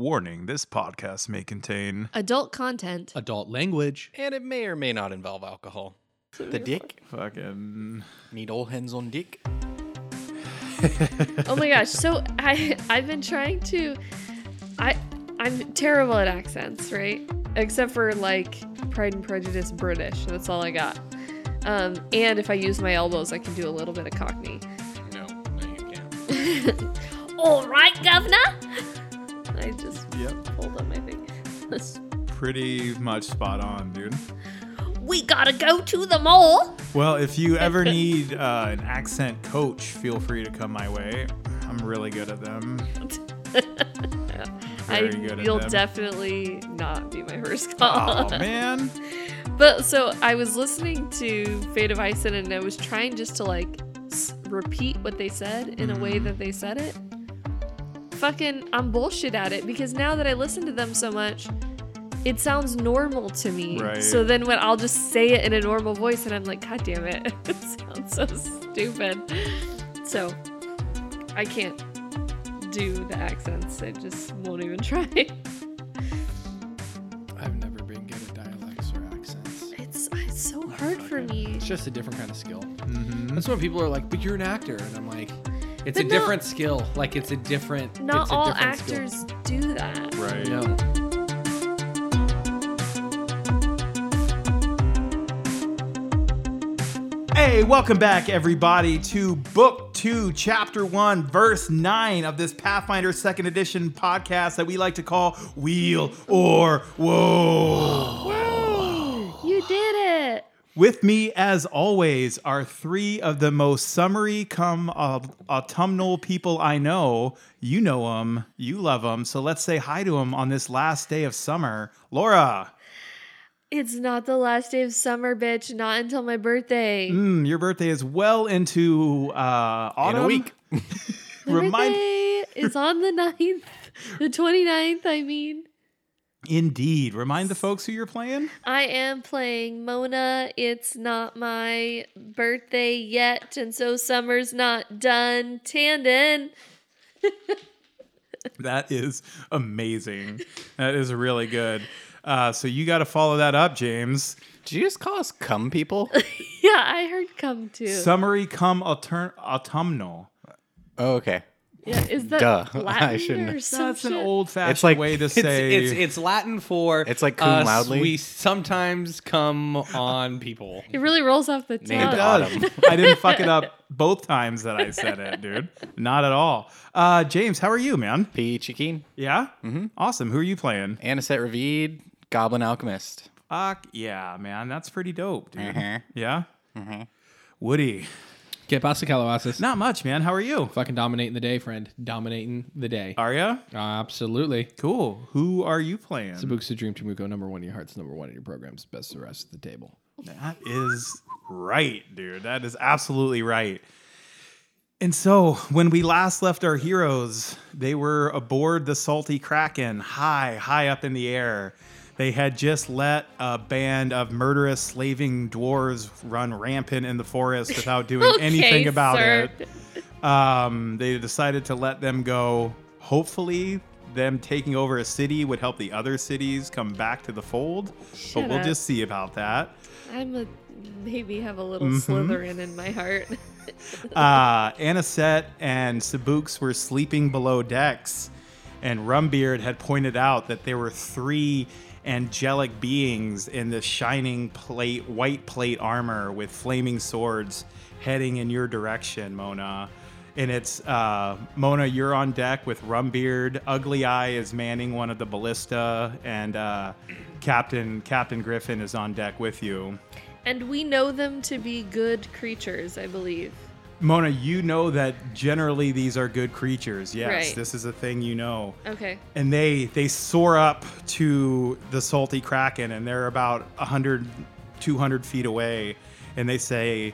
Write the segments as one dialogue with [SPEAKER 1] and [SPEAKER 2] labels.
[SPEAKER 1] Warning this podcast may contain.
[SPEAKER 2] Adult content.
[SPEAKER 3] Adult language.
[SPEAKER 4] And it may or may not involve alcohol. The dick.
[SPEAKER 1] Fucking.
[SPEAKER 4] Need all hands on dick.
[SPEAKER 2] Oh my gosh. So I I've been trying to I I'm terrible at accents, right? Except for like Pride and Prejudice British. That's all I got. Um, and if I use my elbows, I can do a little bit of Cockney.
[SPEAKER 4] No, no, you can't.
[SPEAKER 2] All right, governor. I just
[SPEAKER 1] Yep.
[SPEAKER 2] pulled up my thing.
[SPEAKER 1] Pretty much spot on, dude.
[SPEAKER 2] We gotta go to the mall.
[SPEAKER 1] Well, if you ever need uh, an accent coach, feel free to come my way. I'm really good at them.
[SPEAKER 2] I,
[SPEAKER 1] Very good at
[SPEAKER 2] you'll
[SPEAKER 1] them.
[SPEAKER 2] definitely not be my first
[SPEAKER 1] Oh
[SPEAKER 2] call.
[SPEAKER 1] man,
[SPEAKER 2] But so I was listening to Fate of Ison and I was trying just to like s- repeat what they said in a way that they said it. Fucking, I'm bullshit at it because now that I listen to them so much, it sounds normal to me.
[SPEAKER 1] Right.
[SPEAKER 2] So then when I'll just say it in a normal voice and I'm like, God damn it, it sounds so stupid. So I can't do the accents. I just won't even try.
[SPEAKER 3] I've never been good at dialects or accents.
[SPEAKER 2] It's, it's so hard for me.
[SPEAKER 3] It's just a different kind of skill.
[SPEAKER 1] Mhm.
[SPEAKER 3] That's when people are like, "But you're an actor," and I'm like, "It's
[SPEAKER 2] But
[SPEAKER 3] a
[SPEAKER 2] not-
[SPEAKER 3] different skill. Like it's a different.
[SPEAKER 2] Not
[SPEAKER 3] it's a
[SPEAKER 2] all
[SPEAKER 3] different skill."
[SPEAKER 2] actors do that.
[SPEAKER 1] right?
[SPEAKER 3] No.
[SPEAKER 1] Hey, welcome back, everybody, to Book Two, Chapter One, Verse Nine of this Pathfinder Second Edition podcast that we like to call Wheel or Whoa.
[SPEAKER 2] You did it.
[SPEAKER 1] With me, as always, are three of the most summery come au- autumnal people I know. You know them, you love them, so let's say hi to them on this last day of summer. Laura,
[SPEAKER 2] It's not the last day of summer, bitch. Not until my birthday.
[SPEAKER 1] mm, your birthday is well into uh, autumn.
[SPEAKER 4] week.
[SPEAKER 2] my birthday is on the 9th, the 29th, I mean.
[SPEAKER 1] Indeed. Remind the folks who you're playing.
[SPEAKER 2] I am playing Mona. It's not my birthday yet, and so summer's not done. Tandon.
[SPEAKER 1] That is amazing. That is really good. Uh, so you got to follow that up, James.
[SPEAKER 4] Did you just call us cum people?
[SPEAKER 2] Yeah, I heard come too.
[SPEAKER 1] Summary come autur- autumnal.
[SPEAKER 4] oh, okay.
[SPEAKER 2] yeah, is that
[SPEAKER 4] Duh. I
[SPEAKER 2] Latin
[SPEAKER 4] shouldn't
[SPEAKER 2] or
[SPEAKER 4] have-
[SPEAKER 2] some
[SPEAKER 1] That's an
[SPEAKER 2] shit?
[SPEAKER 1] old-fashioned
[SPEAKER 4] It's like-
[SPEAKER 1] way to
[SPEAKER 4] it's-
[SPEAKER 3] It's,
[SPEAKER 1] say.
[SPEAKER 3] it's it's Latin for
[SPEAKER 4] It's like cum
[SPEAKER 3] us,
[SPEAKER 4] loudly.
[SPEAKER 3] We sometimes come on people.
[SPEAKER 2] It really rolls off the tongue.
[SPEAKER 4] Named
[SPEAKER 1] It
[SPEAKER 4] after
[SPEAKER 1] does. I didn't fuck it up both times that I said it, dude. Not at all. Uh, James, how are you, man?
[SPEAKER 4] Peachy Keen,
[SPEAKER 1] Yeah. Mm-hmm. Awesome. Who are you playing?
[SPEAKER 4] Anisette Ravid, Goblin Alchemist.
[SPEAKER 1] Fuck yeah, man. That's pretty dope, dude.
[SPEAKER 4] Mhm.
[SPEAKER 1] Yeah. Woody.
[SPEAKER 3] Que pasa, Calabasas?
[SPEAKER 1] Not much, man. How are you?
[SPEAKER 3] Fucking dominating the day, friend. Dominating the day.
[SPEAKER 1] Are ya?
[SPEAKER 3] Absolutely.
[SPEAKER 1] Cool. Who are you playing?
[SPEAKER 3] Books of Dream Tamuko, number one in your hearts, number one in your programs, best of the rest of the table.
[SPEAKER 1] That is right, dude. That is absolutely right. And so, when we last left our heroes, they were aboard the Salty Kraken, high, high up in the air. They had just let a band of murderous, slaving dwarves run rampant in the forest without doing
[SPEAKER 2] Okay,
[SPEAKER 1] anything about
[SPEAKER 2] sir.
[SPEAKER 1] it. Um, they decided to let them go. Hopefully, them taking over a city would help the other cities come back to the fold.
[SPEAKER 2] Shut
[SPEAKER 1] but we'll
[SPEAKER 2] up.
[SPEAKER 1] just see about that.
[SPEAKER 2] I'm a maybe have a little
[SPEAKER 1] Mhm.
[SPEAKER 2] Slytherin in my heart.
[SPEAKER 1] uh, Anisette and Sabuks were sleeping below decks, and Rumbeard had pointed out that there were three angelic beings in the shining plate, white plate armor with flaming swords heading in your direction, Mona. And it's uh, Mona, you're on deck with Rumbeard. Ugly Eye is manning one of the ballista, and uh, Captain Captain Griffin is on deck with you.
[SPEAKER 2] And we know them to be good creatures, I believe.
[SPEAKER 1] Mona, you know that generally these are good creatures. Yes,
[SPEAKER 2] Right.
[SPEAKER 1] this is a thing you know.
[SPEAKER 2] Okay.
[SPEAKER 1] And they they soar up to the salty kraken, and they're about 100, 200 feet away, and they say,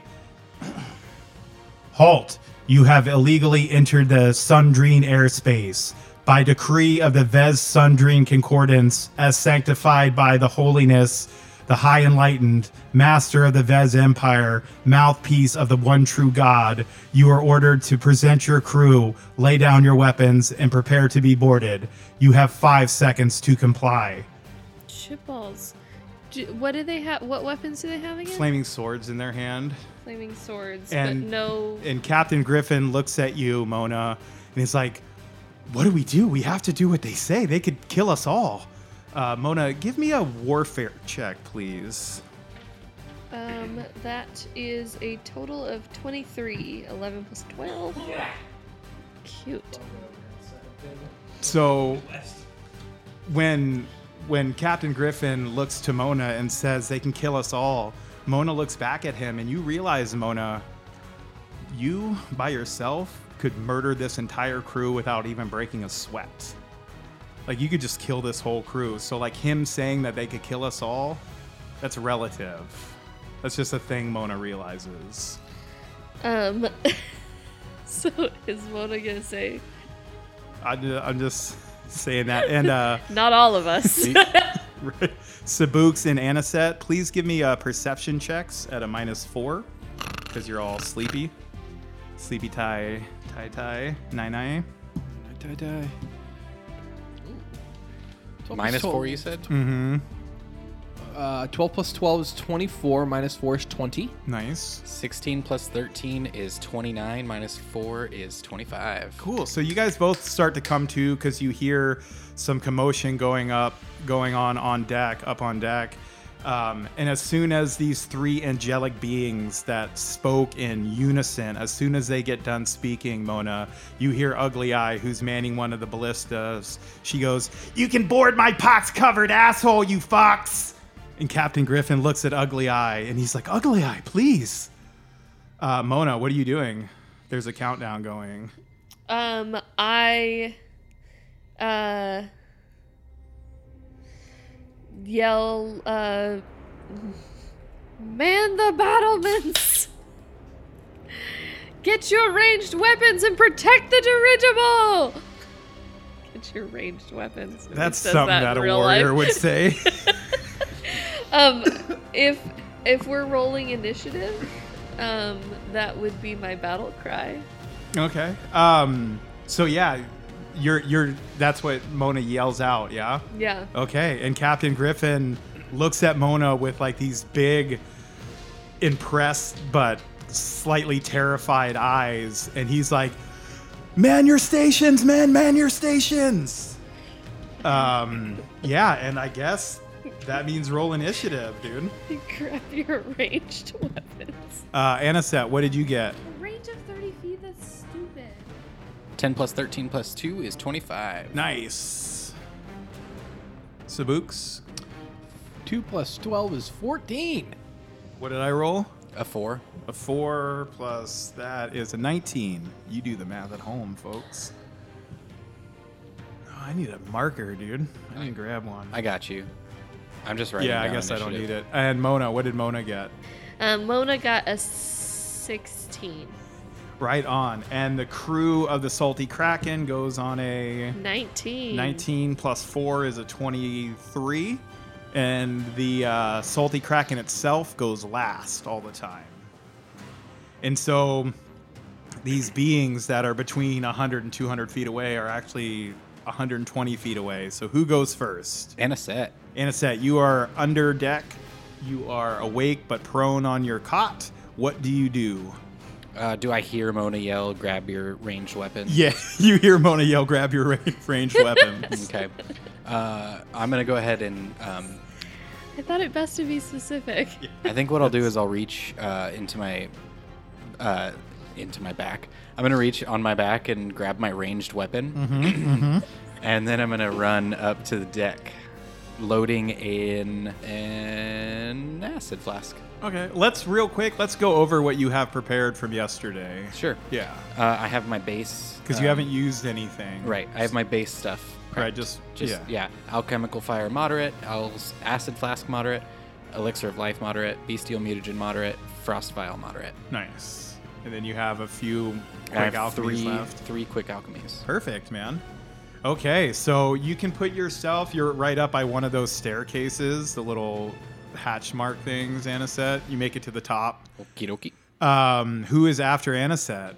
[SPEAKER 1] "Halt! You have illegally entered the Sundreen airspace." By decree of the Vez Sundreen Concordance, as sanctified by the holiness the high enlightened, master of the Vez Empire, mouthpiece of the one true God, you are ordered to present your crew, lay down your weapons, and prepare to be boarded. You have five seconds to comply.
[SPEAKER 2] Chip balls. Do, what do they have? What weapons do they have again?
[SPEAKER 1] Flaming swords in their hand.
[SPEAKER 2] Flaming swords,
[SPEAKER 1] And-
[SPEAKER 2] but no.
[SPEAKER 1] And Captain Griffin looks at you, Mona, and he's like, What do we do? We have to do what they say. They could kill us all. Uh, Mona, give me a warfare check, please.
[SPEAKER 2] Um, that is a total of 23. 11 plus 12. Cute.
[SPEAKER 1] So when when Captain Griffin looks to Mona and says they can kill us all, Mona looks back at him and you realize Mona you by yourself could murder this entire crew without even breaking a sweat. Like you could just kill this whole crew. So like him saying that they could kill us all, that's relative. That's just a thing Mona realizes.
[SPEAKER 2] Um, so is Mona gonna say,
[SPEAKER 1] I, I'm just saying that. And uh
[SPEAKER 2] not all of us?
[SPEAKER 1] Right. Sabooks and Aniset, please give me uh, perception checks at a minus four because you're all sleepy. Sleepy tie, tie tie, nine nine.
[SPEAKER 3] Die, die, die.
[SPEAKER 4] Minus four, you said?
[SPEAKER 1] Hmm.
[SPEAKER 3] Uh, 12 plus 12 is 24, minus 4 is 20.
[SPEAKER 1] Nice.
[SPEAKER 4] 16 plus 13 is 29, minus 4 is 25.
[SPEAKER 1] Cool. So you guys both start to come to because you hear some commotion going up, going on on deck, up on deck. Um, and as soon as these three angelic beings that spoke in unison, as soon as they get done speaking, Mona, you hear Ugly Eye, who's manning one of the ballistas. She goes, "You can board my pox covered asshole, you fox!" And Captain Griffin looks at Ugly Eye, and he's like, "Ugly Eye, please." Uh, Mona, what are you doing? There's a countdown going.
[SPEAKER 2] Um, I, uh, yell, uh, man the battlements! Get your ranged weapons and protect the dirigible! Get your ranged weapons. Who
[SPEAKER 1] That's
[SPEAKER 2] says
[SPEAKER 1] something
[SPEAKER 2] in
[SPEAKER 1] that, a
[SPEAKER 2] real
[SPEAKER 1] warrior
[SPEAKER 2] life?
[SPEAKER 1] would say.
[SPEAKER 2] Um, if if we're rolling initiative, um, that would be my battle cry.
[SPEAKER 1] okay. Um. So yeah, you're you're. That's what Mona yells out. Yeah.
[SPEAKER 2] Yeah.
[SPEAKER 1] Okay. And Captain Griffin looks at Mona with like these big, impressed but slightly terrified eyes, and he's like, "Man your stations, man! Man your stations!" Um. Yeah. And I guess that means roll initiative, dude.
[SPEAKER 2] Grab your ranged weapons.
[SPEAKER 1] Uh, Aniset, what did you get?
[SPEAKER 2] A range of 30 feet? That's stupid.
[SPEAKER 4] 10 plus 13 plus 2 is 25.
[SPEAKER 1] Nice. Sabooks,
[SPEAKER 3] 2 plus 12 is 14.
[SPEAKER 1] what did I roll?
[SPEAKER 4] A 4.
[SPEAKER 1] A four plus that is a 19. You do the math at home, folks. Oh, I need a marker, dude. I didn't grab one.
[SPEAKER 4] I got you. I'm just writing
[SPEAKER 1] yeah, I
[SPEAKER 4] down
[SPEAKER 1] guess I don't need
[SPEAKER 4] initiative.
[SPEAKER 1] it. And Mona, what did Mona get?
[SPEAKER 2] Um, Mona got a 16.
[SPEAKER 1] Right on. And the crew of the Salty Kraken goes on a
[SPEAKER 2] 19.
[SPEAKER 1] 19 plus 4 is a 23. And the uh, Salty Kraken itself goes last all the time. And so these beings that are between 100 and 200 feet away are actually 120 feet away. So who goes first?
[SPEAKER 4] And a set.
[SPEAKER 1] Anisette, you are under deck. You are awake but prone on your cot. What do you do?
[SPEAKER 4] Uh, do I hear Mona yell, grab your ranged weapon?
[SPEAKER 1] Yeah, you hear Mona yell, grab your ra- ranged weapon.
[SPEAKER 4] Okay. Uh, I'm going to go ahead and. Um,
[SPEAKER 2] I thought it best to be specific.
[SPEAKER 4] I think what I'll do is I'll reach uh, into my. Uh, into my back. I'm going to reach on my back and grab my ranged weapon.
[SPEAKER 1] Mm-hmm,
[SPEAKER 4] and then I'm going to run up to the deck, loading in an acid flask.
[SPEAKER 1] Okay, let's real quick. Let's go over what you have prepared from yesterday.
[SPEAKER 4] Sure.
[SPEAKER 1] Yeah,
[SPEAKER 4] Uh, I have my base.
[SPEAKER 1] because you
[SPEAKER 4] um,
[SPEAKER 1] haven't used anything.
[SPEAKER 4] Right. I have my base stuff.
[SPEAKER 1] Right.
[SPEAKER 4] prepped.
[SPEAKER 1] Just,
[SPEAKER 4] Just
[SPEAKER 1] yeah.
[SPEAKER 4] yeah. Alchemical fire moderate. Al- acid flask moderate. Elixir of life moderate. Bestial mutagen moderate. Frost vial moderate.
[SPEAKER 1] Nice. And then you have a few
[SPEAKER 4] I
[SPEAKER 1] quick
[SPEAKER 4] have
[SPEAKER 1] alchemies
[SPEAKER 4] three
[SPEAKER 1] left.
[SPEAKER 4] three quick alchemies.
[SPEAKER 1] Perfect, man. Okay, so you can put yourself. You're right up by one of those staircases, the little hatch mark things, Aniset. You make it to the top.
[SPEAKER 4] Okie dokie.
[SPEAKER 1] Um, who is after Aniset?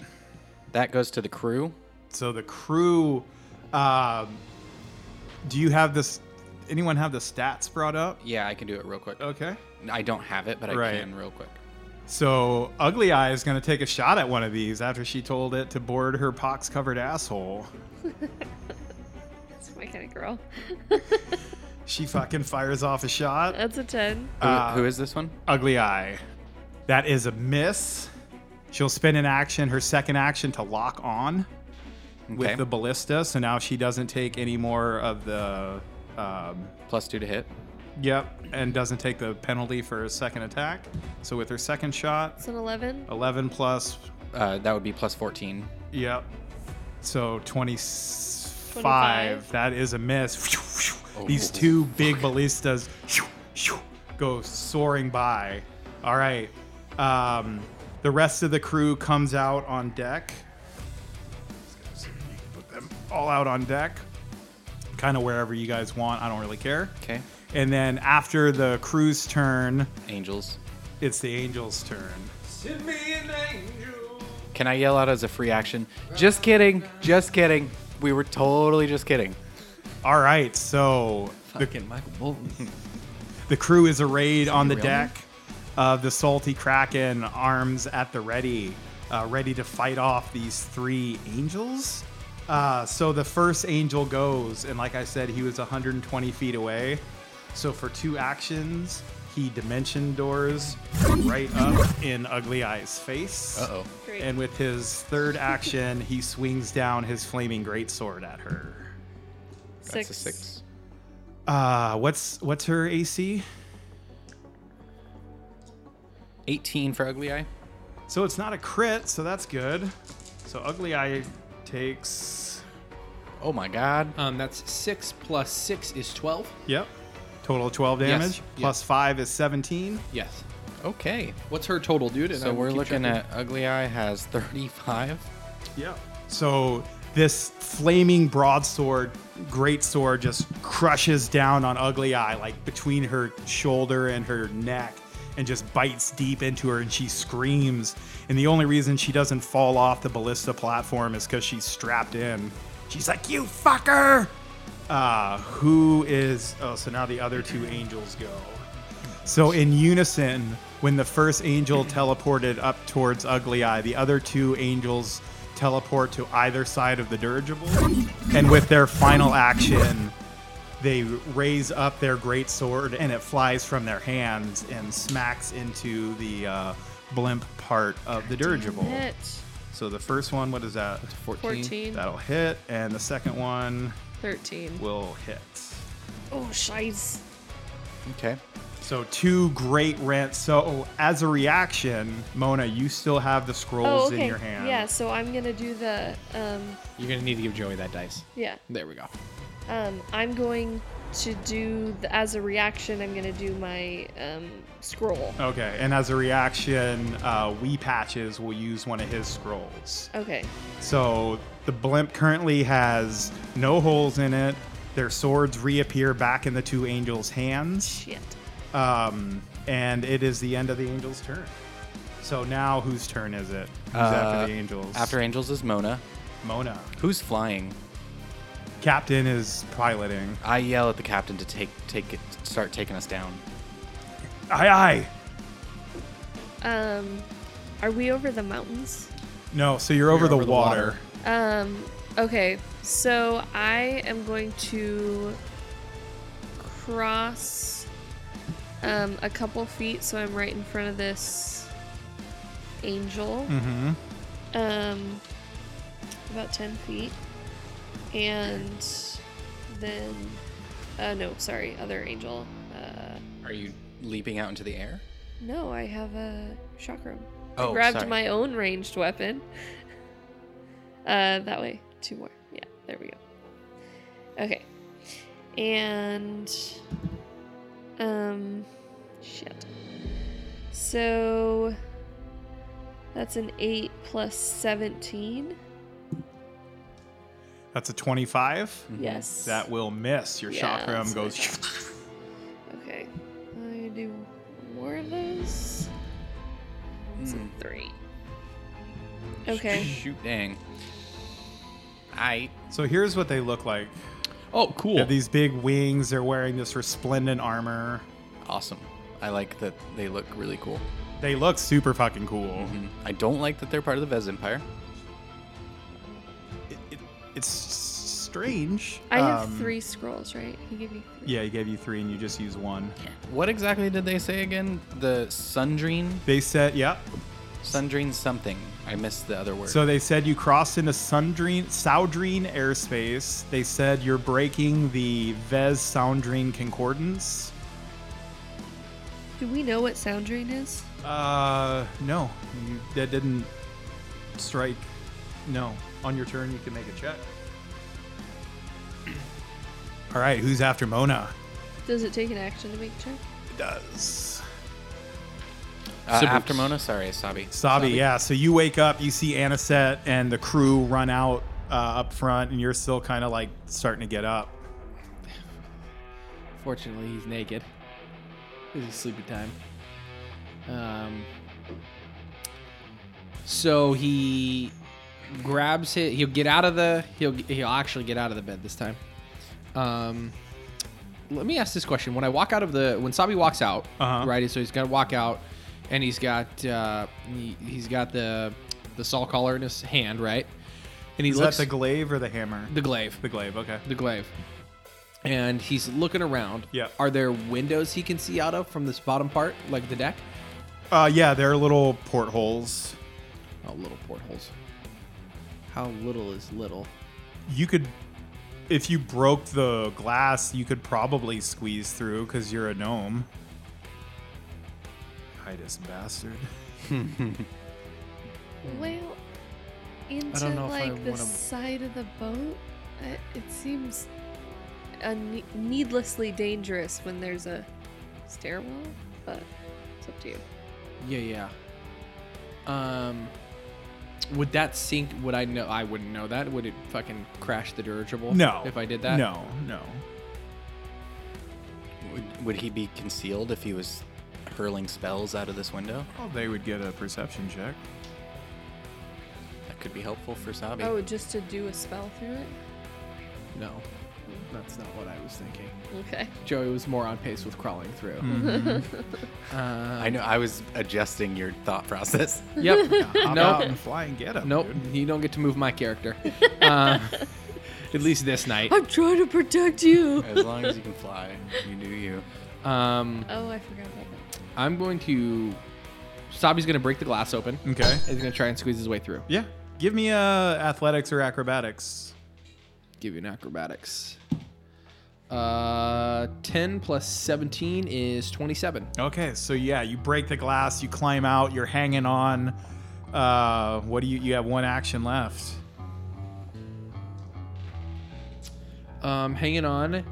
[SPEAKER 4] That goes to the crew.
[SPEAKER 1] So the crew. Um, do you have this? Anyone have the stats brought up?
[SPEAKER 4] Yeah, I can do it real quick.
[SPEAKER 1] Okay.
[SPEAKER 4] I don't have it, but I
[SPEAKER 1] Right.
[SPEAKER 4] can real quick.
[SPEAKER 1] So Ugly Eye is going to take a shot at one of these after she told it to board her pox-covered asshole.
[SPEAKER 2] That's my kind of girl.
[SPEAKER 1] She fucking fires off a shot.
[SPEAKER 2] That's a 10.
[SPEAKER 4] Who-
[SPEAKER 1] Uh,
[SPEAKER 4] who is this one?
[SPEAKER 1] Ugly Eye. That is a miss. She'll spin an action, her second action to lock on with
[SPEAKER 4] Okay.
[SPEAKER 1] the ballista. So now she doesn't take any more of the. Um,
[SPEAKER 4] Plus two to hit.
[SPEAKER 1] yep, and doesn't take the penalty for a second attack. So with her second shot,
[SPEAKER 2] It's an 11.
[SPEAKER 1] 11 plus.
[SPEAKER 4] Uh, that would be plus 14.
[SPEAKER 1] Yep. So 25. That is a miss. These two big ballistas go soaring by. All right. Um, the rest of the crew comes out on deck. Put them all out on deck. Kind of wherever you guys want. I don't really care.
[SPEAKER 4] Okay.
[SPEAKER 1] And then after the crew's turn,
[SPEAKER 4] Angels.
[SPEAKER 1] it's the angel's turn.
[SPEAKER 4] Can I yell out as a free action? Just kidding. Just kidding. We were totally just kidding.
[SPEAKER 1] All right. So the
[SPEAKER 3] Fucking Michael Bolton.
[SPEAKER 1] The crew is arrayed on the
[SPEAKER 4] real name?
[SPEAKER 1] deck of the Salty Kraken, arms at the ready, uh, ready to fight off these three angels. Uh, so the first angel goes, and like I said, he was 120 feet away. So for two actions, he dimension doors right up in Ugly Eye's face.
[SPEAKER 4] Uh oh.
[SPEAKER 2] Great.
[SPEAKER 1] And with his third action, he swings down his flaming greatsword at her.
[SPEAKER 2] six.
[SPEAKER 4] That's a six.
[SPEAKER 1] Uh, what's what's her AC?
[SPEAKER 4] 18 for Ugly Eye.
[SPEAKER 1] So it's not a crit, so that's good. So Ugly Eye takes.
[SPEAKER 4] Oh my god.
[SPEAKER 3] Um, that's six plus six is twelve.
[SPEAKER 1] Yep. Total of 12
[SPEAKER 3] Yes,
[SPEAKER 1] damage.
[SPEAKER 3] yep.
[SPEAKER 1] Plus 5 is 17.
[SPEAKER 3] Yes.
[SPEAKER 4] Uh, Okay.
[SPEAKER 3] What's her total, dude? And I
[SPEAKER 4] So
[SPEAKER 3] will
[SPEAKER 4] we're
[SPEAKER 3] keep
[SPEAKER 4] looking
[SPEAKER 3] checking.
[SPEAKER 4] at Ugly Eye has 35.
[SPEAKER 1] Yep. So this flaming broadsword, great sword, just crushes down on Ugly Eye, like between her shoulder and her neck, and just bites deep into her, and she screams. And the only reason she doesn't fall off the ballista platform is because she's strapped in. She's like, You fucker! Uh, who is. Oh, so now the other two angels go. So in unison, when the first angel teleported up towards Ugly Eye, the other two angels teleport to either side of the dirigible, and with their final action, they raise up their great sword, and it flies from their hands and smacks into the uh, blimp part of the dirigible.
[SPEAKER 2] Hit.
[SPEAKER 1] So the first one, what is that?
[SPEAKER 2] 14.
[SPEAKER 1] That'll hit, and the second one
[SPEAKER 2] 13.
[SPEAKER 1] will hit.
[SPEAKER 2] Oh, shiz.
[SPEAKER 4] Okay.
[SPEAKER 1] So two great rants. So as a reaction, Mona, you still have the scrolls
[SPEAKER 2] Oh, okay.
[SPEAKER 1] in your hand.
[SPEAKER 2] Yeah, so I'm going to do the. Um,
[SPEAKER 3] You're gonna need to give Joey that dice.
[SPEAKER 2] yeah.
[SPEAKER 3] There we go.
[SPEAKER 2] Um, I'm going to do, the, as a reaction, I'm going to do my um, scroll.
[SPEAKER 1] Okay. And as a reaction, uh, Wee Patches will use one of his scrolls.
[SPEAKER 2] Okay.
[SPEAKER 1] So the blimp currently has no holes in it. Their swords reappear back in the two angels' hands,
[SPEAKER 2] Shit.
[SPEAKER 1] um, and it is the end of the angel's turn. So now, whose turn is it? Who's
[SPEAKER 4] Uh,
[SPEAKER 1] after the angels?
[SPEAKER 4] After Angels is Mona.
[SPEAKER 1] Mona.
[SPEAKER 4] Who's flying?
[SPEAKER 1] Captain is piloting.
[SPEAKER 4] I yell at the captain to take take it, start taking us down.
[SPEAKER 1] Aye, aye.
[SPEAKER 2] Um, are we over the mountains?
[SPEAKER 1] No, so you're over,
[SPEAKER 4] You're
[SPEAKER 1] the,
[SPEAKER 4] over the
[SPEAKER 1] water.
[SPEAKER 4] water.
[SPEAKER 2] Um, okay, so I am going to cross um, a couple feet, so I'm right in front of this angel.
[SPEAKER 1] Mm-hmm.
[SPEAKER 2] Um, about 10 feet. And then, uh, no, sorry, other angel. Uh,
[SPEAKER 4] Are you leaping out into the air?
[SPEAKER 2] no, I have a chakra.
[SPEAKER 4] Oh,
[SPEAKER 2] I grabbed
[SPEAKER 4] sorry.
[SPEAKER 2] my own ranged weapon. Uh, that way, two more. Yeah, there we go. Okay, and um, shit. So that's an eight plus seventeen.
[SPEAKER 1] That's a 25.
[SPEAKER 4] Mm-hmm.
[SPEAKER 2] Yes.
[SPEAKER 1] That will miss. Your
[SPEAKER 2] Yeah,
[SPEAKER 1] chakram
[SPEAKER 2] that's what I
[SPEAKER 1] goes.
[SPEAKER 2] Okay, I do So
[SPEAKER 4] Hmm.
[SPEAKER 2] three. Okay.
[SPEAKER 4] Shoot, dang. I.
[SPEAKER 1] So here's what they look like.
[SPEAKER 5] Oh, cool.
[SPEAKER 1] They have these big wings. They're wearing this resplendent armor.
[SPEAKER 4] Awesome. I like that they look really cool. Mm-hmm.
[SPEAKER 1] They look super fucking cool.
[SPEAKER 4] I don't like that they're part of the Vez Empire.
[SPEAKER 1] It, it, it's strange.
[SPEAKER 2] I have
[SPEAKER 1] Um,
[SPEAKER 2] three scrolls, right? He gave me three.
[SPEAKER 1] Yeah, he gave you three, and you just use one.
[SPEAKER 4] What exactly did they say again? The Sundreen?
[SPEAKER 1] They said, yeah.
[SPEAKER 4] Sundreen something. I missed the other word.
[SPEAKER 1] So they said you crossed into Sundreen, Soudreen airspace. They said you're breaking the Vez Soundreen Concordance.
[SPEAKER 2] Do we know what sound drain is?
[SPEAKER 1] Uh, no, you, that didn't strike. No, on your turn you can make a check. All right, who's after Mona?
[SPEAKER 2] Does it take an action to make check?
[SPEAKER 1] It does.
[SPEAKER 4] uh,
[SPEAKER 5] Sabu.
[SPEAKER 4] after Mona? Uh, Sorry, Sabi.
[SPEAKER 1] Sabi, yeah. So you wake up, you see Anisette and the crew run out uh, up front, and you're still kind of like starting to get up.
[SPEAKER 5] Fortunately, he's naked. This is sleepy time. Um, so he grabs it. He'll get out of the. He'll he'll actually get out of the bed this time. Um, let me ask this question: When I walk out of the, when Sabi walks out,
[SPEAKER 1] Uh-huh.
[SPEAKER 5] right? So he's got to walk out, and he's got uh, he, he's got the the saw collar in his hand, right? And he
[SPEAKER 1] Is
[SPEAKER 5] looks
[SPEAKER 1] that the glaive or the hammer?
[SPEAKER 5] the glaive
[SPEAKER 1] The glaive. Okay.
[SPEAKER 5] the glaive. And he's looking around.
[SPEAKER 1] Yeah.
[SPEAKER 5] Are there windows he can see out of from this bottom part, like the deck?
[SPEAKER 1] Uh, yeah, they're little portholes.
[SPEAKER 5] Oh, little portholes. How little is little?
[SPEAKER 1] You could, if you broke the glass, you could probably squeeze through because you're a gnome. Hidus bastard.
[SPEAKER 2] Well, into
[SPEAKER 5] don't know if Hmm. I
[SPEAKER 2] like the
[SPEAKER 5] wanna-
[SPEAKER 2] side of the boat. I, it seems a ne- needlessly dangerous when there's a stairwell, but it's up to you.
[SPEAKER 5] Yeah, yeah. Um, would that sink? Would I know? I wouldn't know that. Would it fucking crash the dirigible?
[SPEAKER 1] No.
[SPEAKER 5] If I did that?
[SPEAKER 1] No, no.
[SPEAKER 4] Would, would he be concealed if he was hurling spells out of this window?
[SPEAKER 1] Well, they would get a perception check.
[SPEAKER 4] That could be helpful for Sabi.
[SPEAKER 2] Oh, just to do a spell through it?
[SPEAKER 5] No. That's not what I was thinking.
[SPEAKER 2] Okay.
[SPEAKER 5] Joey was more on pace with crawling through.
[SPEAKER 1] Mm-hmm.
[SPEAKER 4] I know. I was adjusting your thought process.
[SPEAKER 5] Yep.
[SPEAKER 1] Hop
[SPEAKER 5] Nope.
[SPEAKER 1] out and fly and get him.
[SPEAKER 5] Nope,
[SPEAKER 1] dude.
[SPEAKER 5] you don't get to move my character. uh, at least this night.
[SPEAKER 2] I'm trying to protect you.
[SPEAKER 4] As long as you can fly, you do you.
[SPEAKER 5] Um,
[SPEAKER 2] Oh, I forgot about that.
[SPEAKER 5] I'm going to. Sabi's going to break the glass open.
[SPEAKER 1] Okay.
[SPEAKER 5] He's going to try and squeeze his way through.
[SPEAKER 1] Yeah. Give me uh, athletics or acrobatics.
[SPEAKER 5] Give you an acrobatics. Uh, 10 plus 17 is 27.
[SPEAKER 1] Okay, so yeah, you break the glass, you climb out, you're hanging on. Uh, what do you? You have one action left.
[SPEAKER 5] Um, hanging on,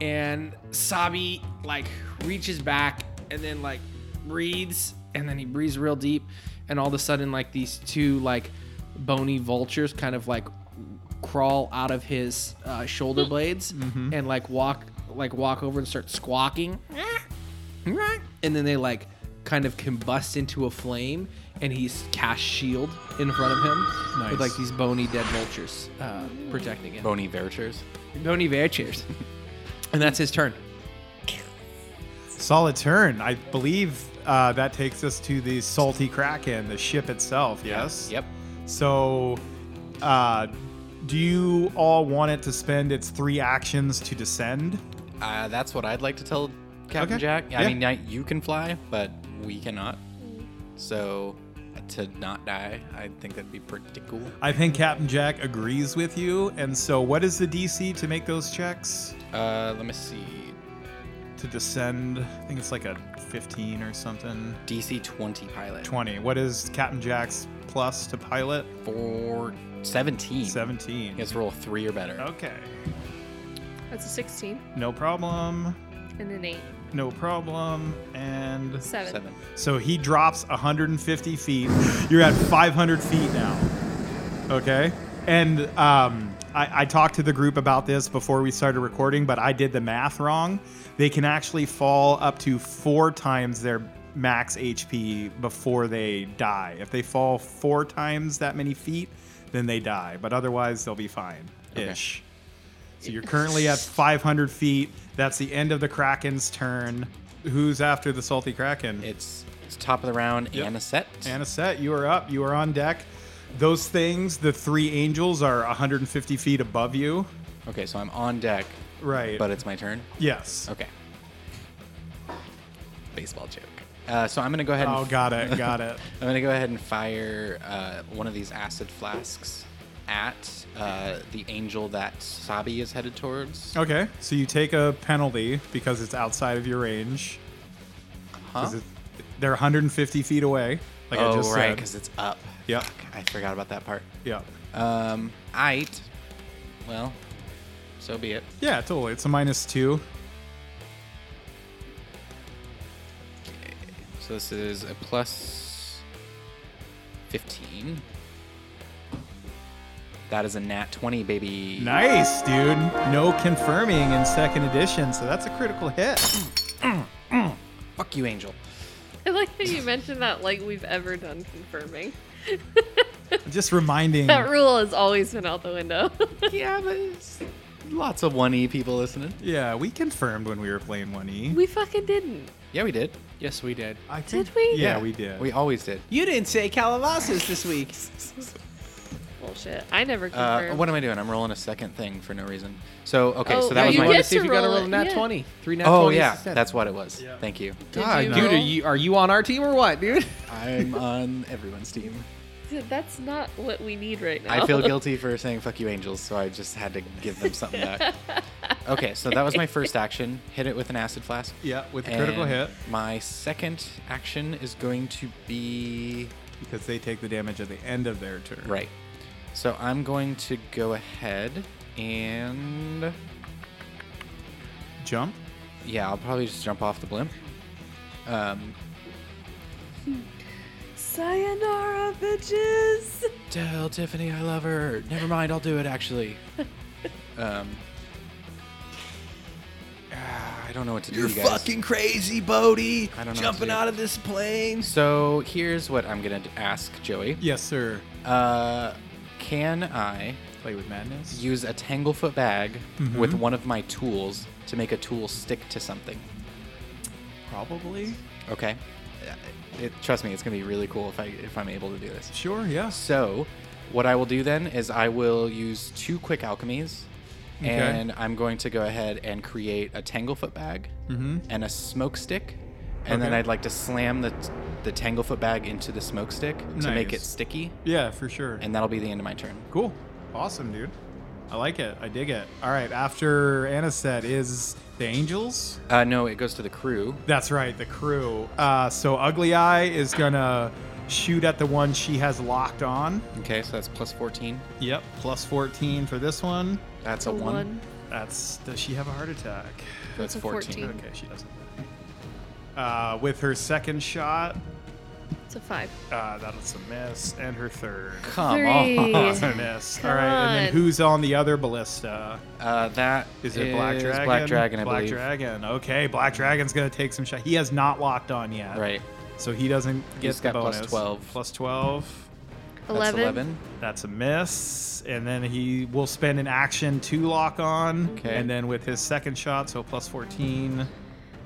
[SPEAKER 5] and Sabi like reaches back and then like breathes, and then he breathes real deep, and all of a sudden like these two like bony vultures kind of like crawl out of his uh, shoulder blades and like walk like walk over and start squawking and then they like kind of combust into a flame and he's cast shield in front of him with
[SPEAKER 1] Nice.
[SPEAKER 5] like these bony dead vultures uh, protecting him
[SPEAKER 4] Bony Verchers.
[SPEAKER 5] Bony Vultures. and that's his turn.
[SPEAKER 1] Solid turn. I believe uh, that takes us to the Salty Kraken, the ship itself. Yes.
[SPEAKER 4] Yep.
[SPEAKER 1] So, uh, do you all want it to spend its three actions to descend?
[SPEAKER 4] Uh, that's what I'd like to tell Captain
[SPEAKER 1] Okay.
[SPEAKER 4] Jack. I
[SPEAKER 1] Yeah.
[SPEAKER 4] mean, I- you can fly, but we cannot. So uh, to not die, I think that'd be pretty cool.
[SPEAKER 1] I think Captain Jack agrees with you. And so, what is the DC to make those checks?
[SPEAKER 4] Uh, let me see.
[SPEAKER 1] To descend, I think it's like a 15 or something.
[SPEAKER 4] DC 20 pilot.
[SPEAKER 1] 20. What is Captain Jack's plus to pilot?
[SPEAKER 4] For 17.
[SPEAKER 1] 17.
[SPEAKER 4] He has to roll a three or better.
[SPEAKER 1] Okay.
[SPEAKER 2] That's a 16
[SPEAKER 1] No problem.
[SPEAKER 2] and an 8.
[SPEAKER 1] No problem. And
[SPEAKER 2] 7.
[SPEAKER 4] Seven.
[SPEAKER 1] so he drops 150 feet. You're at 500 feet now. Okay. And um, I, I talked to the group about this before we started recording, but I did the math wrong. They can actually fall up to four times their max HP before they die. If they fall four times that many feet, then they die. But otherwise, they'll be fine ish. So you're currently at 500 feet. That's the end of the Kraken's turn. Who's after the Salty Kraken?
[SPEAKER 4] It's it's top of the round. and a set.
[SPEAKER 1] Anisette, you are up. You are on deck. Those things, the three angels, are 150 feet above you.
[SPEAKER 4] Okay, so I'm on deck,
[SPEAKER 1] Right.
[SPEAKER 4] but it's my turn.
[SPEAKER 1] yes.
[SPEAKER 4] Okay. Baseball joke. Uh, so I'm gonna go ahead. And
[SPEAKER 1] Oh, got it. Got it.
[SPEAKER 4] I'm gonna go ahead and fire uh, one of these acid flasks at uh, the angel that Sabi is headed towards.
[SPEAKER 1] Okay. So you take a penalty because it's outside of your range.
[SPEAKER 4] Huh?
[SPEAKER 1] 'Cause it- They're 150 feet away. Like I
[SPEAKER 4] oh,
[SPEAKER 1] just
[SPEAKER 4] right,
[SPEAKER 1] said.
[SPEAKER 4] because it's up.
[SPEAKER 1] Yep.
[SPEAKER 4] Fuck, I forgot about that part.
[SPEAKER 1] Yeah.
[SPEAKER 4] Um, eight. Well, so be it.
[SPEAKER 1] Yeah, totally. It's a minus two.
[SPEAKER 4] So this is a plus 15. That is a nat 20, baby.
[SPEAKER 1] Nice, dude. No confirming in second edition. So that's a critical hit.
[SPEAKER 4] Fuck you, Angel.
[SPEAKER 2] I like that you mentioned that like we've ever done confirming.
[SPEAKER 1] Just reminding.
[SPEAKER 2] That rule has always been out the window.
[SPEAKER 4] yeah, but lots of 1E people listening.
[SPEAKER 1] Yeah, we confirmed when we were playing 1E.
[SPEAKER 2] we fucking didn't.
[SPEAKER 4] Yeah, we did.
[SPEAKER 3] Yes, we did.
[SPEAKER 1] I
[SPEAKER 2] Did
[SPEAKER 1] think-
[SPEAKER 2] we?
[SPEAKER 1] Yeah, we did.
[SPEAKER 4] We always did.
[SPEAKER 3] You didn't say Calabasas this week.
[SPEAKER 2] Bullshit. I never confirmed.
[SPEAKER 4] Uh, what am I doing? I'm rolling a second thing for no reason. So, okay,
[SPEAKER 2] Oh,
[SPEAKER 4] so
[SPEAKER 2] no,
[SPEAKER 4] that was
[SPEAKER 2] you
[SPEAKER 4] my.
[SPEAKER 2] get
[SPEAKER 3] want to see if
[SPEAKER 2] to
[SPEAKER 3] you got a
[SPEAKER 2] roll
[SPEAKER 3] roll
[SPEAKER 2] it,
[SPEAKER 3] nat
[SPEAKER 2] yeah.
[SPEAKER 3] 20. Three nat 20s.
[SPEAKER 4] Oh, yeah.
[SPEAKER 3] instead.
[SPEAKER 4] That's what it was. Thank you.
[SPEAKER 2] God, you
[SPEAKER 3] Dude,
[SPEAKER 2] roll?
[SPEAKER 3] are you, are you on our team or what, dude?
[SPEAKER 4] I'm on everyone's team.
[SPEAKER 2] Dude, That's not what we need right now.
[SPEAKER 4] I feel guilty for saying fuck you, angels, so I just had to give them something back. Okay, so that was my first action. Hit it with an acid flask.
[SPEAKER 1] Yeah, with a critical
[SPEAKER 4] And
[SPEAKER 1] hit
[SPEAKER 4] My second action is going to be.
[SPEAKER 1] because they take the damage at the end of their turn.
[SPEAKER 4] Right. So I'm going to go ahead and.
[SPEAKER 1] Jump.
[SPEAKER 4] Yeah, I'll probably just jump off the blimp. Um,
[SPEAKER 2] Sayonara, bitches.
[SPEAKER 4] Tell Tiffany I love her. Never mind, I'll do it actually. um, ah, I don't know what to do, you guys.
[SPEAKER 3] crazy, Bodie.
[SPEAKER 4] I don't know what to do.
[SPEAKER 3] of this plane.
[SPEAKER 4] So here's what I'm gonna d- ask Joey.
[SPEAKER 1] Yes, sir.
[SPEAKER 4] Uh, can I
[SPEAKER 1] Play with madness.
[SPEAKER 4] use a tanglefoot bag
[SPEAKER 1] Mm-hmm.
[SPEAKER 4] with one of my tools to make a tool stick to something?
[SPEAKER 1] Probably.
[SPEAKER 4] Okay. Uh, It, trust me, it's gonna be really cool if I if I'm able to do this.
[SPEAKER 1] Sure. Yes.
[SPEAKER 4] So, what I will do then is I will use two quick alchemies,
[SPEAKER 1] Okay.
[SPEAKER 4] and I'm going to go ahead and create a tanglefoot bag and a smoke stick, and then
[SPEAKER 1] Mm-hmm. Okay.
[SPEAKER 4] I'd like to slam the the tanglefoot bag into the smoke stick to make it
[SPEAKER 1] Nice.
[SPEAKER 4] sticky,
[SPEAKER 1] Yeah, for sure.
[SPEAKER 4] and that'll be the end of my turn.
[SPEAKER 1] cool. Awesome, dude. I like it. I dig it. All right. After Anna said, is the angels?
[SPEAKER 4] Uh, no, it goes to the crew.
[SPEAKER 1] That's right, the crew. Uh, so Ugly Eye is gonna shoot at the one she has locked on.
[SPEAKER 4] Okay, so that's plus 14.
[SPEAKER 1] Yep. Plus 14 for this one.
[SPEAKER 4] That's a, one.
[SPEAKER 1] That's. Does she have a heart attack?
[SPEAKER 4] That's
[SPEAKER 2] That's a
[SPEAKER 4] 14.
[SPEAKER 2] 14.
[SPEAKER 1] Okay, she doesn't. Uh, with her second shot,
[SPEAKER 2] It's a five.
[SPEAKER 1] uh, that's a miss, and her third,
[SPEAKER 4] Come
[SPEAKER 2] Three.
[SPEAKER 4] on.
[SPEAKER 1] that's a miss. All right, and then
[SPEAKER 2] Come on.
[SPEAKER 1] who's on the other ballista?
[SPEAKER 4] Uh, that
[SPEAKER 1] Is it Black Dragon?
[SPEAKER 4] Black Dragon, I
[SPEAKER 1] Black
[SPEAKER 4] believe.
[SPEAKER 1] Dragon. Okay, Black Dragon's gonna take some shot. He has not locked on yet,
[SPEAKER 4] Right.
[SPEAKER 1] So he doesn't get
[SPEAKER 4] He's
[SPEAKER 1] the
[SPEAKER 4] got plus
[SPEAKER 1] bonus.
[SPEAKER 4] 12.
[SPEAKER 1] Plus twelve.
[SPEAKER 4] That's 11.
[SPEAKER 1] That's a miss, and then he will spend an action to lock on,
[SPEAKER 4] Okay.
[SPEAKER 1] and then with his second shot, so plus fourteen.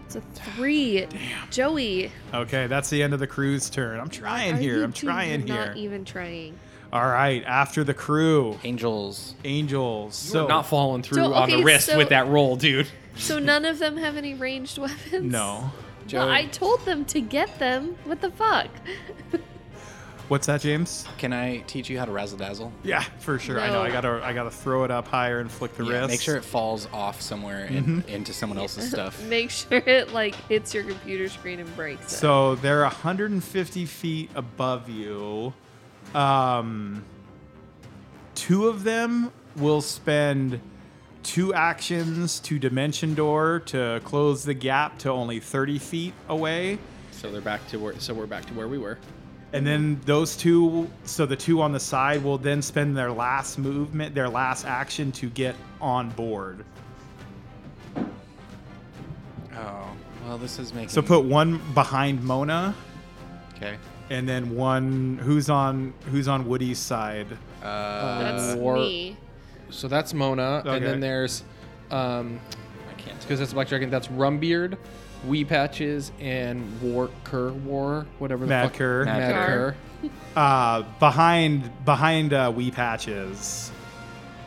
[SPEAKER 2] It's a three. Joey,
[SPEAKER 1] Okay, that's the end of the crew's turn. I'm trying
[SPEAKER 2] are
[SPEAKER 1] here.
[SPEAKER 2] you
[SPEAKER 1] I'm
[SPEAKER 2] two
[SPEAKER 1] trying here.
[SPEAKER 2] Not even trying.
[SPEAKER 1] All right, after the crew,
[SPEAKER 4] Angels.
[SPEAKER 1] angels.
[SPEAKER 3] You're
[SPEAKER 1] so
[SPEAKER 3] not falling through
[SPEAKER 2] So,
[SPEAKER 3] on the
[SPEAKER 2] okay,
[SPEAKER 3] wrist
[SPEAKER 2] so-
[SPEAKER 3] with that roll, dude.
[SPEAKER 2] So none of them have any ranged weapons.
[SPEAKER 1] no.
[SPEAKER 2] Well,
[SPEAKER 4] Joey.
[SPEAKER 2] I told them to get them. What the fuck?
[SPEAKER 1] What's that, James?
[SPEAKER 4] Can I teach you how to razzle dazzle?
[SPEAKER 1] Yeah, for sure. I know.
[SPEAKER 2] No.
[SPEAKER 1] I gotta, I gotta throw it up higher and flick the Mm-hmm.
[SPEAKER 4] Yeah,
[SPEAKER 1] wrist.
[SPEAKER 4] Make sure it falls off somewhere and into someone else's stuff.
[SPEAKER 2] Make sure it like hits your computer screen and breaks. it.
[SPEAKER 1] So they're 150 feet above you. Um, two of them will spend two actions to dimension door to close the gap to only 30 feet away.
[SPEAKER 3] So they're back to where. So we're back to where we were.
[SPEAKER 1] And then those two, so the two on the side will then spend their last movement, their last action to get on board.
[SPEAKER 4] Oh, well, this is making.
[SPEAKER 1] So put one behind Mona,
[SPEAKER 4] Okay.
[SPEAKER 1] and then one who's on who's on Woody's side.
[SPEAKER 4] Uh,
[SPEAKER 2] That's
[SPEAKER 3] war-
[SPEAKER 2] me.
[SPEAKER 3] So that's Mona,
[SPEAKER 1] Okay.
[SPEAKER 3] and then there's, um,
[SPEAKER 4] I can't.
[SPEAKER 3] because that's Black Dragon. That's Rumbeard, Wee Patches, and Warker War, whatever the fuck.
[SPEAKER 1] Madker.
[SPEAKER 3] Madker.
[SPEAKER 1] Uh, behind behind uh, Wee Patches.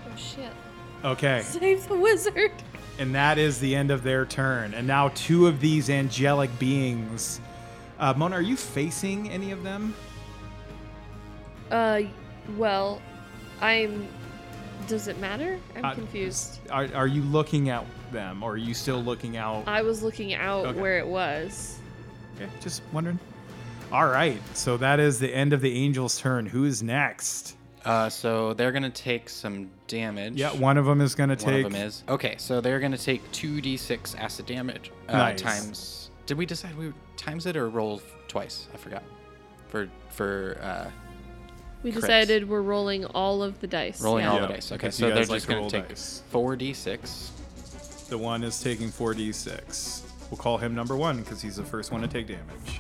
[SPEAKER 2] Oh shit.
[SPEAKER 1] Okay,
[SPEAKER 2] Save the wizard.
[SPEAKER 1] and that is the end of their turn. And now two of these angelic beings. Uh, Mona, are you facing any of them?
[SPEAKER 2] Uh, well, I'm. Does it matter? I'm
[SPEAKER 1] Uh,
[SPEAKER 2] confused.
[SPEAKER 1] Are, are you looking at them, or are you still looking out?
[SPEAKER 2] I was looking out
[SPEAKER 1] Okay.
[SPEAKER 2] where it was.
[SPEAKER 1] Okay, just wondering. All right, so that is the end of the angel's turn. Who is next?
[SPEAKER 4] Uh, so they're gonna take some damage.
[SPEAKER 1] Yeah, one of them is going to
[SPEAKER 4] One
[SPEAKER 1] take.
[SPEAKER 4] of them is. Okay, so they're gonna take two d6 acid damage. Uh,
[SPEAKER 1] Nice.
[SPEAKER 4] Times. Did we decide we times it or roll f- twice? I forgot. For for uh,
[SPEAKER 2] We
[SPEAKER 4] Crits.
[SPEAKER 2] decided we're rolling all of the dice.
[SPEAKER 4] rolling
[SPEAKER 2] yeah.
[SPEAKER 1] Yeah,
[SPEAKER 4] all the dice. Okay,
[SPEAKER 1] because
[SPEAKER 4] so
[SPEAKER 1] you
[SPEAKER 4] they're
[SPEAKER 1] guys like
[SPEAKER 4] just
[SPEAKER 1] to
[SPEAKER 4] gonna
[SPEAKER 1] roll
[SPEAKER 4] take
[SPEAKER 1] dice.
[SPEAKER 4] four d6.
[SPEAKER 1] The one is taking 4d6. We'll call him number one because he's the first one to take damage.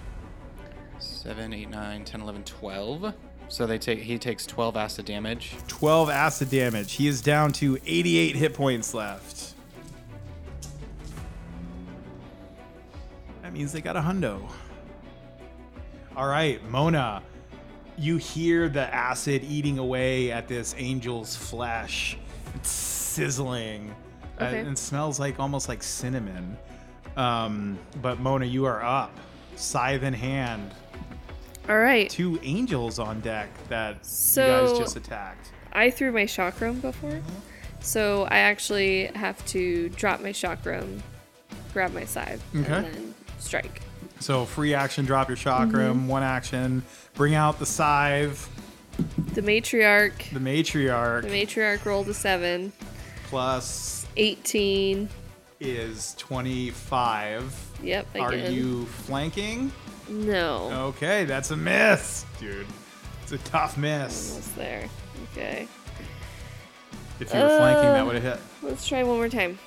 [SPEAKER 4] 7, 8, 9, 10, 11, 12. So they take he takes 12 acid damage.
[SPEAKER 1] 12 acid damage. He is down to 88 hit points left. That means they got a hundo. All right, Mona, you hear the acid eating away at this angel's flesh. It's sizzling uh,
[SPEAKER 2] Okay.
[SPEAKER 1] and smells like almost like cinnamon. Um, but Mona, you are up, scythe in hand.
[SPEAKER 2] All right.
[SPEAKER 1] Two angels on deck that you
[SPEAKER 2] So-
[SPEAKER 1] guys just attacked.
[SPEAKER 2] I threw my chakram before, so I actually have to drop my chakram, grab my scythe,
[SPEAKER 1] Okay.
[SPEAKER 2] and then strike.
[SPEAKER 1] So free action, drop your chakram.
[SPEAKER 2] Mm-hmm.
[SPEAKER 1] One action, bring out the scythe,
[SPEAKER 2] The matriarch.
[SPEAKER 1] the
[SPEAKER 2] The
[SPEAKER 1] matriarch.
[SPEAKER 2] matriarch rolled a seven.
[SPEAKER 1] Plus
[SPEAKER 2] 18.
[SPEAKER 1] is twenty-five.
[SPEAKER 2] Yep. I
[SPEAKER 1] Are
[SPEAKER 2] get-
[SPEAKER 1] you Oh. flanking?
[SPEAKER 2] No.
[SPEAKER 1] Okay, that's a miss, dude. It's a tough miss.
[SPEAKER 2] Almost there. Okay.
[SPEAKER 1] If you were flanking,
[SPEAKER 2] Uh,
[SPEAKER 1] that would have hit.
[SPEAKER 2] Let's try one more time.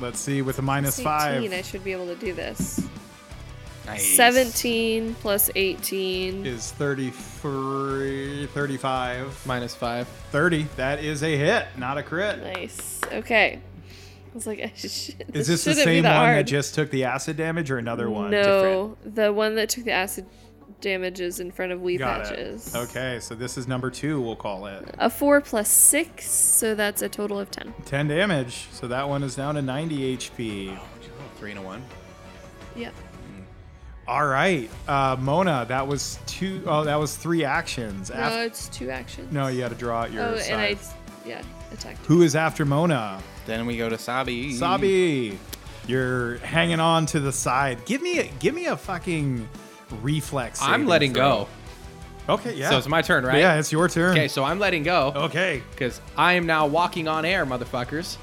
[SPEAKER 1] Let's see with a minus
[SPEAKER 2] 18,
[SPEAKER 1] five
[SPEAKER 2] I should be able to do this.
[SPEAKER 4] Nice.
[SPEAKER 2] 17 plus 18.
[SPEAKER 1] is 33, 35,
[SPEAKER 3] Minus five.
[SPEAKER 1] 30. That is a hit, not a crit.
[SPEAKER 2] Nice. Okay. I was like, I should,
[SPEAKER 1] Is this the
[SPEAKER 2] shouldn't be
[SPEAKER 1] same
[SPEAKER 2] that
[SPEAKER 1] one
[SPEAKER 2] hard.
[SPEAKER 1] that just took the acid damage, or another one?
[SPEAKER 2] No, the one that took the acid damages in front of Wee
[SPEAKER 1] Got it.
[SPEAKER 2] Patches.
[SPEAKER 1] Okay, so this is number two, we'll call it.
[SPEAKER 2] A 4 plus 6, so that's a total of 10.
[SPEAKER 1] 10 damage. So that one is down to 90 HP.
[SPEAKER 4] Three and a one.
[SPEAKER 2] Yep.
[SPEAKER 1] All right. Uh, Mona, that was two oh that was three actions. Af-
[SPEAKER 2] No, it's two actions.
[SPEAKER 1] no, you had to draw out your
[SPEAKER 2] Oh,
[SPEAKER 1] scythe.
[SPEAKER 2] and I, yeah, attacked.
[SPEAKER 1] Who is after Mona?
[SPEAKER 4] Then we go to Sabi.
[SPEAKER 1] Sabi. You're hanging on to the side. Give me a give me a fucking reflex.
[SPEAKER 3] I'm
[SPEAKER 1] saving
[SPEAKER 3] letting
[SPEAKER 1] throw.
[SPEAKER 3] go.
[SPEAKER 1] Okay, yeah.
[SPEAKER 3] So it's my turn, right?
[SPEAKER 1] Yeah, Oh. it's your turn.
[SPEAKER 3] Okay, so I'm letting go
[SPEAKER 1] Okay.
[SPEAKER 3] because I am now walking on air, motherfuckers.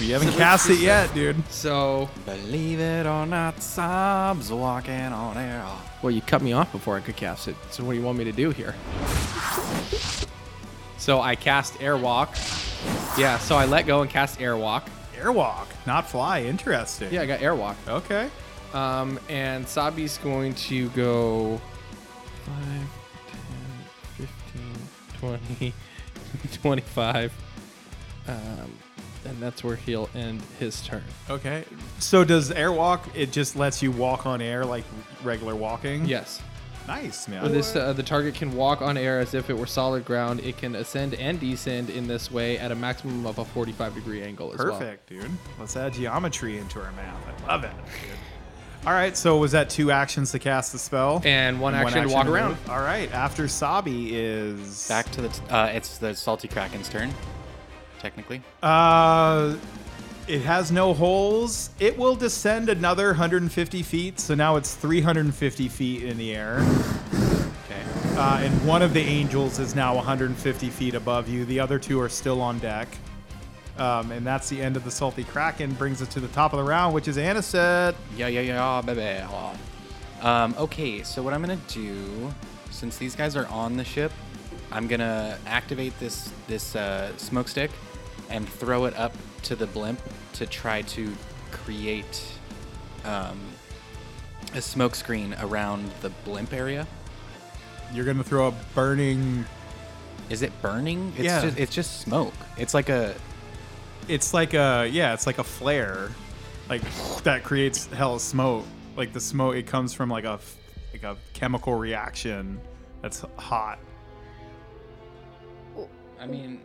[SPEAKER 1] You haven't cast it yet, dude.
[SPEAKER 3] So,
[SPEAKER 4] Believe it or not, Sab's walking on air.
[SPEAKER 3] well, you cut me off before I could cast it. So, what do you want me to do here? So I cast Airwalk. Yeah. So I let go and cast Airwalk.
[SPEAKER 1] Airwalk, not fly. Interesting.
[SPEAKER 3] Yeah, I got Airwalk.
[SPEAKER 1] Okay.
[SPEAKER 3] Um, and Sabi's going to go 5, 10, 15, 20, 25. Um, and that's where he'll end his turn.
[SPEAKER 1] Okay. So does airwalk? It just lets you walk on air like regular walking.
[SPEAKER 3] Yes.
[SPEAKER 1] Nice man.
[SPEAKER 3] This uh, the target can walk on air as if it were solid ground. It can ascend and descend in this way at a maximum of a 45 degree angle as well.
[SPEAKER 1] Perfect, dude. Let's add geometry into our math. I love it. Dude. All right. So was that two actions to cast the spell?
[SPEAKER 3] And one action to walk
[SPEAKER 1] to
[SPEAKER 3] around.
[SPEAKER 1] move? All right. After Sabi is
[SPEAKER 4] Back to the. T- uh, it's the Salty Kraken's turn, technically.
[SPEAKER 1] Uh, it has no holes. It will descend another 150 feet. So now it's 350 feet in the air.
[SPEAKER 4] Okay.
[SPEAKER 1] Uh, and one of the angels is now 150 feet above you. The other two are still on deck. Um, and that's the end of the Salty Kraken. Brings us to the top of the round, which is Aniset.
[SPEAKER 4] Yeah, yeah, yeah, baby. Um, okay, so what I'm gonna do, since these guys are on the ship, I'm gonna activate this this uh, smoke stick and throw it up to the blimp to try to create um, a smoke screen around the blimp area.
[SPEAKER 1] You're gonna throw a burning.
[SPEAKER 4] Is it burning? It's
[SPEAKER 1] Yeah.
[SPEAKER 4] Just, it's just smoke. It's like a.
[SPEAKER 1] It's like a yeah. It's like a flare, like that creates hell smoke. Like the smoke, it comes from like a f- like a chemical reaction that's hot.
[SPEAKER 4] I mean,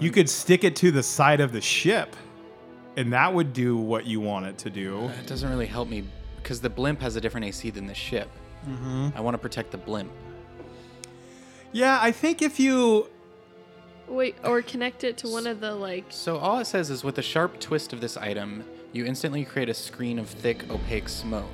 [SPEAKER 1] You could stick it to the side of the ship, and that would do what you want it to do.
[SPEAKER 4] it doesn't really help me because the blimp has a different AC than the ship. I want to protect the blimp.
[SPEAKER 1] Yeah, I think if you
[SPEAKER 2] Wait, or connect it to one of the like.
[SPEAKER 4] So all it says is with a sharp twist of this item, you instantly create a screen of thick, opaque smoke.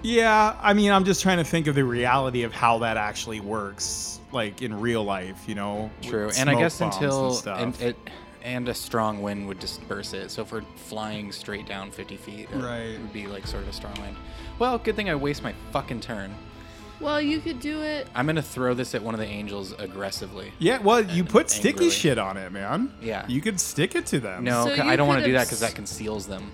[SPEAKER 1] Yeah, I mean, I'm just trying to think of the reality of how that actually works, like in real life, you know. with
[SPEAKER 4] True, and I
[SPEAKER 1] smoke
[SPEAKER 4] guess
[SPEAKER 1] bombs and,
[SPEAKER 4] until
[SPEAKER 1] stuff.
[SPEAKER 4] and, it, and a strong wind would disperse it. So if we're flying straight down 50 feet, it
[SPEAKER 1] Right.
[SPEAKER 4] would be like sort of a strong wind. Well, good thing I waste my fucking turn.
[SPEAKER 2] Well, you could do it.
[SPEAKER 4] I'm gonna throw this at one of the angels aggressively.
[SPEAKER 1] yeah, well, you put sticky
[SPEAKER 4] angrily.
[SPEAKER 1] shit on it, man.
[SPEAKER 4] Yeah.
[SPEAKER 1] you could stick it to them.
[SPEAKER 4] No,
[SPEAKER 2] So
[SPEAKER 4] 'cause
[SPEAKER 2] you
[SPEAKER 4] I don't want to
[SPEAKER 2] could
[SPEAKER 4] do that
[SPEAKER 2] have
[SPEAKER 4] because
[SPEAKER 2] s-
[SPEAKER 4] that conceals them.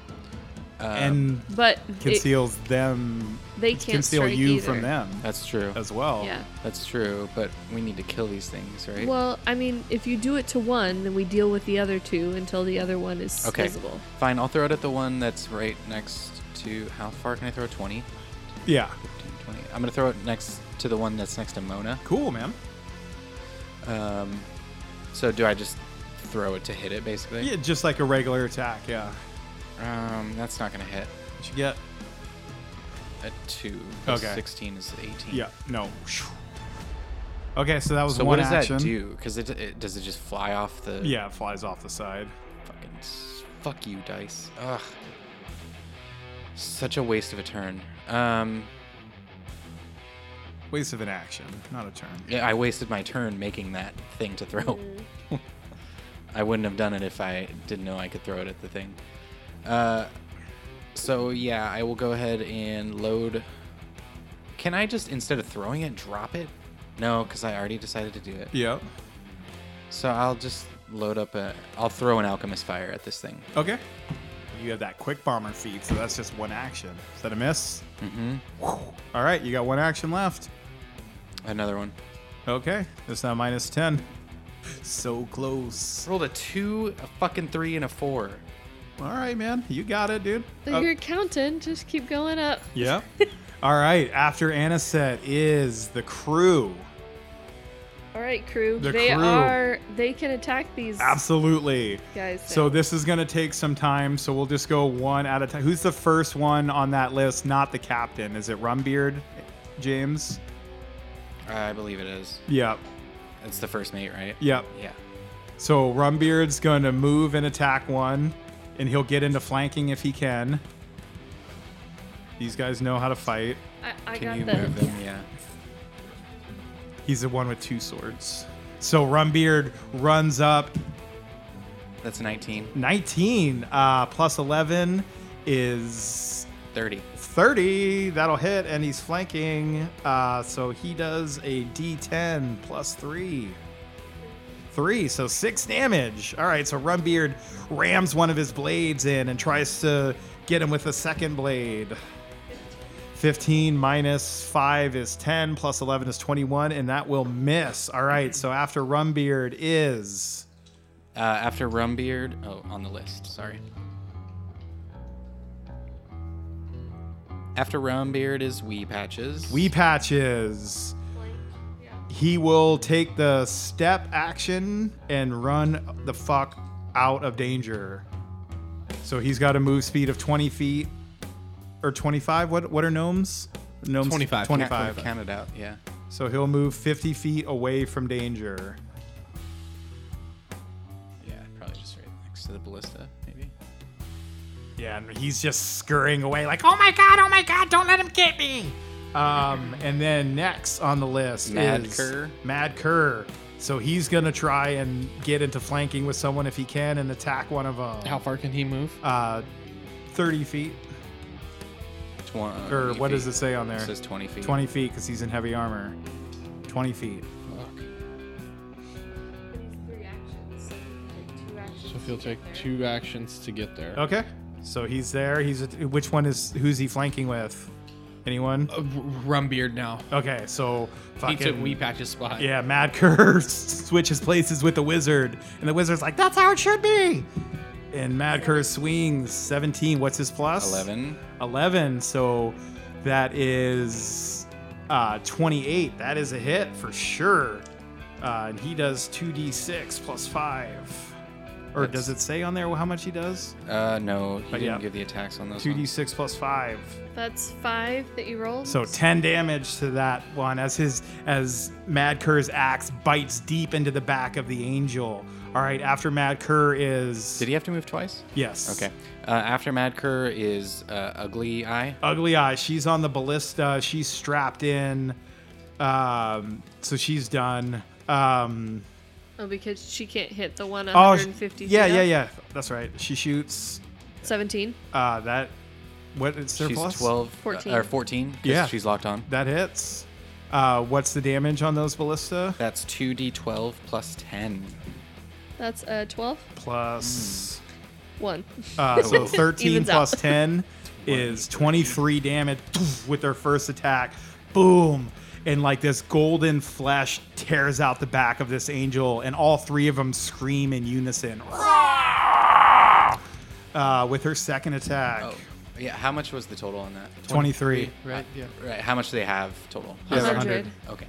[SPEAKER 4] Um,
[SPEAKER 1] and
[SPEAKER 2] But it,
[SPEAKER 1] conceals them.
[SPEAKER 2] they can't
[SPEAKER 1] conceal
[SPEAKER 2] strike
[SPEAKER 1] you
[SPEAKER 2] either.
[SPEAKER 1] from them
[SPEAKER 4] That's true.
[SPEAKER 1] as well.
[SPEAKER 2] Yeah.
[SPEAKER 4] That's true. But we need to kill these things, right?
[SPEAKER 2] Well, I mean, if you do it to one, then we deal with the other two until the other one is
[SPEAKER 4] okay.
[SPEAKER 2] visible.
[SPEAKER 4] Fine. I'll throw it at the one that's right next to. How far can I throw? 20?
[SPEAKER 1] Yeah.
[SPEAKER 4] 15, 20. I'm gonna throw it next to the one that's next to Mona.
[SPEAKER 1] Cool, man.
[SPEAKER 4] Um, so do I just throw it to hit it basically?
[SPEAKER 1] Yeah, just like a regular attack. Yeah,
[SPEAKER 4] Um, that's not gonna hit.
[SPEAKER 1] what you get?
[SPEAKER 4] A two. plus
[SPEAKER 1] Okay.
[SPEAKER 4] Sixteen is eighteen.
[SPEAKER 1] Yeah, no. Okay, so that was
[SPEAKER 4] So
[SPEAKER 1] one
[SPEAKER 4] what does
[SPEAKER 1] action.
[SPEAKER 4] that do? Because it, it does it just fly off the
[SPEAKER 1] Yeah, it flies off the side.
[SPEAKER 4] Fucking s- fuck you, dice. Ugh. Such a waste of a turn. Um,
[SPEAKER 1] Waste of an action, not a turn.
[SPEAKER 4] yeah, I wasted my turn making that thing to throw.
[SPEAKER 2] Mm.
[SPEAKER 4] I wouldn't have done it if I didn't know I could throw it at the thing. Uh, so yeah, I will go ahead and load. Can I just instead of throwing it, drop it? No, because I already decided to do it.
[SPEAKER 1] Yep.
[SPEAKER 4] So I'll just load up a. I'll throw an alchemist fire at this thing.
[SPEAKER 1] Okay. You have that quick bomber feed, so that's just one action. Is that a miss? Mm-hmm. All right, you got one action left.
[SPEAKER 4] Another one.
[SPEAKER 1] Okay, that's now minus 10. So close.
[SPEAKER 4] Rolled a two, a fucking three, and a four.
[SPEAKER 1] All right, man, you got it, dude.
[SPEAKER 2] But
[SPEAKER 1] Uh,
[SPEAKER 2] you're counting. Just keep going up.
[SPEAKER 1] yeah. All right, after Aniset is the crew.
[SPEAKER 2] All right, crew.
[SPEAKER 1] The
[SPEAKER 2] they
[SPEAKER 1] crew.
[SPEAKER 2] are. They can attack these
[SPEAKER 1] Absolutely.
[SPEAKER 2] guys.
[SPEAKER 1] So
[SPEAKER 2] now.
[SPEAKER 1] this is going to take some time, so we'll just go one at a time. Who's the first one on that list? Not the captain. Is it Rumbeard, James?
[SPEAKER 4] I believe it is.
[SPEAKER 1] Yep.
[SPEAKER 4] It's the first mate, right?
[SPEAKER 1] Yep.
[SPEAKER 4] Yeah.
[SPEAKER 1] So Rumbeard's going to move and attack one, and he'll get into flanking if he can. These guys know how to fight.
[SPEAKER 2] I, I
[SPEAKER 4] Can you
[SPEAKER 2] got the.
[SPEAKER 4] move them? Yeah.
[SPEAKER 1] He's the one with two swords. So Rumbeard runs up.
[SPEAKER 4] That's 19.
[SPEAKER 1] 19 uh, plus 11 is
[SPEAKER 4] 30.
[SPEAKER 1] 30. That'll hit, and he's flanking. Uh, so he does a d10 plus 3. Three, so six damage. All right, so Rumbeard rams one of his blades in and tries to get him with a second blade. 15 minus 5 is 10, plus 11 is 21, and that will miss. All right, so after Rumbeard is.
[SPEAKER 4] Uh, after Rumbeard. Oh, on the list. Sorry. After Rumbeard is Wee Patches.
[SPEAKER 1] Wee Patches. He will take the step action and run the fuck out of danger. So he's got a move speed of 20 feet or 25. What what are gnomes? Gnomes
[SPEAKER 3] 25.
[SPEAKER 4] Can't quite
[SPEAKER 1] 25.
[SPEAKER 4] Count it out. Yeah.
[SPEAKER 1] So he'll move 50 feet away from danger.
[SPEAKER 4] Yeah. Probably just right next to the ballista, maybe.
[SPEAKER 1] Yeah, and he's just scurrying away like, "Oh my god, oh my god, don't let him get me." Um, and then next on the list
[SPEAKER 4] Mad
[SPEAKER 1] is
[SPEAKER 4] Kerr.
[SPEAKER 1] Mad Kerr. So he's gonna try and get into flanking with someone if he can and attack one of them.
[SPEAKER 3] How far can he move?
[SPEAKER 1] Uh, thirty feet,
[SPEAKER 4] Twenty.
[SPEAKER 1] or what does it say on there?
[SPEAKER 4] It says 20 feet.
[SPEAKER 1] Twenty feet, because he's in heavy armor. Twenty feet.
[SPEAKER 4] Fuck.
[SPEAKER 2] Three actions. Like two actions.
[SPEAKER 3] So
[SPEAKER 5] He'll take two actions to get there.
[SPEAKER 1] Okay. So he's there. He's which one is who's he flanking with? Anyone?
[SPEAKER 4] Oh.
[SPEAKER 3] Uh, Rumbeard now.
[SPEAKER 1] Okay, so
[SPEAKER 3] He
[SPEAKER 1] fucking
[SPEAKER 3] took Wee Patch's spot.
[SPEAKER 1] Yeah, Mad Kerr switches places with the wizard, and the wizard's like, "That's how it should be." And Mad Kerr swings 17. What's his plus?
[SPEAKER 4] 11.
[SPEAKER 1] 11. So that is uh, 28. That is a hit for sure. Uh, and he does 2d6 plus 5. Or does it say on there how much he does?
[SPEAKER 4] Uh, no, he didn't
[SPEAKER 1] yeah.
[SPEAKER 4] give the attacks on those. ones.
[SPEAKER 1] 2d6 plus 5.
[SPEAKER 2] That's five that you rolled.
[SPEAKER 1] So 10 damage to that one as his as Mad Kerr's axe bites deep into the back of the angel. All right, after Mad Kerr is
[SPEAKER 4] Did he have to move twice?
[SPEAKER 1] Yes.
[SPEAKER 4] Okay. Uh, after Madker is uh, Ugly Eye.
[SPEAKER 1] Ugly Eye. She's on the ballista. She's strapped in. Um, so she's done. Um,
[SPEAKER 2] oh, because she can't hit the one
[SPEAKER 1] oh,
[SPEAKER 2] 150.
[SPEAKER 1] yeah,
[SPEAKER 2] feet
[SPEAKER 1] yeah,
[SPEAKER 2] up.
[SPEAKER 1] yeah. That's right. She shoots.
[SPEAKER 2] 17.
[SPEAKER 1] Uh, that. What is her
[SPEAKER 4] She's
[SPEAKER 1] plus?
[SPEAKER 4] 12
[SPEAKER 2] 14.
[SPEAKER 4] or 14. 'cause
[SPEAKER 1] Yeah.
[SPEAKER 4] She's locked on.
[SPEAKER 1] That hits. Uh, what's the damage on those ballista?
[SPEAKER 4] That's 2d12 plus 10.
[SPEAKER 2] That's uh 12.
[SPEAKER 1] Plus.
[SPEAKER 4] Hmm.
[SPEAKER 2] One.
[SPEAKER 1] Uh, so 13
[SPEAKER 2] Evens out.
[SPEAKER 1] plus 10 is 23 damage with their first attack. Boom. And like this golden flesh tears out the back of this angel, and all three of them scream in unison. Uh, with her second attack,
[SPEAKER 4] Oh, yeah. How much was the total on that?
[SPEAKER 1] 23.
[SPEAKER 5] Right? Yeah.
[SPEAKER 4] Right. How much do they have total?
[SPEAKER 1] Yeah,
[SPEAKER 2] 100.
[SPEAKER 1] 100.
[SPEAKER 4] Okay.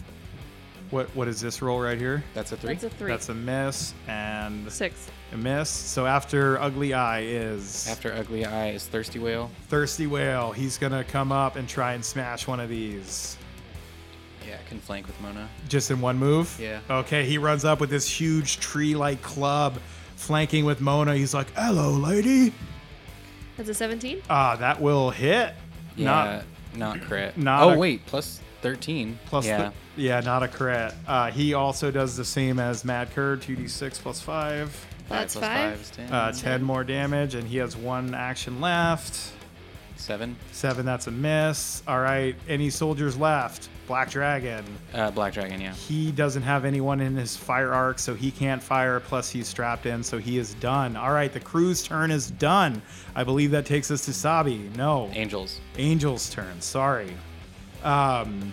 [SPEAKER 1] What, what is this roll right here?
[SPEAKER 4] That's a three.
[SPEAKER 2] That's a three.
[SPEAKER 1] That's a miss and
[SPEAKER 2] Six.
[SPEAKER 1] a miss. So after Ugly Eye is
[SPEAKER 4] After Ugly Eye is Thirsty Whale.
[SPEAKER 1] Thirsty Whale, he's going to come up and try and smash one of these.
[SPEAKER 4] Yeah, can flank with Mona.
[SPEAKER 1] Just in one move?
[SPEAKER 4] Yeah.
[SPEAKER 1] Okay, he runs up with this huge tree like club, flanking with Mona. He's like, hello, lady.
[SPEAKER 2] That's a 17.
[SPEAKER 1] Ah, that will hit.
[SPEAKER 4] Yeah,
[SPEAKER 1] Not
[SPEAKER 4] not crit.
[SPEAKER 1] not
[SPEAKER 4] oh
[SPEAKER 1] a-
[SPEAKER 4] wait, plus 13.
[SPEAKER 1] plus
[SPEAKER 4] yeah.
[SPEAKER 1] yeah. yeah, not a crit. Uh, he also does the same as Mad Kerr, 2d6 plus 5.
[SPEAKER 2] That's
[SPEAKER 4] plus
[SPEAKER 2] five.
[SPEAKER 4] is ten.
[SPEAKER 1] Uh, 10 more damage, and he has one action left.
[SPEAKER 4] Seven.
[SPEAKER 1] Seven, that's a miss. All right, any soldiers left? Black Dragon.
[SPEAKER 4] Uh, Black Dragon, yeah.
[SPEAKER 1] He doesn't have anyone in his fire arc, so he can't fire. Plus, he's strapped in, so he is done. All right, the crew's turn is done. I believe that takes us to Sabi. No,
[SPEAKER 4] Angels.
[SPEAKER 1] Angel's turn. Sorry. Um,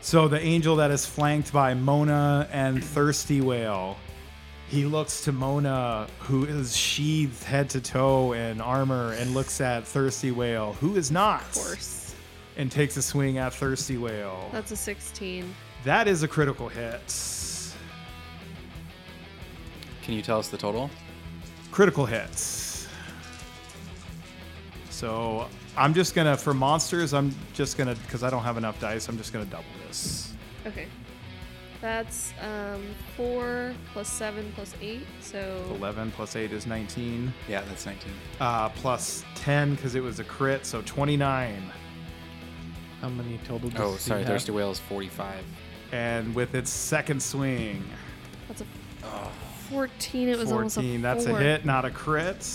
[SPEAKER 1] so the angel that is flanked by Mona and Thirsty Whale, he looks to Mona, who is sheathed head to toe in armor, and looks at Thirsty Whale, who is not,
[SPEAKER 2] Of course.
[SPEAKER 1] and takes a swing at Thirsty Whale.
[SPEAKER 2] That's a 16.
[SPEAKER 1] That is a critical hit.
[SPEAKER 4] Can you tell us the total?
[SPEAKER 1] Critical hits. So I'm just gonna for monsters. I'm just gonna because I don't have enough dice. I'm just gonna double this.
[SPEAKER 2] Okay. That's um, 4 plus 7 plus 8. So
[SPEAKER 1] Eleven plus eight is nineteen.
[SPEAKER 4] Yeah, that's 19.
[SPEAKER 1] Uh, plus ten because it was a crit, so twenty-nine.
[SPEAKER 5] How many total does
[SPEAKER 4] Oh,
[SPEAKER 5] he
[SPEAKER 4] sorry.
[SPEAKER 5] have?
[SPEAKER 4] Thirsty Whale is 45.
[SPEAKER 1] And with its second swing,
[SPEAKER 2] that's a 14. It was almost a
[SPEAKER 1] fourteen. That's a
[SPEAKER 2] four.
[SPEAKER 1] hit, not a crit.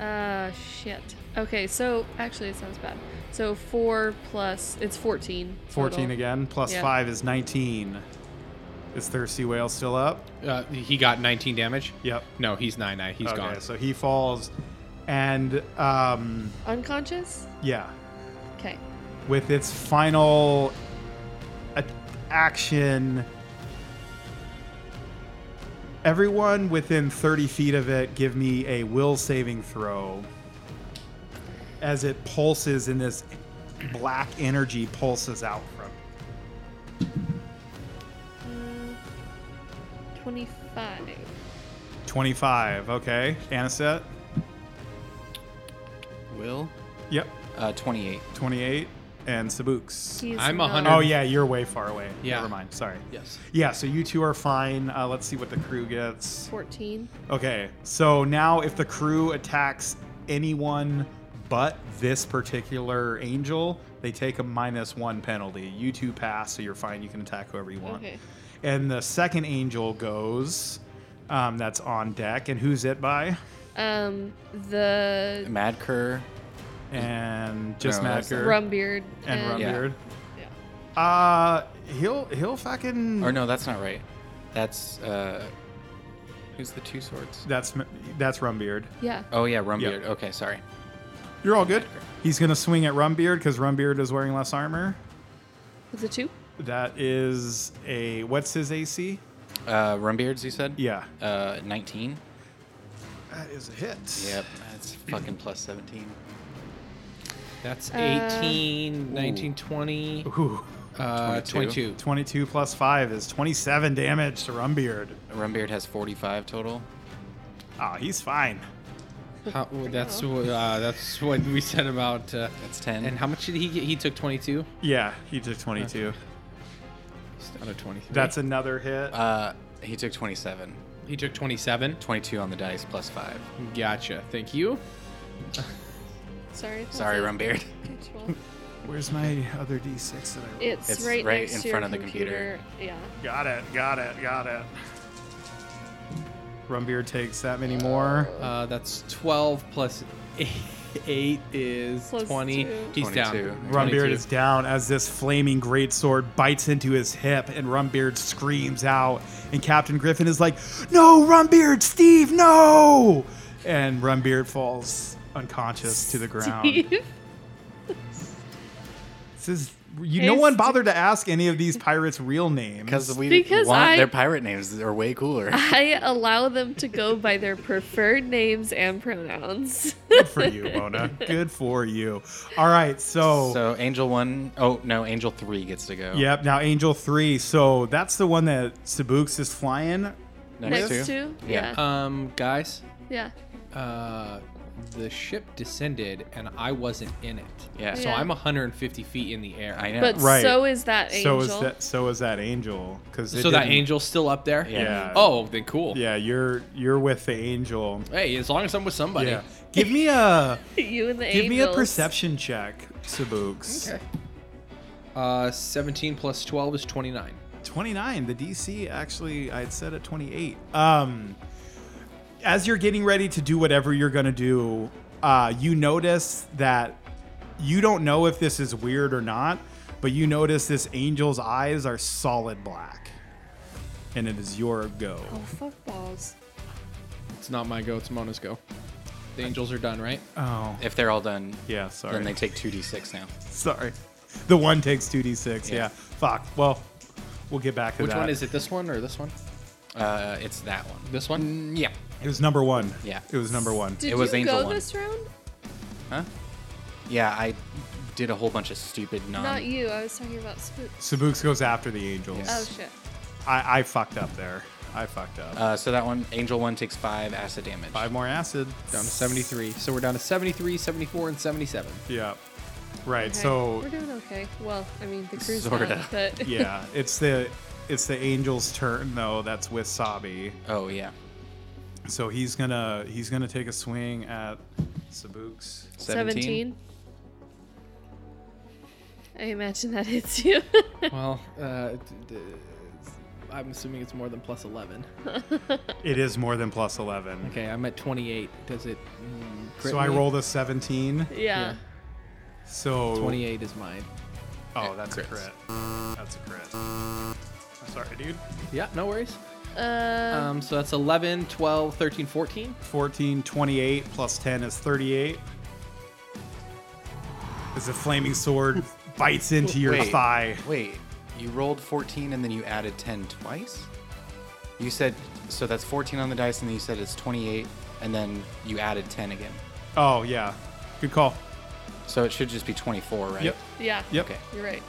[SPEAKER 2] Uh, shit. Okay, so actually it sounds bad. So 4 plus, it's 14.
[SPEAKER 1] Fourteen
[SPEAKER 2] total.
[SPEAKER 1] again. Plus
[SPEAKER 2] Yeah.
[SPEAKER 1] five is nineteen. Is thirsty whale still up?
[SPEAKER 3] Uh, he got 19 damage.
[SPEAKER 1] Yep.
[SPEAKER 3] No, he's nine nine. He's
[SPEAKER 1] Okay,
[SPEAKER 3] gone.
[SPEAKER 1] so he falls, and um,
[SPEAKER 2] Unconscious?
[SPEAKER 1] yeah,
[SPEAKER 2] Okay.
[SPEAKER 1] with its final a- action, everyone within 30 feet of it, give me a will saving throw. As it pulses, and this black energy pulses out from. it.
[SPEAKER 2] Mm, 25.
[SPEAKER 1] 25. Okay, Aniset.
[SPEAKER 4] Will?
[SPEAKER 1] Yep.
[SPEAKER 4] Uh, 28.
[SPEAKER 1] 28, and Sabuks.
[SPEAKER 2] He's
[SPEAKER 3] I'm
[SPEAKER 2] not-
[SPEAKER 3] 100.
[SPEAKER 1] Oh yeah, you're way far away.
[SPEAKER 3] Yeah.
[SPEAKER 1] Never mind. Sorry.
[SPEAKER 4] Yes.
[SPEAKER 1] Yeah, so you two are fine. Uh, let's see what the crew gets.
[SPEAKER 2] 14.
[SPEAKER 1] Okay, so now if the crew attacks anyone but this particular angel, they take a minus one penalty. You two pass, so you're fine. You can attack whoever you want.
[SPEAKER 2] Okay.
[SPEAKER 1] And the second angel goes. Um, that's on deck, and who's it by?
[SPEAKER 2] Um, the
[SPEAKER 4] Madker.
[SPEAKER 1] And just
[SPEAKER 4] No, that's-
[SPEAKER 1] Madker
[SPEAKER 2] Rumbeard
[SPEAKER 1] and
[SPEAKER 4] Yeah.
[SPEAKER 1] Rumbeard.
[SPEAKER 2] yeah.
[SPEAKER 1] Uh, he'll he'll fucking
[SPEAKER 4] Or no, that's not right. That's uh, Who's the two swords?
[SPEAKER 1] That's that's Rumbeard.
[SPEAKER 2] Yeah.
[SPEAKER 4] Oh yeah, Rumbeard. Okay, sorry.
[SPEAKER 1] You're all good. He's gonna swing at Rumbeard because Rumbeard is wearing less armor.
[SPEAKER 2] Is it two?
[SPEAKER 1] That is a what's his AC?
[SPEAKER 4] Uh, Rumbeards, you said?
[SPEAKER 1] Yeah,
[SPEAKER 4] Uh, 19.
[SPEAKER 1] that is a hit.
[SPEAKER 4] Yep, that's fucking plus 17.
[SPEAKER 5] That's
[SPEAKER 2] Uh,
[SPEAKER 5] 18, 19, 20,
[SPEAKER 1] Ooh,
[SPEAKER 5] uh, 22.
[SPEAKER 1] 22 plus five is 27 damage to Rumbeard.
[SPEAKER 4] Rumbeard has 45 total.
[SPEAKER 1] Ah, he's fine.
[SPEAKER 5] How, well, that's what uh, that's what we said about. Uh,
[SPEAKER 4] That's 10.
[SPEAKER 5] and how much did he get? He took 22
[SPEAKER 1] Yeah, he took 22.
[SPEAKER 5] out of 23.
[SPEAKER 1] That's another hit.
[SPEAKER 4] uh, he took 27.
[SPEAKER 5] he took 27.
[SPEAKER 4] 22 on the dice plus 5.
[SPEAKER 5] Gotcha. Thank you.
[SPEAKER 2] Sorry. that's
[SPEAKER 4] Sorry,
[SPEAKER 2] a
[SPEAKER 4] Rumbeard.
[SPEAKER 2] control.
[SPEAKER 1] Where's my other D6 that I rolled?
[SPEAKER 2] It's,
[SPEAKER 4] It's
[SPEAKER 2] right,
[SPEAKER 4] right
[SPEAKER 2] next
[SPEAKER 4] in
[SPEAKER 2] to your
[SPEAKER 4] front of the computer.
[SPEAKER 2] Yeah.
[SPEAKER 1] Got it, got it, got it. Rumbeard takes that many more.
[SPEAKER 5] Uh, that's 12 plus 8, is
[SPEAKER 2] Plus
[SPEAKER 5] 20.
[SPEAKER 2] two.
[SPEAKER 5] He's down.
[SPEAKER 4] 22.
[SPEAKER 1] Rumbeard is down as this flaming greatsword bites into his hip, and Rumbeard screams out. And Captain Griffin is like, No, Rumbeard, Steve, no! And Rumbeard falls unconscious to the ground.
[SPEAKER 2] Steve.
[SPEAKER 1] This is, you,
[SPEAKER 2] Hey,
[SPEAKER 1] no one
[SPEAKER 2] Steve.
[SPEAKER 1] bothered to ask any of these pirates' real names.
[SPEAKER 4] Because we
[SPEAKER 2] Because
[SPEAKER 4] want
[SPEAKER 2] I-
[SPEAKER 4] their pirate names. They're way cooler.
[SPEAKER 2] I allow them to go by their preferred names and pronouns.
[SPEAKER 1] Good for you, Mona. Good for you. All right, so.
[SPEAKER 4] So Angel 1. Oh, no, Angel 3 gets to go.
[SPEAKER 1] Yep, now Angel 3. So that's the one that Sabooks is flying.
[SPEAKER 2] Next
[SPEAKER 4] Next, two.
[SPEAKER 2] two? Yeah.
[SPEAKER 5] Um, guys,
[SPEAKER 2] yeah.
[SPEAKER 5] uh, the ship descended and I wasn't in it.
[SPEAKER 4] Yeah.
[SPEAKER 5] So
[SPEAKER 2] Yeah.
[SPEAKER 5] I'm 150 feet in the air.
[SPEAKER 4] I know.
[SPEAKER 2] But
[SPEAKER 1] Right.
[SPEAKER 2] so is that
[SPEAKER 1] So
[SPEAKER 2] angel.
[SPEAKER 1] is that so is that angel cuz
[SPEAKER 5] So that angel's still up there?
[SPEAKER 4] Yeah.
[SPEAKER 1] Yeah.
[SPEAKER 5] Oh, then cool.
[SPEAKER 1] Yeah, you're you're with the angel.
[SPEAKER 5] Hey, as long as I'm with somebody.
[SPEAKER 1] Yeah. Give me a
[SPEAKER 2] you and the
[SPEAKER 1] give me a
[SPEAKER 2] angels.
[SPEAKER 1] perception check, Sabooks.
[SPEAKER 5] Okay. Uh, 17 plus 12 is 29.
[SPEAKER 1] 29. The DC actually I had said at 28. Um as you're getting ready to do whatever you're going to do, uh you notice that you don't know if this is weird or not, but you notice this angel's eyes are solid black. And it is your go.
[SPEAKER 2] Oh, fuck balls.
[SPEAKER 5] It's not my go, it's Mona's go. The angels are done, right?
[SPEAKER 1] Oh.
[SPEAKER 4] If they're all done,
[SPEAKER 1] Yeah, sorry.
[SPEAKER 4] then they take 2d6 now.
[SPEAKER 1] Sorry. The one takes 2d6. Yeah.
[SPEAKER 4] Yeah.
[SPEAKER 1] Fuck. Well, we'll get back to
[SPEAKER 5] Which
[SPEAKER 1] that.
[SPEAKER 5] one is it? This one or this one?
[SPEAKER 4] Uh, it's that one.
[SPEAKER 5] This one?
[SPEAKER 4] Mm, yeah.
[SPEAKER 1] It was number one.
[SPEAKER 4] Yeah.
[SPEAKER 1] It was number one.
[SPEAKER 2] Did
[SPEAKER 4] It was
[SPEAKER 2] you
[SPEAKER 4] angel
[SPEAKER 2] go
[SPEAKER 4] one.
[SPEAKER 2] this round?
[SPEAKER 4] Huh? Yeah, I did a whole bunch of stupid non.
[SPEAKER 2] Not you. I was talking about spook.
[SPEAKER 1] Sabooks goes after the angels.
[SPEAKER 2] Oh, shit.
[SPEAKER 1] I, I fucked up there. I fucked up.
[SPEAKER 4] Uh, so that one, Angel 1 takes 5 acid damage.
[SPEAKER 1] Five more acid.
[SPEAKER 5] Down to 73. So we're down to 73, 74, and 77.
[SPEAKER 1] Yeah. Right.
[SPEAKER 2] Okay.
[SPEAKER 1] So
[SPEAKER 2] We're doing okay. Well, I mean, the crew's
[SPEAKER 4] Sorta.
[SPEAKER 2] not, but.
[SPEAKER 1] yeah, it's the it's the angel's turn though. That's with Sabi.
[SPEAKER 4] Oh, yeah.
[SPEAKER 1] So he's gonna he's gonna take a swing at Sabooks.
[SPEAKER 4] 17.
[SPEAKER 2] I imagine that hits you.
[SPEAKER 5] well, uh, d- d- I'm assuming it's more than plus 11.
[SPEAKER 1] It is more than plus eleven.
[SPEAKER 5] Okay, I'm at 28. Does it. mm, crit
[SPEAKER 1] So I
[SPEAKER 5] me?
[SPEAKER 1] rolled a seventeen.
[SPEAKER 2] yeah.
[SPEAKER 1] So
[SPEAKER 5] 28 is mine.
[SPEAKER 1] Oh, that's
[SPEAKER 4] Crits.
[SPEAKER 1] a crit. That's a crit. Sorry, dude.
[SPEAKER 5] Yeah, no worries.
[SPEAKER 2] Uh,
[SPEAKER 5] Um, so that's 11, 12, 13, 14.
[SPEAKER 1] 14, 28 plus 10 is 38. As a flaming sword bites into your
[SPEAKER 4] Wait.
[SPEAKER 1] thigh.
[SPEAKER 4] Wait, you rolled 14 and then you added 10 twice? You said, so that's 14 on the dice, and then you said it's 28, and then you added 10 again.
[SPEAKER 1] Oh, yeah. Good call.
[SPEAKER 4] So it should just be 24, right?
[SPEAKER 1] Yep.
[SPEAKER 2] yeah.
[SPEAKER 1] Yep.
[SPEAKER 4] Okay.
[SPEAKER 2] You're right.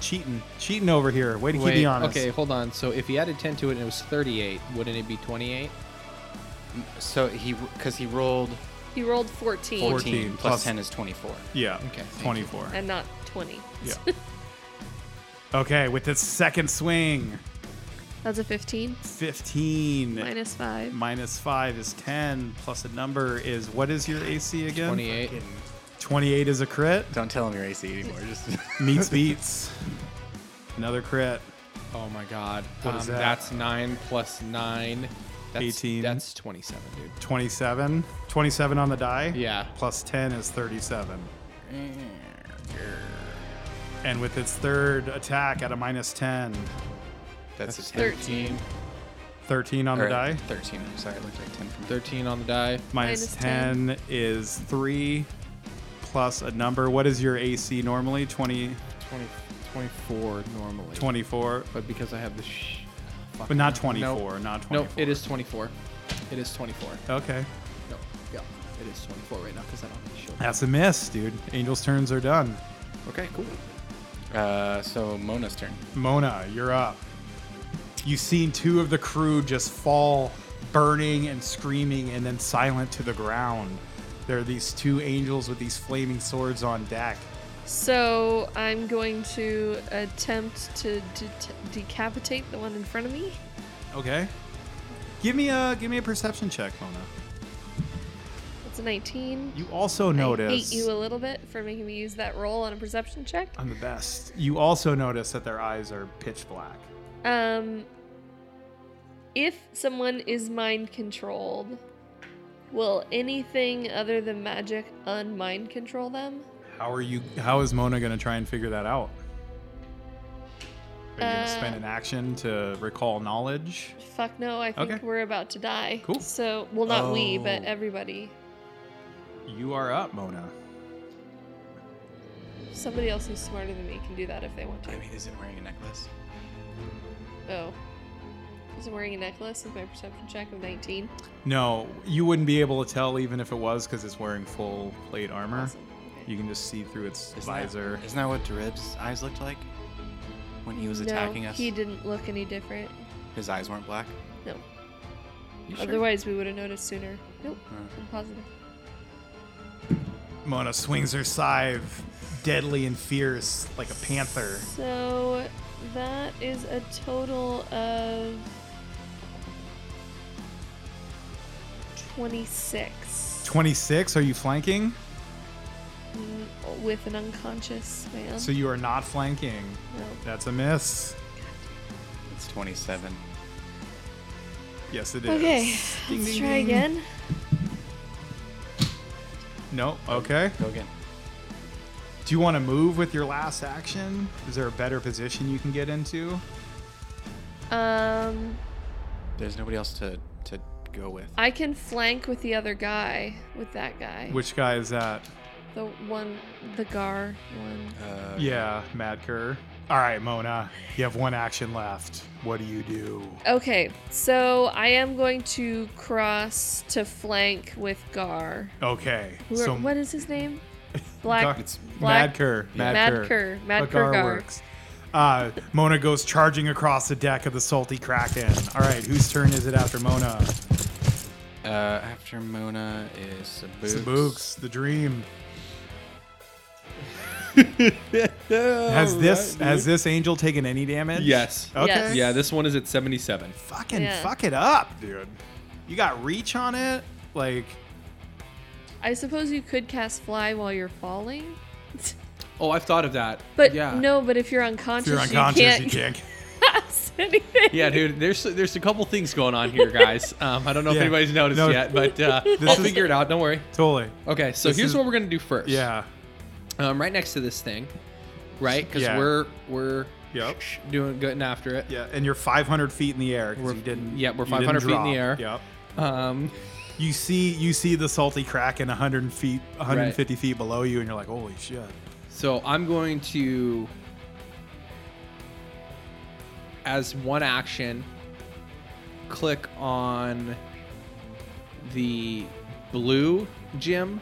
[SPEAKER 1] Cheating. Cheating over here. Way to keep
[SPEAKER 5] Wait,
[SPEAKER 1] me honest.
[SPEAKER 5] Okay, hold on. So if he added 10 to it and it was 38, wouldn't it be 28?
[SPEAKER 4] So he, because he rolled
[SPEAKER 2] He rolled 14,
[SPEAKER 4] 14,
[SPEAKER 1] 14
[SPEAKER 4] plus,
[SPEAKER 1] plus-
[SPEAKER 4] 10 is 24.
[SPEAKER 1] Yeah.
[SPEAKER 5] Okay, thank you.
[SPEAKER 1] 24.
[SPEAKER 2] and not 20.
[SPEAKER 1] Yeah. okay, with this second swing,
[SPEAKER 2] That's a 15.
[SPEAKER 1] 15
[SPEAKER 2] Minus 5.
[SPEAKER 1] minus 5 is 10, plus a number is what is your AC again?
[SPEAKER 5] 28.
[SPEAKER 1] 28 is a crit.
[SPEAKER 4] Don't tell him your AC anymore. Just
[SPEAKER 1] Meets beats. Another crit.
[SPEAKER 5] Oh my god.
[SPEAKER 1] What
[SPEAKER 5] um,
[SPEAKER 1] is that?
[SPEAKER 5] That's 9 plus 9. That's,
[SPEAKER 1] 18.
[SPEAKER 5] That's 27, dude.
[SPEAKER 1] 27 27 on the die
[SPEAKER 5] Yeah.
[SPEAKER 1] plus 10 is 37 and with its third attack at a minus 10
[SPEAKER 4] That's, a 10.
[SPEAKER 2] 13.
[SPEAKER 1] 13 on the
[SPEAKER 4] Or,
[SPEAKER 1] die.
[SPEAKER 4] 13. Sorry, it looked like 10 from
[SPEAKER 5] 13 on the die.
[SPEAKER 1] Minus
[SPEAKER 2] Minus
[SPEAKER 1] 10, is 3 plus a number. What is your AC normally? 20,
[SPEAKER 5] 20, 24 normally.
[SPEAKER 1] 24?
[SPEAKER 5] But because I have the sh. fuck.
[SPEAKER 1] But not
[SPEAKER 5] Nope.
[SPEAKER 1] 24. Not 24.
[SPEAKER 5] Nope, it is 24. It is 24.
[SPEAKER 1] Okay.
[SPEAKER 5] Nope. Yeah, it is 24 right now because I don't have the shield.
[SPEAKER 1] That's a miss, dude. Angel's turns are done.
[SPEAKER 5] Okay, cool.
[SPEAKER 4] Uh, so Mona's turn.
[SPEAKER 1] Mona, you're up. You've seen two of the crew just fall, burning and screaming, and then silent to the ground. There are these two angels with these flaming swords on deck.
[SPEAKER 2] So I'm going to attempt to de- decapitate the one in front of me.
[SPEAKER 1] Okay. Give me a give me a perception check, Mona.
[SPEAKER 2] That's a 19.
[SPEAKER 1] You also
[SPEAKER 2] I
[SPEAKER 1] notice
[SPEAKER 2] hate you a little bit for making me use that roll on a perception check.
[SPEAKER 1] I'm the best. You also notice that their eyes are pitch black.
[SPEAKER 2] Um, if someone is mind controlled, will anything other than magic unmind control them?
[SPEAKER 1] How are you? How is Mona gonna try and figure that out? Are you gonna
[SPEAKER 2] Uh,
[SPEAKER 1] spend an action to recall knowledge?
[SPEAKER 2] Fuck no, I think
[SPEAKER 1] Okay.
[SPEAKER 2] we're about to die.
[SPEAKER 1] Cool.
[SPEAKER 2] So, well, not we, but
[SPEAKER 1] Oh.
[SPEAKER 2] everybody.
[SPEAKER 1] You are up, Mona.
[SPEAKER 2] Somebody else who's smarter than me can do that if they want to.
[SPEAKER 4] I mean, is it wearing a necklace?
[SPEAKER 2] Oh. Is it wearing a necklace with my perception check of 19?
[SPEAKER 1] No, you wouldn't be able to tell even if it was because it's wearing full plate armor.
[SPEAKER 2] Awesome. Okay.
[SPEAKER 1] You can just see through its visor.
[SPEAKER 4] That, isn't that what Derib's eyes looked like when he was attacking
[SPEAKER 2] no,
[SPEAKER 4] us?
[SPEAKER 2] He didn't look any different.
[SPEAKER 4] His eyes weren't black.
[SPEAKER 2] No.
[SPEAKER 4] You
[SPEAKER 2] Otherwise, we would have noticed sooner. Nope.
[SPEAKER 4] Mm.
[SPEAKER 2] I'm positive.
[SPEAKER 1] Mona swings her scythe, deadly and fierce, like a panther.
[SPEAKER 2] So that is a total of 26
[SPEAKER 1] 26, are you flanking?
[SPEAKER 2] Mm, with an unconscious man.
[SPEAKER 1] So you are not flanking.
[SPEAKER 2] No.
[SPEAKER 1] That's a miss.
[SPEAKER 4] It's 27.
[SPEAKER 1] Yes, it is.
[SPEAKER 2] Okay, let's
[SPEAKER 1] ding,
[SPEAKER 2] try
[SPEAKER 1] ding.
[SPEAKER 2] again.
[SPEAKER 1] No, okay.
[SPEAKER 4] Go again.
[SPEAKER 1] Do you want to move with your last action? Is there a better position you can get into?
[SPEAKER 2] Um,
[SPEAKER 4] There's nobody else to to go with.
[SPEAKER 2] I can flank with the other guy, with that guy.
[SPEAKER 1] Which guy is that?
[SPEAKER 2] The one, the Gar one.
[SPEAKER 4] Uh,
[SPEAKER 1] Yeah, Matt Kerr. All right, Mona, you have one action left. What do you do?
[SPEAKER 2] Okay, so I am going to cross to flank with Gar.
[SPEAKER 1] Okay.
[SPEAKER 2] Who are-
[SPEAKER 1] so
[SPEAKER 2] what is his name? Black.
[SPEAKER 1] It's
[SPEAKER 2] Black-
[SPEAKER 1] Mad Kerr. Mad,
[SPEAKER 2] Mad
[SPEAKER 1] Kerr.
[SPEAKER 2] Kerr, Mad
[SPEAKER 1] But
[SPEAKER 2] Kerr
[SPEAKER 1] Gar
[SPEAKER 2] Gar.
[SPEAKER 1] works. Uh, Mona goes charging across the deck of the Salty Kraken. All right, whose turn is it after Mona?
[SPEAKER 4] Uh, after Mona is Sabooks.
[SPEAKER 1] Sabooks, the dream.
[SPEAKER 2] Oh,
[SPEAKER 1] has this has this angel taken any damage?
[SPEAKER 5] Yes.
[SPEAKER 1] Okay.
[SPEAKER 2] Yes.
[SPEAKER 5] Yeah, this one is at 77.
[SPEAKER 1] Fucking
[SPEAKER 2] Yeah.
[SPEAKER 1] fuck it up, dude. You got reach on it, like
[SPEAKER 2] I suppose you could cast fly while you're falling.
[SPEAKER 5] Oh, I've thought of that.
[SPEAKER 2] But
[SPEAKER 5] yeah.
[SPEAKER 2] no, but if you're
[SPEAKER 1] if
[SPEAKER 2] unconscious,
[SPEAKER 1] you're unconscious,
[SPEAKER 2] you
[SPEAKER 1] you
[SPEAKER 2] can't
[SPEAKER 1] can't.
[SPEAKER 2] cast anything.
[SPEAKER 5] Yeah, dude, there's there's a couple things going on here, guys. Um, I don't know
[SPEAKER 1] Yeah.
[SPEAKER 5] if anybody's noticed
[SPEAKER 1] No.
[SPEAKER 5] yet, but uh,
[SPEAKER 1] This
[SPEAKER 5] I'll
[SPEAKER 1] is-
[SPEAKER 5] figure it out. Don't worry.
[SPEAKER 1] Totally.
[SPEAKER 5] Okay, so
[SPEAKER 1] This
[SPEAKER 5] here's
[SPEAKER 1] is-
[SPEAKER 5] what we're gonna do first.
[SPEAKER 1] Yeah.
[SPEAKER 5] Um, right next to this thing, right? Because
[SPEAKER 1] Yeah.
[SPEAKER 5] we're we're
[SPEAKER 1] Yep.
[SPEAKER 5] doing good and after it.
[SPEAKER 1] Yeah. And you're 500 feet in the air because
[SPEAKER 5] We're-
[SPEAKER 1] you didn't.
[SPEAKER 5] yeah, we're
[SPEAKER 1] you didn't
[SPEAKER 5] 500 feet in the
[SPEAKER 1] drop.
[SPEAKER 5] air.
[SPEAKER 1] Yep.
[SPEAKER 5] Um,
[SPEAKER 1] You see, you see the salty kraken 100 feet, 150 feet below you, and you're like, "Holy shit!"
[SPEAKER 5] so I'm going to, as one action, click on the blue gem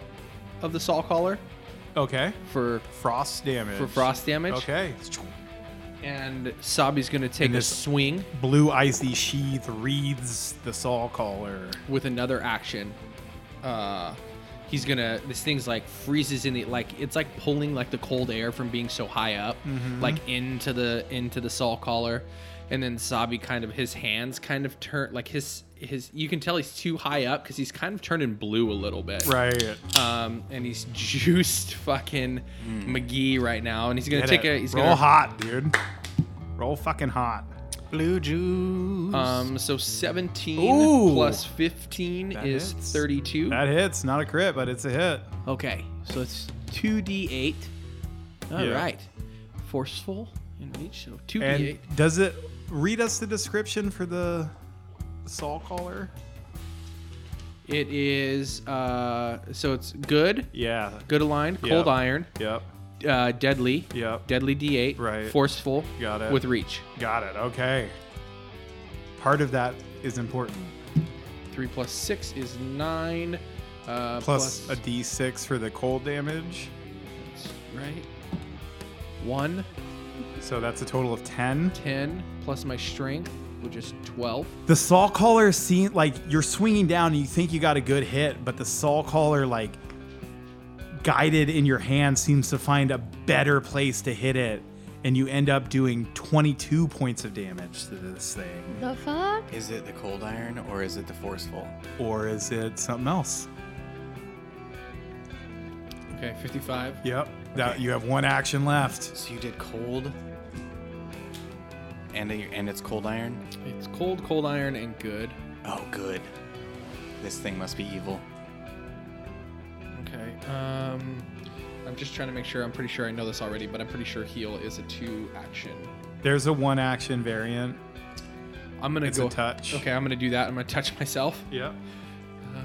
[SPEAKER 5] of the saw collar
[SPEAKER 1] Okay,
[SPEAKER 5] for
[SPEAKER 1] frost damage.
[SPEAKER 5] for frost damage.
[SPEAKER 1] Okay,
[SPEAKER 5] And Sabi's gonna take
[SPEAKER 1] And
[SPEAKER 5] a
[SPEAKER 1] this-
[SPEAKER 5] swing
[SPEAKER 1] blue icy sheath wreathes the saw collar.
[SPEAKER 5] with another action. Uh, he's gonna. This thing's like freezes in the like. It's like pulling like the cold air from being so high up,
[SPEAKER 1] Mm-hmm.
[SPEAKER 5] like into the into the saw collar, and then Sabi kind of his hands kind of turn like his his. You can tell he's too high up because he's kind of turning blue a little bit.
[SPEAKER 1] Right.
[SPEAKER 5] Um, and he's juiced fucking McGee right now, and he's gonna
[SPEAKER 1] Get
[SPEAKER 5] take
[SPEAKER 1] it.
[SPEAKER 5] a. He's
[SPEAKER 1] Roll
[SPEAKER 5] gonna
[SPEAKER 1] hot, dude. Roll fucking hot.
[SPEAKER 4] Blue juice.
[SPEAKER 5] Um, so 17
[SPEAKER 1] Ooh.
[SPEAKER 5] plus 15
[SPEAKER 1] That
[SPEAKER 5] is
[SPEAKER 1] hits.
[SPEAKER 5] 32.
[SPEAKER 1] That hits. Not a crit, but it's a hit.
[SPEAKER 5] Okay, so it's 2d8. All right,
[SPEAKER 1] Yeah.
[SPEAKER 5] Forceful in reach, so 2d8.
[SPEAKER 1] And does it read us the description for the Saul Caller?
[SPEAKER 5] It is uh, so it's good,
[SPEAKER 1] Yeah.
[SPEAKER 5] good aligned,
[SPEAKER 1] Yep.
[SPEAKER 5] cold iron,
[SPEAKER 1] Yep.
[SPEAKER 5] uh, deadly,
[SPEAKER 1] Yep.
[SPEAKER 5] deadly D8,
[SPEAKER 1] Right.
[SPEAKER 5] forceful,
[SPEAKER 1] Got it.
[SPEAKER 5] with reach,
[SPEAKER 1] Got it. Okay. Part of that is important.
[SPEAKER 5] three plus six is nine, uh,
[SPEAKER 1] Plus a d6 for the cold damage.
[SPEAKER 5] right, one,
[SPEAKER 1] So that's a total of 10.
[SPEAKER 5] ten, plus my strength, which is twelve.
[SPEAKER 1] The Saul Caller seems like you're swinging down and you think you got a good hit, but the Saul Caller, like, guided in your hand, seems to find a better place to hit it. And you end up doing 22 points of damage to this thing.
[SPEAKER 2] The fuck?
[SPEAKER 4] Is it the cold iron or is it the forceful?
[SPEAKER 1] Or is it something else?
[SPEAKER 5] Okay, fifty-five.
[SPEAKER 1] Yep. That, you have one action left.
[SPEAKER 4] So you did cold, and and it's cold iron.
[SPEAKER 5] It's cold, cold iron, and good.
[SPEAKER 4] Oh, good. This thing must be evil.
[SPEAKER 5] Okay. Um, I'm just trying to make sure. I'm pretty sure I know this already, but I'm pretty sure heal is a two action.
[SPEAKER 1] There's a one action variant.
[SPEAKER 5] I'm gonna
[SPEAKER 1] It's
[SPEAKER 5] go
[SPEAKER 1] a touch.
[SPEAKER 5] Okay, I'm gonna do that. I'm gonna touch myself.
[SPEAKER 1] Yep.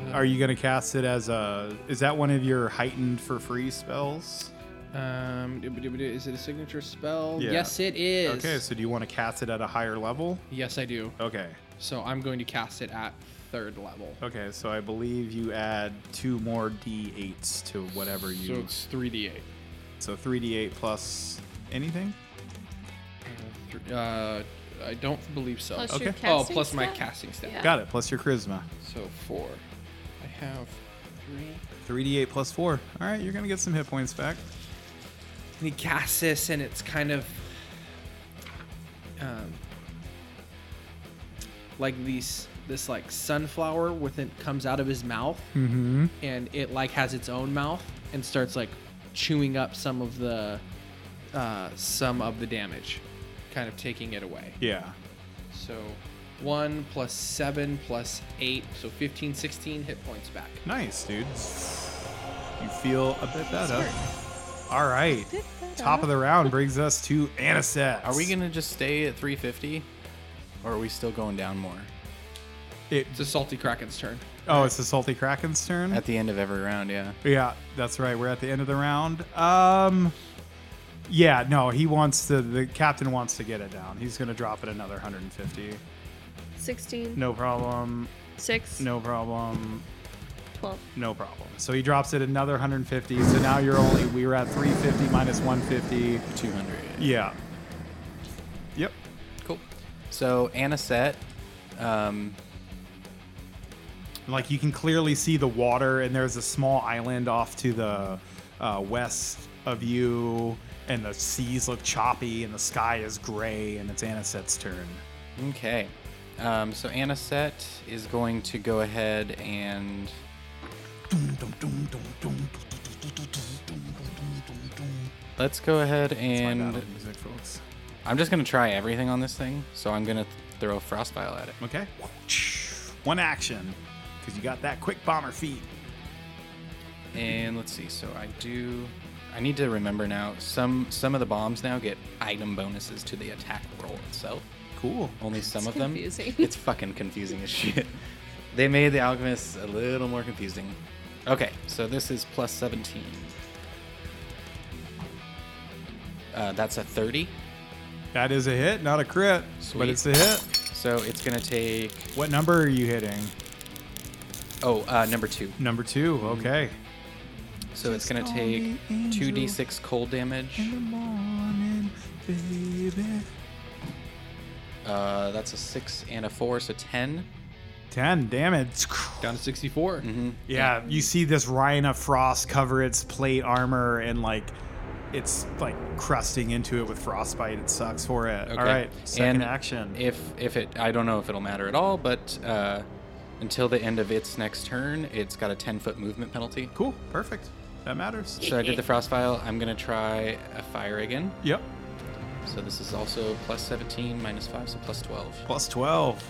[SPEAKER 1] Uh, Are you gonna cast it as a? Is that one of your heightened for free spells?
[SPEAKER 5] Um, dooba-dooba-doo, is it a signature spell?
[SPEAKER 1] Yeah.
[SPEAKER 5] Yes, it is.
[SPEAKER 1] Okay, so do you want to cast it at a higher level?
[SPEAKER 5] Yes, I do.
[SPEAKER 1] Okay.
[SPEAKER 5] So I'm going to cast it at third level.
[SPEAKER 1] Okay, so I believe you add two more d8s to whatever
[SPEAKER 5] So
[SPEAKER 1] you.
[SPEAKER 5] it's 3d8.
[SPEAKER 1] So, 3d8 plus anything.
[SPEAKER 5] Thr- Uh, I don't believe so.
[SPEAKER 2] Plus
[SPEAKER 1] Okay.
[SPEAKER 2] your
[SPEAKER 1] Oh,
[SPEAKER 2] casting
[SPEAKER 5] Oh, plus my
[SPEAKER 2] stat?
[SPEAKER 5] casting stat.
[SPEAKER 2] Yeah.
[SPEAKER 1] Got it. Plus your charisma.
[SPEAKER 5] So four. I have three.
[SPEAKER 1] 3d8 plus four. All right, you're gonna get some hit points back.
[SPEAKER 5] And he casts this, and it's kind of um, like these this like sunflower with it comes out of his mouth, Mm-hmm. and it like has its own mouth and starts like chewing up some of the uh, some of the damage, kind of taking it away.
[SPEAKER 1] Yeah.
[SPEAKER 5] So one plus seven plus eight, so 15, 16 hit points back.
[SPEAKER 1] Nice, dude. You feel a bit better. All right. Top of the round brings us to Anisette.
[SPEAKER 4] Are we gonna just stay at 350, or are we still going down more?
[SPEAKER 1] It
[SPEAKER 5] It's a salty kraken's turn.
[SPEAKER 1] Oh, it's the Salty Kraken's turn?
[SPEAKER 4] At the end of every round, yeah.
[SPEAKER 1] yeah, that's right. We're at the end of the round. Um Yeah, no, he wants to the captain wants to get it down. He's gonna drop it another 150.
[SPEAKER 2] 16.
[SPEAKER 1] No problem.
[SPEAKER 2] 6.
[SPEAKER 1] No problem.
[SPEAKER 2] 12.
[SPEAKER 1] No problem. So he drops it another 150. So now you're only we were at 350 minus 150.
[SPEAKER 4] 200.
[SPEAKER 1] Yeah. Yep.
[SPEAKER 4] Cool. So Anisette, um,
[SPEAKER 1] Like you can clearly see the water, and there's a small island off to the uh, west of you, and the seas look choppy, and the sky is gray, and it's Anisette's turn.
[SPEAKER 4] okay. Um, so Anisette is going to go ahead and let's go ahead and
[SPEAKER 1] music, folks.
[SPEAKER 4] I'm just gonna try everything on this thing. So I'm gonna th- throw a frostbile at it.
[SPEAKER 1] Okay. One action, because you got that quick bomber feet.
[SPEAKER 4] And let's see. So I do. I need to remember now. Some some of the bombs now get item bonuses to the attack roll itself.
[SPEAKER 1] Cool.
[SPEAKER 4] Only some
[SPEAKER 2] It's
[SPEAKER 4] of them.
[SPEAKER 2] confusing.
[SPEAKER 4] It's fucking confusing as shit. They made the alchemists a little more confusing. Okay, so this is plus 17. Uh, that's a 30.
[SPEAKER 1] That is a hit, not a crit, but
[SPEAKER 4] Sweet.
[SPEAKER 1] it's a hit.
[SPEAKER 4] So it's gonna take.
[SPEAKER 1] What number are you hitting?
[SPEAKER 4] Oh, uh, number two.
[SPEAKER 1] Number
[SPEAKER 4] Hmm.
[SPEAKER 1] two. Okay.
[SPEAKER 4] So it's gonna take 2d6 cold damage. Uh, that's a six and a four, so 10.
[SPEAKER 1] Ten damage.
[SPEAKER 5] Down to 64.
[SPEAKER 1] Yeah, you see this Rhina frost cover its plate armor and like it's like crusting into it with frostbite. It sucks for it. All right, second
[SPEAKER 4] and
[SPEAKER 1] action.
[SPEAKER 4] If if it, I don't know if it'll matter at all, but uh, until the end of its next turn, it's got a 10 foot movement penalty.
[SPEAKER 1] cool, perfect. That matters.
[SPEAKER 4] So I did the frost file. I'm gonna try a fire again.
[SPEAKER 1] Yep.
[SPEAKER 4] So this is also plus 17, minus five, so plus 12.
[SPEAKER 1] Plus twelve.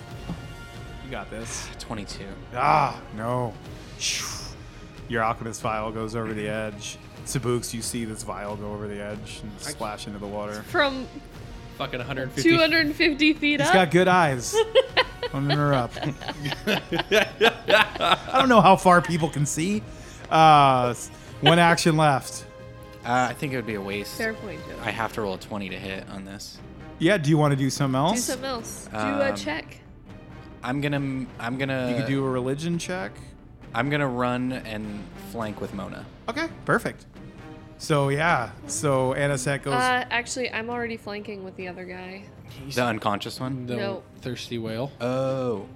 [SPEAKER 1] You got this.
[SPEAKER 4] 22.
[SPEAKER 1] Ah, no. Your alchemist vial goes over the edge. Sabuks, you see this vial go over the edge and splash into the water.
[SPEAKER 2] From
[SPEAKER 5] Fucking 150.
[SPEAKER 2] 250 feet
[SPEAKER 1] He's
[SPEAKER 2] up.
[SPEAKER 1] got good eyes. Running her up. I don't know how far people can see. Uh, s- one action left.
[SPEAKER 4] Uh, I think it would be a waste.
[SPEAKER 2] Fair point, Joe.
[SPEAKER 4] I have to roll a 20 to hit on this.
[SPEAKER 1] Yeah, do you want to do something else?
[SPEAKER 2] Do something else. Do a
[SPEAKER 4] Um,
[SPEAKER 2] check.
[SPEAKER 4] I'm gonna, I'm gonna,
[SPEAKER 1] You could do a religion check.
[SPEAKER 4] I'm gonna run and flank with Mona.
[SPEAKER 1] Okay, perfect. So yeah, so Anaset goes.
[SPEAKER 2] Uh, actually, I'm already flanking with the other guy.
[SPEAKER 4] The unconscious one.
[SPEAKER 5] The
[SPEAKER 2] No.
[SPEAKER 5] thirsty whale.
[SPEAKER 4] Oh.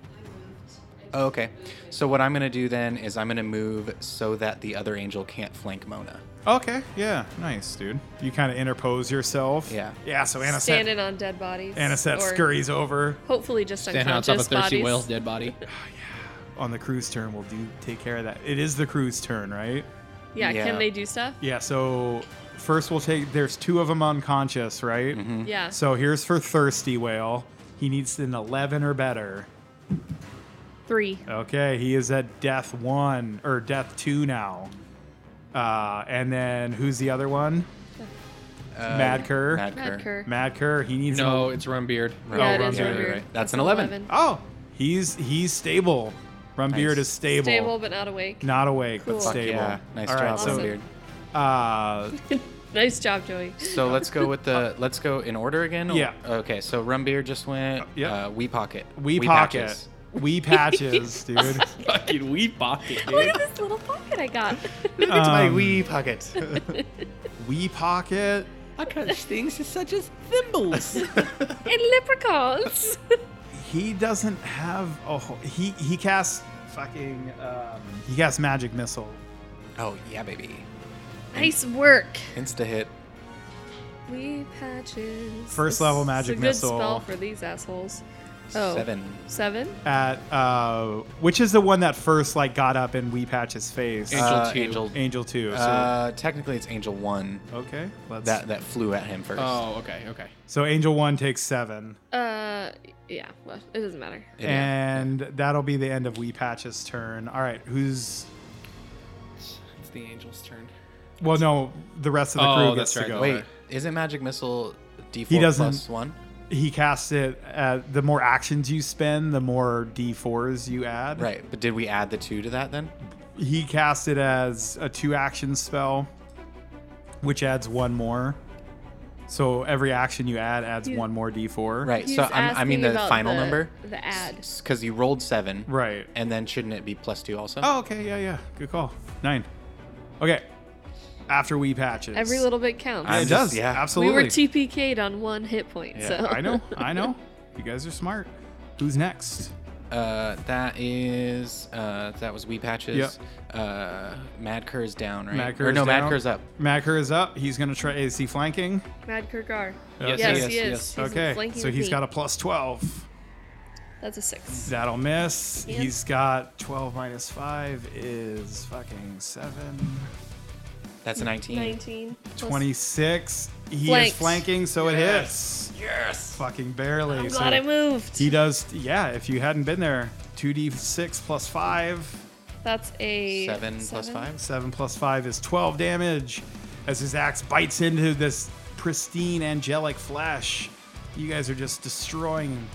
[SPEAKER 4] oh. Okay. So what I'm gonna do then is I'm gonna move so that the other angel can't flank Mona.
[SPEAKER 1] okay, yeah, nice, dude. You kind of interpose yourself.
[SPEAKER 4] Yeah.
[SPEAKER 1] Yeah. So Anaset,
[SPEAKER 2] Standing on dead bodies.
[SPEAKER 1] Anaset
[SPEAKER 2] or
[SPEAKER 1] scurries over.
[SPEAKER 2] Hopefully, just
[SPEAKER 5] Stand on top of
[SPEAKER 2] unconscious
[SPEAKER 5] thirsty
[SPEAKER 2] bodies.
[SPEAKER 5] whale's dead body.
[SPEAKER 1] On the crew's turn, we'll do take care of that. It is the crew's turn, right?
[SPEAKER 2] Yeah,
[SPEAKER 4] Yeah.
[SPEAKER 2] Can they do stuff?
[SPEAKER 1] Yeah. So first we'll take. There's two of them unconscious, right? Mm-hmm.
[SPEAKER 2] Yeah.
[SPEAKER 1] So here's for thirsty whale. He needs an 11 or better.
[SPEAKER 2] Three.
[SPEAKER 1] Okay, he is at death one or death two now. Uh, and then who's the other one?
[SPEAKER 4] Uh,
[SPEAKER 1] Mad Kerr?
[SPEAKER 4] Mad Kerr.
[SPEAKER 2] Mad Kerr.
[SPEAKER 1] Mad Kerr. He needs
[SPEAKER 5] No,
[SPEAKER 1] An,
[SPEAKER 5] it's Rumbeard.
[SPEAKER 2] yeah, it
[SPEAKER 1] Ron
[SPEAKER 2] is
[SPEAKER 1] Beard,
[SPEAKER 2] right here.
[SPEAKER 4] right. That's an 11.
[SPEAKER 1] oh, he's he's stable. Rumbeard
[SPEAKER 4] Nice.
[SPEAKER 1] is stable.
[SPEAKER 2] Stable but not awake.
[SPEAKER 1] Not awake,
[SPEAKER 2] Cool.
[SPEAKER 1] but
[SPEAKER 4] Fuck
[SPEAKER 1] stable.
[SPEAKER 4] yeah. Nice
[SPEAKER 1] All
[SPEAKER 4] job,
[SPEAKER 1] right,
[SPEAKER 2] Awesome.
[SPEAKER 4] Rumbeard.
[SPEAKER 1] so uh,
[SPEAKER 2] Nice job, Joey.
[SPEAKER 4] So let's go with the let's go in order again. or-
[SPEAKER 1] Yeah.
[SPEAKER 4] Okay. So Rumbeer just went.
[SPEAKER 1] Yep.
[SPEAKER 4] Uh, we pocket.
[SPEAKER 1] we
[SPEAKER 4] Wee
[SPEAKER 1] pocket,
[SPEAKER 4] Patches.
[SPEAKER 1] we patches, dude.
[SPEAKER 5] Fucking wee pocket,
[SPEAKER 2] Look at this little pocket I got.
[SPEAKER 1] It's my Um,
[SPEAKER 4] wee pocket.
[SPEAKER 1] we pocket.
[SPEAKER 5] I catch things as such as thimbles.
[SPEAKER 2] and leprechauns.
[SPEAKER 1] He doesn't have a whole, he he casts fucking um, he casts magic missile.
[SPEAKER 4] oh yeah, baby.
[SPEAKER 2] nice work.
[SPEAKER 4] Insta hit.
[SPEAKER 2] We patches.
[SPEAKER 1] First level magic
[SPEAKER 2] it's a
[SPEAKER 1] missile.
[SPEAKER 2] Good spell for these assholes. Oh,
[SPEAKER 4] Seven.
[SPEAKER 2] Seven?
[SPEAKER 1] at uh, which is the one that first like got up in Wee Patch's face.
[SPEAKER 5] Angel
[SPEAKER 4] Uh,
[SPEAKER 5] two.
[SPEAKER 4] Angel.
[SPEAKER 1] Angel two. So,
[SPEAKER 4] Uh, technically, it's Angel one
[SPEAKER 1] okay, let's.
[SPEAKER 4] that that flew at him first.
[SPEAKER 5] oh, okay, okay.
[SPEAKER 1] so Angel one takes seven,
[SPEAKER 2] Uh, yeah. Well, it doesn't matter.
[SPEAKER 4] It-
[SPEAKER 1] and that'll be the end of Wee Patch's turn. All right, who's?
[SPEAKER 5] It's the angel's turn.
[SPEAKER 1] Well, no, the rest of the
[SPEAKER 5] Oh,
[SPEAKER 1] crew gets
[SPEAKER 5] that's
[SPEAKER 1] to
[SPEAKER 5] right.
[SPEAKER 1] go.
[SPEAKER 4] Wait, isn't Magic Missile D4
[SPEAKER 1] He doesn't-
[SPEAKER 4] plus one?
[SPEAKER 1] He casts it. Uh, the more actions you spend, the more D fours you add.
[SPEAKER 4] Right, but did we add the two to that then?
[SPEAKER 1] He casts it as a two action spell, which adds one more. So every action you add adds
[SPEAKER 2] You-
[SPEAKER 1] one more D four.
[SPEAKER 4] Right,
[SPEAKER 2] He
[SPEAKER 4] so
[SPEAKER 2] was
[SPEAKER 4] I'm, I mean
[SPEAKER 2] asking
[SPEAKER 4] the
[SPEAKER 2] about
[SPEAKER 4] final
[SPEAKER 2] the-
[SPEAKER 4] number?
[SPEAKER 2] The ad.
[SPEAKER 4] Because you rolled seven.
[SPEAKER 1] Right.
[SPEAKER 4] And then shouldn't it be plus two also?
[SPEAKER 1] Oh, okay. Yeah, yeah. Good call. Nine. Okay. After we patches.
[SPEAKER 2] Every little bit counts.
[SPEAKER 1] Yeah,
[SPEAKER 4] I'm
[SPEAKER 1] it
[SPEAKER 4] just-
[SPEAKER 1] does.
[SPEAKER 4] yeah.
[SPEAKER 1] Yeah,
[SPEAKER 4] We were
[SPEAKER 1] absolutely.
[SPEAKER 2] we were TPK'd on one hit point.
[SPEAKER 1] Yeah,
[SPEAKER 2] so
[SPEAKER 1] I know. I know. You guys are smart. Who's next?
[SPEAKER 4] Uh, that is uh, that was Wee Patches.
[SPEAKER 1] Yep.
[SPEAKER 4] Uh, Mad Kerr is down, right?
[SPEAKER 1] Mad
[SPEAKER 4] or
[SPEAKER 1] Kerr's
[SPEAKER 4] no, Mad
[SPEAKER 1] down.
[SPEAKER 4] Kerr's up.
[SPEAKER 1] Madker is up. He's gonna try. Is he flanking?
[SPEAKER 2] Mad Kurgar.
[SPEAKER 1] Yes,
[SPEAKER 2] yes,
[SPEAKER 1] yes,
[SPEAKER 2] he is.
[SPEAKER 5] yes.
[SPEAKER 2] He's
[SPEAKER 1] okay.
[SPEAKER 2] flanking
[SPEAKER 1] So
[SPEAKER 2] with
[SPEAKER 1] he's
[SPEAKER 2] me.
[SPEAKER 1] got a plus twelve.
[SPEAKER 2] That's a six.
[SPEAKER 1] That'll miss.
[SPEAKER 2] Yep.
[SPEAKER 1] He's got twelve minus five is fucking seven.
[SPEAKER 4] That's a 19.
[SPEAKER 2] Nineteen. plus-
[SPEAKER 1] Twenty-six. He
[SPEAKER 2] Flanks.
[SPEAKER 1] is flanking, so it hits. Yes. Fucking barely.
[SPEAKER 2] I'm
[SPEAKER 1] so
[SPEAKER 2] glad I moved.
[SPEAKER 1] He does. Yeah. If you hadn't been there, two D six plus five.
[SPEAKER 2] That's a
[SPEAKER 4] Seven plus five.
[SPEAKER 1] Seven plus five is 12 damage as his axe bites into this pristine angelic flesh. You guys are just destroying. him.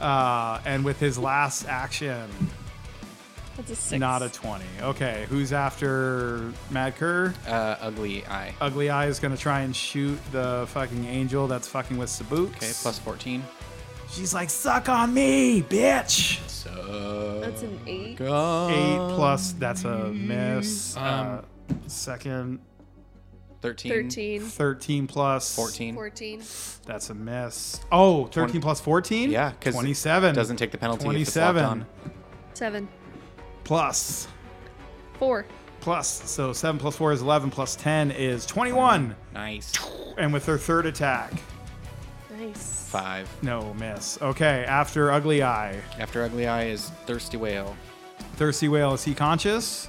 [SPEAKER 1] Uh, and with his last action,
[SPEAKER 2] That's a six.
[SPEAKER 1] not a 20. Okay, who's after Mad Kerr?
[SPEAKER 4] Uh, ugly eye.
[SPEAKER 1] Ugly Eye is going to try and shoot the fucking angel that's fucking with Sabuks.
[SPEAKER 4] Okay, plus 14.
[SPEAKER 1] She's like, suck on me, bitch! Um,
[SPEAKER 4] So.
[SPEAKER 2] That's an eight.
[SPEAKER 1] Eight plus, that's a miss. uh, um, second,
[SPEAKER 4] 13.
[SPEAKER 2] Thirteen.
[SPEAKER 1] 13 plus.
[SPEAKER 4] 14.
[SPEAKER 2] Fourteen.
[SPEAKER 1] That's a miss. Oh, 13 plus 14?
[SPEAKER 4] Yeah, 'cause it
[SPEAKER 1] 27.
[SPEAKER 4] Doesn't take the penalty. if it's locked
[SPEAKER 1] 27
[SPEAKER 4] on.
[SPEAKER 2] Seven.
[SPEAKER 1] plus
[SPEAKER 2] Four.
[SPEAKER 1] plus. So 7 plus 4 is 11 plus 10 is 21.
[SPEAKER 4] Nice.
[SPEAKER 1] And with her third attack,
[SPEAKER 2] Nice.
[SPEAKER 4] Five.
[SPEAKER 1] no miss. Okay, after Ugly Eye.
[SPEAKER 4] After Ugly Eye is Thirsty Whale.
[SPEAKER 1] Thirsty Whale, is he conscious?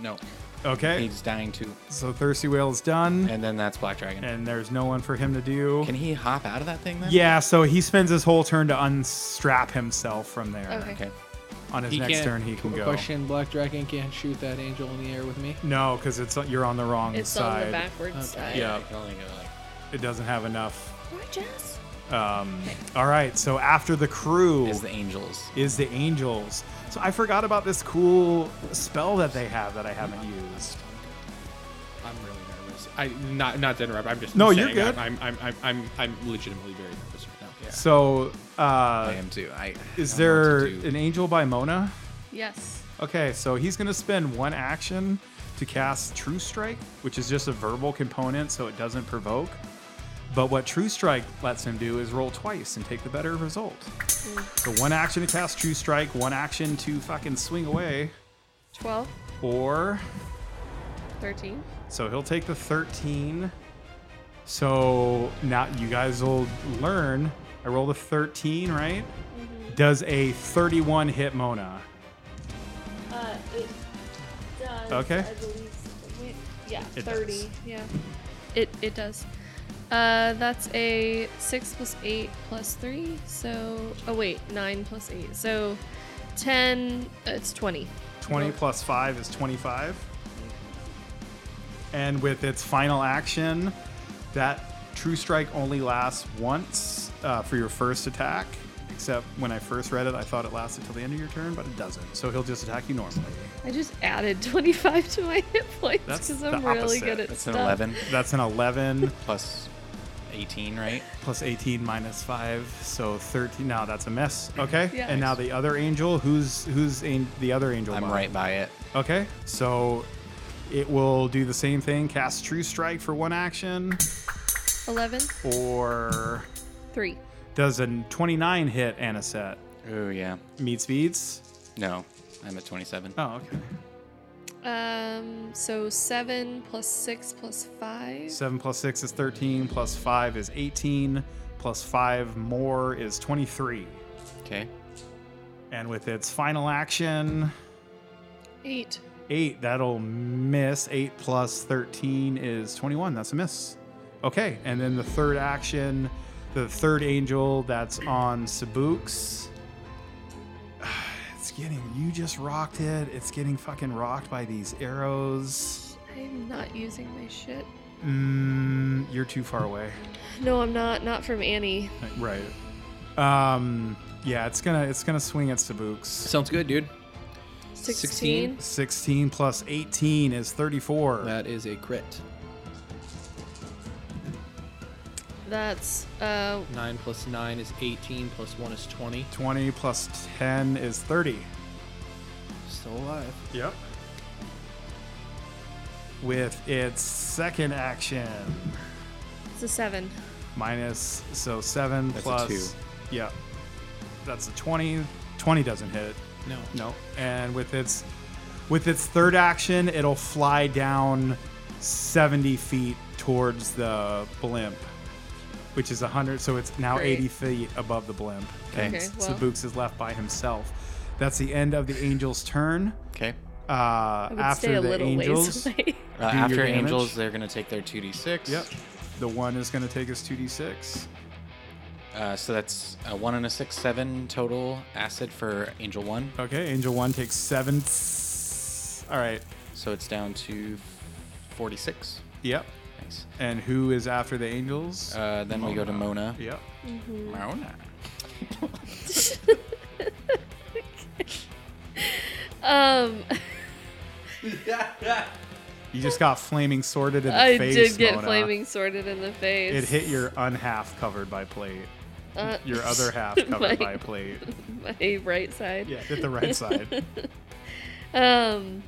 [SPEAKER 4] No,
[SPEAKER 1] Okay.
[SPEAKER 4] he's dying too.
[SPEAKER 1] So Thirsty Whale is done.
[SPEAKER 4] And then that's Black Dragon.
[SPEAKER 1] And there's no one for him to do.
[SPEAKER 4] Can he hop out of that thing then?
[SPEAKER 1] Yeah, so he spends his whole turn to unstrap himself from there.
[SPEAKER 2] Okay.
[SPEAKER 4] Okay.
[SPEAKER 1] On his next turn, he can go.
[SPEAKER 5] Question: Black Dragon can't shoot that angel in the air with me.
[SPEAKER 1] No, because it's you're on the wrong
[SPEAKER 2] It's
[SPEAKER 1] side.
[SPEAKER 2] on the backwards side.
[SPEAKER 1] Yeah, it doesn't have enough
[SPEAKER 2] Gorgeous.
[SPEAKER 1] Um, all right, so after the crew
[SPEAKER 4] Is the angels.
[SPEAKER 1] is the angels. So I forgot about this cool spell that they have that I haven't used.
[SPEAKER 5] I'm really nervous. I not not to interrupt. I'm just
[SPEAKER 1] No,
[SPEAKER 5] saying
[SPEAKER 1] you're good.
[SPEAKER 5] I'm I'm, I'm I'm I'm legitimately very nervous right now. Yeah.
[SPEAKER 1] So
[SPEAKER 4] I
[SPEAKER 1] uh,
[SPEAKER 4] am too. I
[SPEAKER 1] is
[SPEAKER 4] I don't know
[SPEAKER 1] there
[SPEAKER 4] what to do.
[SPEAKER 1] an angel by Mona?
[SPEAKER 2] Yes.
[SPEAKER 1] Okay, so he's going to spend one action to cast True Strike, which is just a verbal component, so it doesn't provoke. But what True Strike lets him do is roll twice and take the better result. So one action to cast True Strike, one action to fucking swing away,
[SPEAKER 2] 12,
[SPEAKER 1] or
[SPEAKER 2] 13.
[SPEAKER 1] So he'll take the 13. So now you guys will learn. I rolled a 13, right? Does a 31 hit Mona?
[SPEAKER 2] Uh, it does.
[SPEAKER 1] Okay.
[SPEAKER 2] I believe. Wait, yeah,
[SPEAKER 1] It
[SPEAKER 2] 30.
[SPEAKER 1] does.
[SPEAKER 2] Yeah. It, it does. Uh, that's a 6 plus 8 plus 3. So, oh wait, 9 plus 8. So 10, uh, it's 20.
[SPEAKER 1] 20 plus 5 is 25. And with its final action, that True Strike only lasts once uh, for your first attack. Except when I first read it, I thought it lasted till the end of your turn, but it doesn't. So he'll just attack you normally.
[SPEAKER 2] I just added 25 to my hit points
[SPEAKER 1] That's
[SPEAKER 2] because
[SPEAKER 1] the
[SPEAKER 2] I'm really
[SPEAKER 1] opposite.
[SPEAKER 2] good at
[SPEAKER 4] That's an
[SPEAKER 2] stuff.
[SPEAKER 4] 11
[SPEAKER 1] That's an 11.
[SPEAKER 4] plus 18, right?
[SPEAKER 1] plus 18 minus 5 so 13 now that's a miss okay
[SPEAKER 2] Yeah.
[SPEAKER 1] and now the other angel who's who's an, the other angel
[SPEAKER 4] I'm
[SPEAKER 1] Mona?
[SPEAKER 4] right by it.
[SPEAKER 1] okay so it will do the same thing cast true strike for one action
[SPEAKER 2] 11,
[SPEAKER 1] or
[SPEAKER 2] 3.
[SPEAKER 1] does a 29 hit aniset
[SPEAKER 4] Oh yeah.
[SPEAKER 1] meets beats
[SPEAKER 4] No, I'm at 27.
[SPEAKER 1] oh okay
[SPEAKER 2] Um, so 7 plus 6 plus 5.
[SPEAKER 1] 7 plus 6 is 13 plus 5 is 18 plus 5 more is 23
[SPEAKER 4] Okay.
[SPEAKER 1] and with its final action
[SPEAKER 2] 8.
[SPEAKER 1] Eight, that'll miss. Eight plus 13 is 21. That's a miss. Okay, and then the third action, the third angel that's on Sabuks. It's getting, you just rocked it. It's getting fucking rocked by these arrows.
[SPEAKER 2] I'm not using my shit.
[SPEAKER 1] Mm, you're too far away.
[SPEAKER 2] No, I'm not. Not from Annie.
[SPEAKER 1] Right. Um, yeah, it's gonna, it's gonna swing at Sabuks.
[SPEAKER 5] Sounds good, dude.
[SPEAKER 2] 16.
[SPEAKER 1] 16 plus 18 is 34.
[SPEAKER 5] That is a crit.
[SPEAKER 2] That's uh
[SPEAKER 5] Nine plus nine is eighteen. Plus one is twenty.
[SPEAKER 1] 20 plus 10 is 30.
[SPEAKER 5] Still alive.
[SPEAKER 1] Yep. With its second action,
[SPEAKER 2] it's a 7.
[SPEAKER 1] minus so seven
[SPEAKER 4] That's a
[SPEAKER 1] plus.
[SPEAKER 4] two.
[SPEAKER 1] Yeah, that's a twenty. Twenty doesn't hit.
[SPEAKER 5] No.
[SPEAKER 1] No. And with its with its third action, it'll fly down seventy feet towards the blimp, which is hundred. So it's now
[SPEAKER 2] Great.
[SPEAKER 1] eighty feet above the blimp.
[SPEAKER 4] Okay.
[SPEAKER 2] Okay, well,
[SPEAKER 1] Sabuks is left by himself. That's the end of the angel's turn.
[SPEAKER 4] Okay.
[SPEAKER 1] Uh,
[SPEAKER 2] I would stay
[SPEAKER 1] after
[SPEAKER 2] a
[SPEAKER 1] the
[SPEAKER 2] little
[SPEAKER 1] angels.
[SPEAKER 2] ways away.
[SPEAKER 4] Uh,
[SPEAKER 1] Do your
[SPEAKER 4] after
[SPEAKER 1] damage.
[SPEAKER 4] angels, they're gonna take their 2d6.
[SPEAKER 1] Yep. The one is going to take us 2d6.
[SPEAKER 4] Uh, so that's a one and a six, seven total acid for angel one.
[SPEAKER 1] Okay, Angel 1 takes 7. s- All right.
[SPEAKER 4] So it's down to 46.
[SPEAKER 1] Yep.
[SPEAKER 4] Nice.
[SPEAKER 1] And who is after the angels?
[SPEAKER 4] Uh, then we go to Mona.
[SPEAKER 1] yep.
[SPEAKER 4] Mona.
[SPEAKER 2] um
[SPEAKER 1] You just got flaming sworded in the
[SPEAKER 2] I
[SPEAKER 1] face.
[SPEAKER 2] did get
[SPEAKER 1] Mona.
[SPEAKER 2] flaming sworded in the face.
[SPEAKER 1] It hit your unhalf covered by plate.
[SPEAKER 2] Uh,
[SPEAKER 1] Your other half
[SPEAKER 2] my,
[SPEAKER 1] covered by plate.
[SPEAKER 2] my right side.
[SPEAKER 1] Yeah, hit the right side.
[SPEAKER 2] Um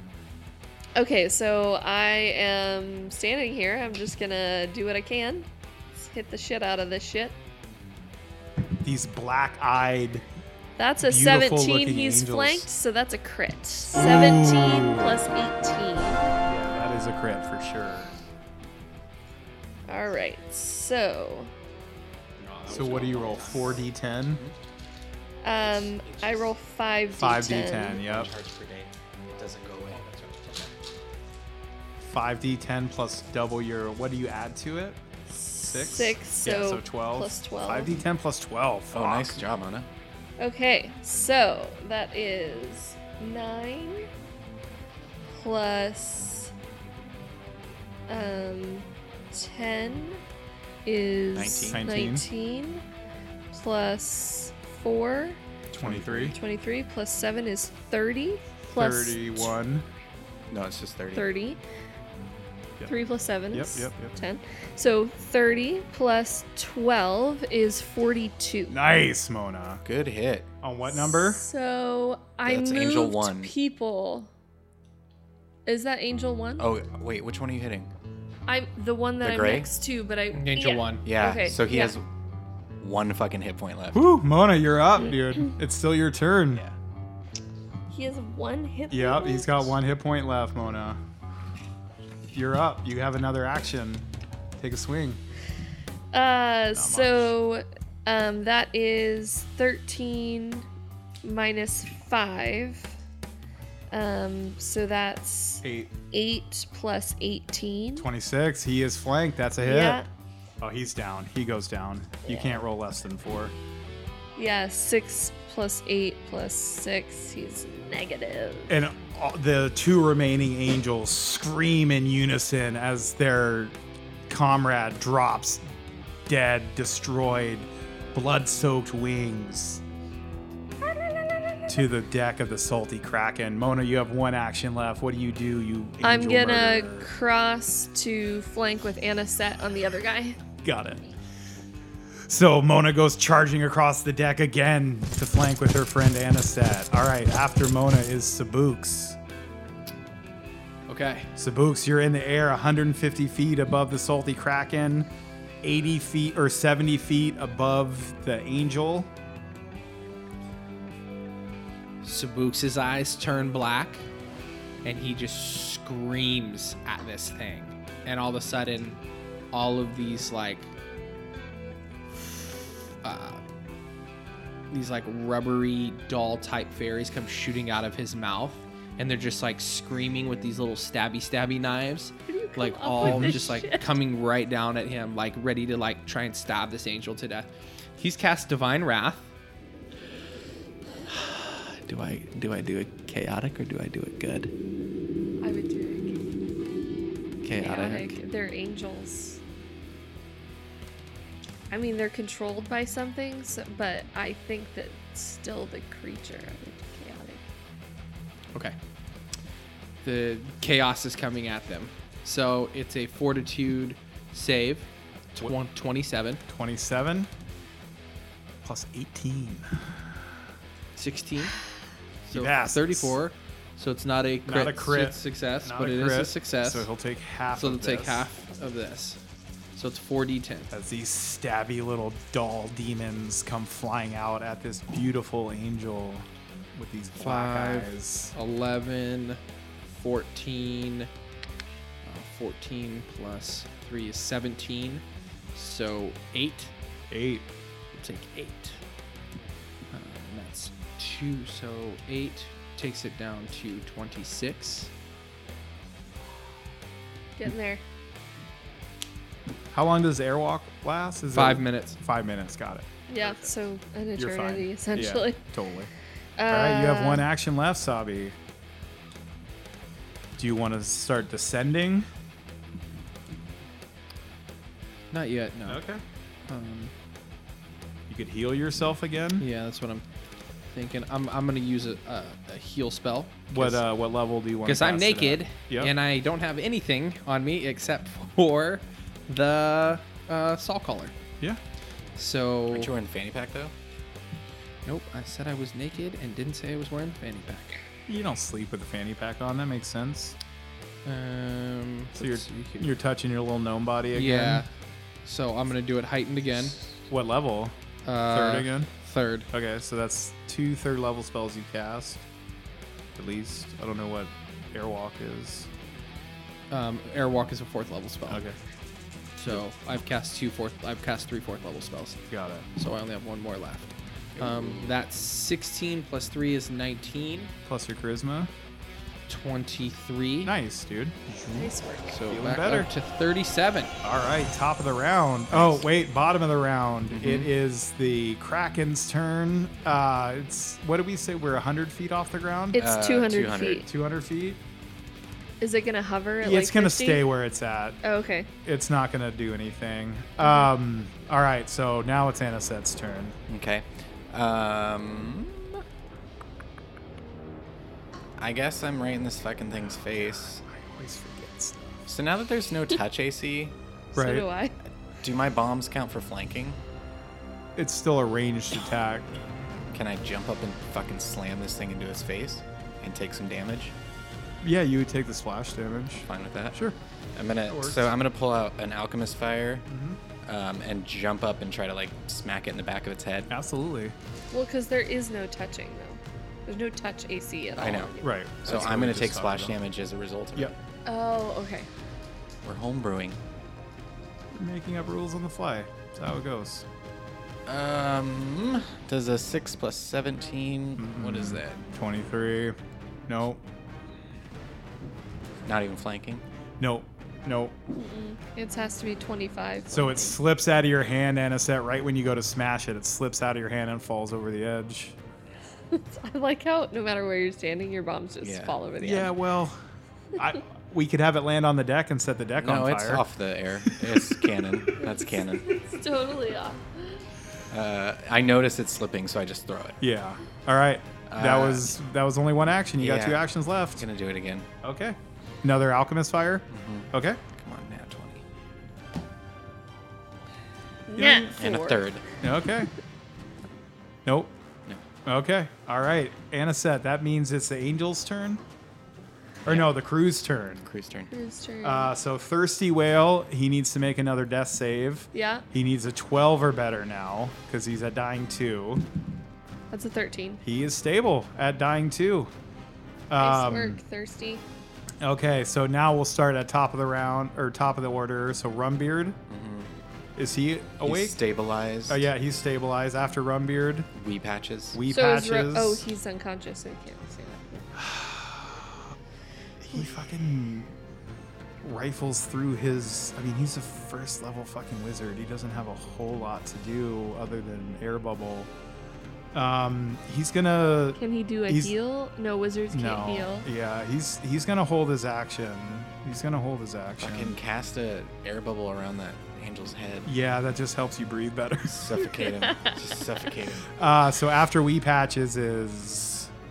[SPEAKER 2] Okay, so I am standing here. I'm just going to do what I can. Let's hit the shit out of this shit.
[SPEAKER 1] These black eyed.
[SPEAKER 2] That's a
[SPEAKER 1] Beautiful
[SPEAKER 2] 17
[SPEAKER 1] looking
[SPEAKER 2] he's
[SPEAKER 1] angels.
[SPEAKER 2] flanked, so that's a crit. 17 plus 18.
[SPEAKER 1] Yeah, that is a crit for sure.
[SPEAKER 2] All right, so
[SPEAKER 1] So what do you roll? 4d10?
[SPEAKER 2] um, I roll five
[SPEAKER 1] 5d10, yep.
[SPEAKER 6] per day. It doesn't go away.
[SPEAKER 1] 5d10 plus double your. What do you add to it?
[SPEAKER 2] Six. So,
[SPEAKER 1] yeah, so 12.
[SPEAKER 2] plus twelve.
[SPEAKER 1] 5d10 plus 12.
[SPEAKER 4] Oh,
[SPEAKER 1] Fuck.
[SPEAKER 4] nice job, Mona.
[SPEAKER 2] Okay, so that is nine plus um ten is
[SPEAKER 1] 19.
[SPEAKER 2] nineteen. plus 4,
[SPEAKER 1] 23,
[SPEAKER 2] 23 plus 7 is 30, plus
[SPEAKER 1] 31.
[SPEAKER 4] No, it's just 30.
[SPEAKER 2] 30.
[SPEAKER 1] Yep.
[SPEAKER 2] 3 plus 7
[SPEAKER 1] Yep,
[SPEAKER 2] is
[SPEAKER 1] yep, yep.
[SPEAKER 2] 10. So 30 plus 12 is 42.
[SPEAKER 1] Nice, Mona.
[SPEAKER 4] Good hit.
[SPEAKER 1] On what number?
[SPEAKER 2] So I
[SPEAKER 4] That's
[SPEAKER 2] moved
[SPEAKER 4] Angel one.
[SPEAKER 2] people. Is that Angel 1?
[SPEAKER 4] Oh, wait, which one are you hitting?
[SPEAKER 2] I'm the one that
[SPEAKER 4] The
[SPEAKER 2] I'm
[SPEAKER 4] gray?
[SPEAKER 2] next to, but I
[SPEAKER 5] Angel
[SPEAKER 2] yeah.
[SPEAKER 5] one.
[SPEAKER 4] Yeah,
[SPEAKER 2] Okay,
[SPEAKER 4] so he
[SPEAKER 2] yeah.
[SPEAKER 4] has one fucking hit point left.
[SPEAKER 1] Whew, Mona, you're up, dude. It's still your turn.
[SPEAKER 4] Yeah.
[SPEAKER 2] He has one hit.
[SPEAKER 1] Yep,
[SPEAKER 2] point
[SPEAKER 1] he's
[SPEAKER 2] left.
[SPEAKER 1] got one hit point left, Mona. You're up. You have another action. Take a swing.
[SPEAKER 2] Uh, so um, that is 13 minus 5. Um, so that's
[SPEAKER 1] Eight.
[SPEAKER 2] 8 plus 18.
[SPEAKER 1] 26. He is flanked. That's a hit.
[SPEAKER 2] Yeah.
[SPEAKER 1] Oh, he's down. He goes down. You can't roll less than four.
[SPEAKER 2] Yeah, 6 plus 8 plus 6. He's negative.
[SPEAKER 1] And all, the two remaining angels scream in unison as their comrade drops dead, destroyed, blood soaked wings to the deck of the salty kraken. Mona, you have one action left. What do you do? You angel
[SPEAKER 2] I'm gonna
[SPEAKER 1] murderer?
[SPEAKER 2] cross to flank with Anna set on the other guy.
[SPEAKER 1] Got it. So Mona goes charging across the deck again to flank with her friend Anistat. All right, after Mona is Sabuks.
[SPEAKER 5] Okay.
[SPEAKER 1] Sabuks, you're in the air 150 feet above the salty kraken, 80 feet or 70 feet above the angel.
[SPEAKER 5] Sabuks' eyes turn black, and he just screams at this thing. And all of a sudden, all of these like, uh, these like rubbery doll type fairies come shooting out of his mouth, and they're just like screaming with these little stabby stabby knives, like
[SPEAKER 2] up
[SPEAKER 5] all
[SPEAKER 2] with this
[SPEAKER 5] just like
[SPEAKER 2] shit?
[SPEAKER 5] coming right down at him, like ready to like try and stab this angel to death. He's cast divine wrath.
[SPEAKER 3] Do I do I do it chaotic or do I do it good?
[SPEAKER 2] I would do it
[SPEAKER 3] Chaotic.
[SPEAKER 2] chaotic. They're angels. I mean, they're controlled by something, so, but I think that still the creature I would do chaotic.
[SPEAKER 5] Okay. The chaos is coming at them. So it's a fortitude save, tw- 27,
[SPEAKER 1] 27 plus 18.
[SPEAKER 5] 16. So
[SPEAKER 1] passes.
[SPEAKER 5] 34. So it's not a crit,
[SPEAKER 1] Not a crit.
[SPEAKER 5] su- success,
[SPEAKER 1] Not
[SPEAKER 5] but
[SPEAKER 1] a
[SPEAKER 5] it is
[SPEAKER 1] crit,
[SPEAKER 5] a success.
[SPEAKER 1] So he'll take half.
[SPEAKER 5] So
[SPEAKER 1] of
[SPEAKER 5] they'll take
[SPEAKER 1] this
[SPEAKER 5] half of this. So it's 4d10.
[SPEAKER 1] As these stabby little doll demons come flying out at this beautiful angel with these black
[SPEAKER 5] Five.
[SPEAKER 1] eyes.
[SPEAKER 5] 11, 14, uh, 14 plus 3 is 17. So 8
[SPEAKER 1] Eight.
[SPEAKER 5] We'll take eight. Uh, and that's two, so eight takes it down to 26.
[SPEAKER 2] Getting there.
[SPEAKER 1] How long does airwalk last? Is
[SPEAKER 5] Five
[SPEAKER 1] it-
[SPEAKER 5] minutes.
[SPEAKER 1] Five minutes. Got it.
[SPEAKER 2] Yeah, so an
[SPEAKER 1] You're fine.
[SPEAKER 2] eternity,
[SPEAKER 1] Yeah,
[SPEAKER 2] essentially.
[SPEAKER 1] totally.
[SPEAKER 2] Uh,
[SPEAKER 1] All right, you have one action left, Sabi. Do you want to start descending?
[SPEAKER 5] Not yet, no. Um,
[SPEAKER 1] You could heal yourself again.
[SPEAKER 5] yeah, that's what I'm thinking. I'm, I'm going to use a, a, a heal spell.
[SPEAKER 1] What uh, what level do you want?
[SPEAKER 5] Because I'm naked and I don't have anything on me except for the uh, saw collar.
[SPEAKER 1] yeah.
[SPEAKER 5] So,
[SPEAKER 4] Aren't you wearing fanny pack, though?
[SPEAKER 5] nope, I said I was naked and didn't say I was wearing a fanny pack.
[SPEAKER 1] You don't sleep with a fanny pack on. That makes sense.
[SPEAKER 5] Um,
[SPEAKER 1] So you're
[SPEAKER 5] let's see here.
[SPEAKER 1] you're touching your little gnome body again.
[SPEAKER 5] Yeah. So I'm gonna do it heightened again.
[SPEAKER 1] What level?
[SPEAKER 5] Uh,
[SPEAKER 1] Third again.
[SPEAKER 5] Third.
[SPEAKER 1] Okay, so that's two third level spells you cast. At least I don't know what airwalk is.
[SPEAKER 5] Um, Airwalk is a fourth level spell.
[SPEAKER 1] Okay,
[SPEAKER 5] So I've cast two fourth. I've cast three fourth level spells.
[SPEAKER 1] got it.
[SPEAKER 5] So I only have one more left. Um, that's 16 plus three is 19.
[SPEAKER 1] Plus your charisma.
[SPEAKER 5] 23.
[SPEAKER 1] Nice, dude.
[SPEAKER 2] Nice work.
[SPEAKER 5] So
[SPEAKER 1] Feeling
[SPEAKER 5] back
[SPEAKER 1] better.
[SPEAKER 5] up to 37.
[SPEAKER 1] All right, top of the round. Mm-hmm. Oh, wait, bottom of the round. It is the Kraken's turn. Uh, it's what did we say? We're 100 feet off the ground?
[SPEAKER 2] It's
[SPEAKER 4] Uh,
[SPEAKER 2] 200,
[SPEAKER 4] 200.
[SPEAKER 2] feet.
[SPEAKER 1] 200 feet?
[SPEAKER 2] Is it gonna hover? At
[SPEAKER 1] it's
[SPEAKER 2] like
[SPEAKER 1] gonna
[SPEAKER 2] 50?
[SPEAKER 1] stay where it's at.
[SPEAKER 2] Oh, okay.
[SPEAKER 1] It's not gonna do anything. Um, all right, so now it's Anaset's turn.
[SPEAKER 4] Okay. Um. I guess I'm right in this fucking thing's face.
[SPEAKER 1] I always forget stuff.
[SPEAKER 4] So now that there's no touch AC,
[SPEAKER 1] Right.
[SPEAKER 2] So do I.
[SPEAKER 4] do my bombs count for flanking?
[SPEAKER 1] It's still a ranged attack.
[SPEAKER 4] Can I jump up and fucking slam this thing into his face and take some damage?
[SPEAKER 1] Yeah, you would take the splash damage.
[SPEAKER 4] Fine with that.
[SPEAKER 1] Sure.
[SPEAKER 4] I'm gonna.
[SPEAKER 1] works. Mm-hmm.
[SPEAKER 4] So I'm gonna pull out an alchemist fire, um, and jump up and try to like smack it in the back of its head.
[SPEAKER 1] Absolutely.
[SPEAKER 2] Well, because there is no touching though. There's no touch AC at all.
[SPEAKER 4] I know.
[SPEAKER 2] anymore.
[SPEAKER 1] Right.
[SPEAKER 4] So
[SPEAKER 1] That's
[SPEAKER 4] I'm
[SPEAKER 1] what we
[SPEAKER 4] gonna
[SPEAKER 1] just
[SPEAKER 4] take
[SPEAKER 1] talked
[SPEAKER 4] splash
[SPEAKER 1] about.
[SPEAKER 4] damage as a result. Of
[SPEAKER 1] Yep.
[SPEAKER 2] Oh, okay.
[SPEAKER 4] It. We're homebrewing.
[SPEAKER 1] Making up rules on the fly. That's how it goes.
[SPEAKER 4] Um, does a six plus 17
[SPEAKER 1] Mm-hmm.
[SPEAKER 4] what is that?
[SPEAKER 1] 23. Nope.
[SPEAKER 4] Not even flanking.
[SPEAKER 1] Nope. Nope.
[SPEAKER 2] It has to be 25.
[SPEAKER 1] So it slips out of your hand, Anaset, right when you go to smash it. It slips out of your hand and falls over the edge.
[SPEAKER 2] I like how no matter where you're standing, your bombs just
[SPEAKER 4] Yeah.
[SPEAKER 2] fall over the
[SPEAKER 1] Yeah,
[SPEAKER 2] end.
[SPEAKER 1] well, I, we could have it land on the deck and set the deck
[SPEAKER 4] No,
[SPEAKER 1] on
[SPEAKER 4] it's
[SPEAKER 1] fire.
[SPEAKER 4] off the air. It's canon. That's canon.
[SPEAKER 2] It's totally off.
[SPEAKER 4] Uh, I notice it's slipping, so I just throw it.
[SPEAKER 1] Yeah. All right. That
[SPEAKER 4] Uh,
[SPEAKER 1] was that was only one action. You
[SPEAKER 4] yeah.
[SPEAKER 1] got two actions left.
[SPEAKER 4] I'm gonna do it again.
[SPEAKER 1] Okay. Another alchemist fire.
[SPEAKER 4] Mm-hmm.
[SPEAKER 1] Okay.
[SPEAKER 4] Come on, now 20.
[SPEAKER 1] Yeah.
[SPEAKER 2] Nat
[SPEAKER 4] And a
[SPEAKER 2] four.
[SPEAKER 4] third.
[SPEAKER 1] Okay. nope.
[SPEAKER 4] No.
[SPEAKER 1] Okay. All right. Anaset, that means it's the angel's turn. Or no, the crew's turn.
[SPEAKER 4] Cruise turn.
[SPEAKER 2] Whose turn?
[SPEAKER 1] Uh, so thirsty whale, he needs to make another death save.
[SPEAKER 2] yeah,
[SPEAKER 1] He needs a 12 or better now because he's at dying two.
[SPEAKER 2] that's a 13.
[SPEAKER 1] He is stable at dying two.
[SPEAKER 2] Nice
[SPEAKER 1] Um,
[SPEAKER 2] work, Thirsty.
[SPEAKER 1] Okay, so now we'll start at top of the round or top of the order. So Rumbeard,
[SPEAKER 2] Mm-hmm.
[SPEAKER 1] is he awake?
[SPEAKER 4] He's stabilized.
[SPEAKER 1] oh yeah, he's stabilized after Rumbeard.
[SPEAKER 4] Wee patches.
[SPEAKER 1] Wee
[SPEAKER 2] so
[SPEAKER 1] patches.
[SPEAKER 2] is Ro- oh, he's unconscious, so he can't say that.
[SPEAKER 1] he fucking rifles through his i mean he's a first level fucking wizard he doesn't have a whole lot to do other than air bubble um he's gonna
[SPEAKER 2] Can he do a
[SPEAKER 1] He's-
[SPEAKER 2] heal? No, wizards can't
[SPEAKER 1] no
[SPEAKER 2] heal.
[SPEAKER 1] yeah he's he's gonna hold his action he's gonna hold his action
[SPEAKER 4] Fucking cast a air bubble around that angel's head.
[SPEAKER 1] yeah that just helps you breathe better
[SPEAKER 4] Suffocate him. Just suffocate him.
[SPEAKER 1] uh so after we patches is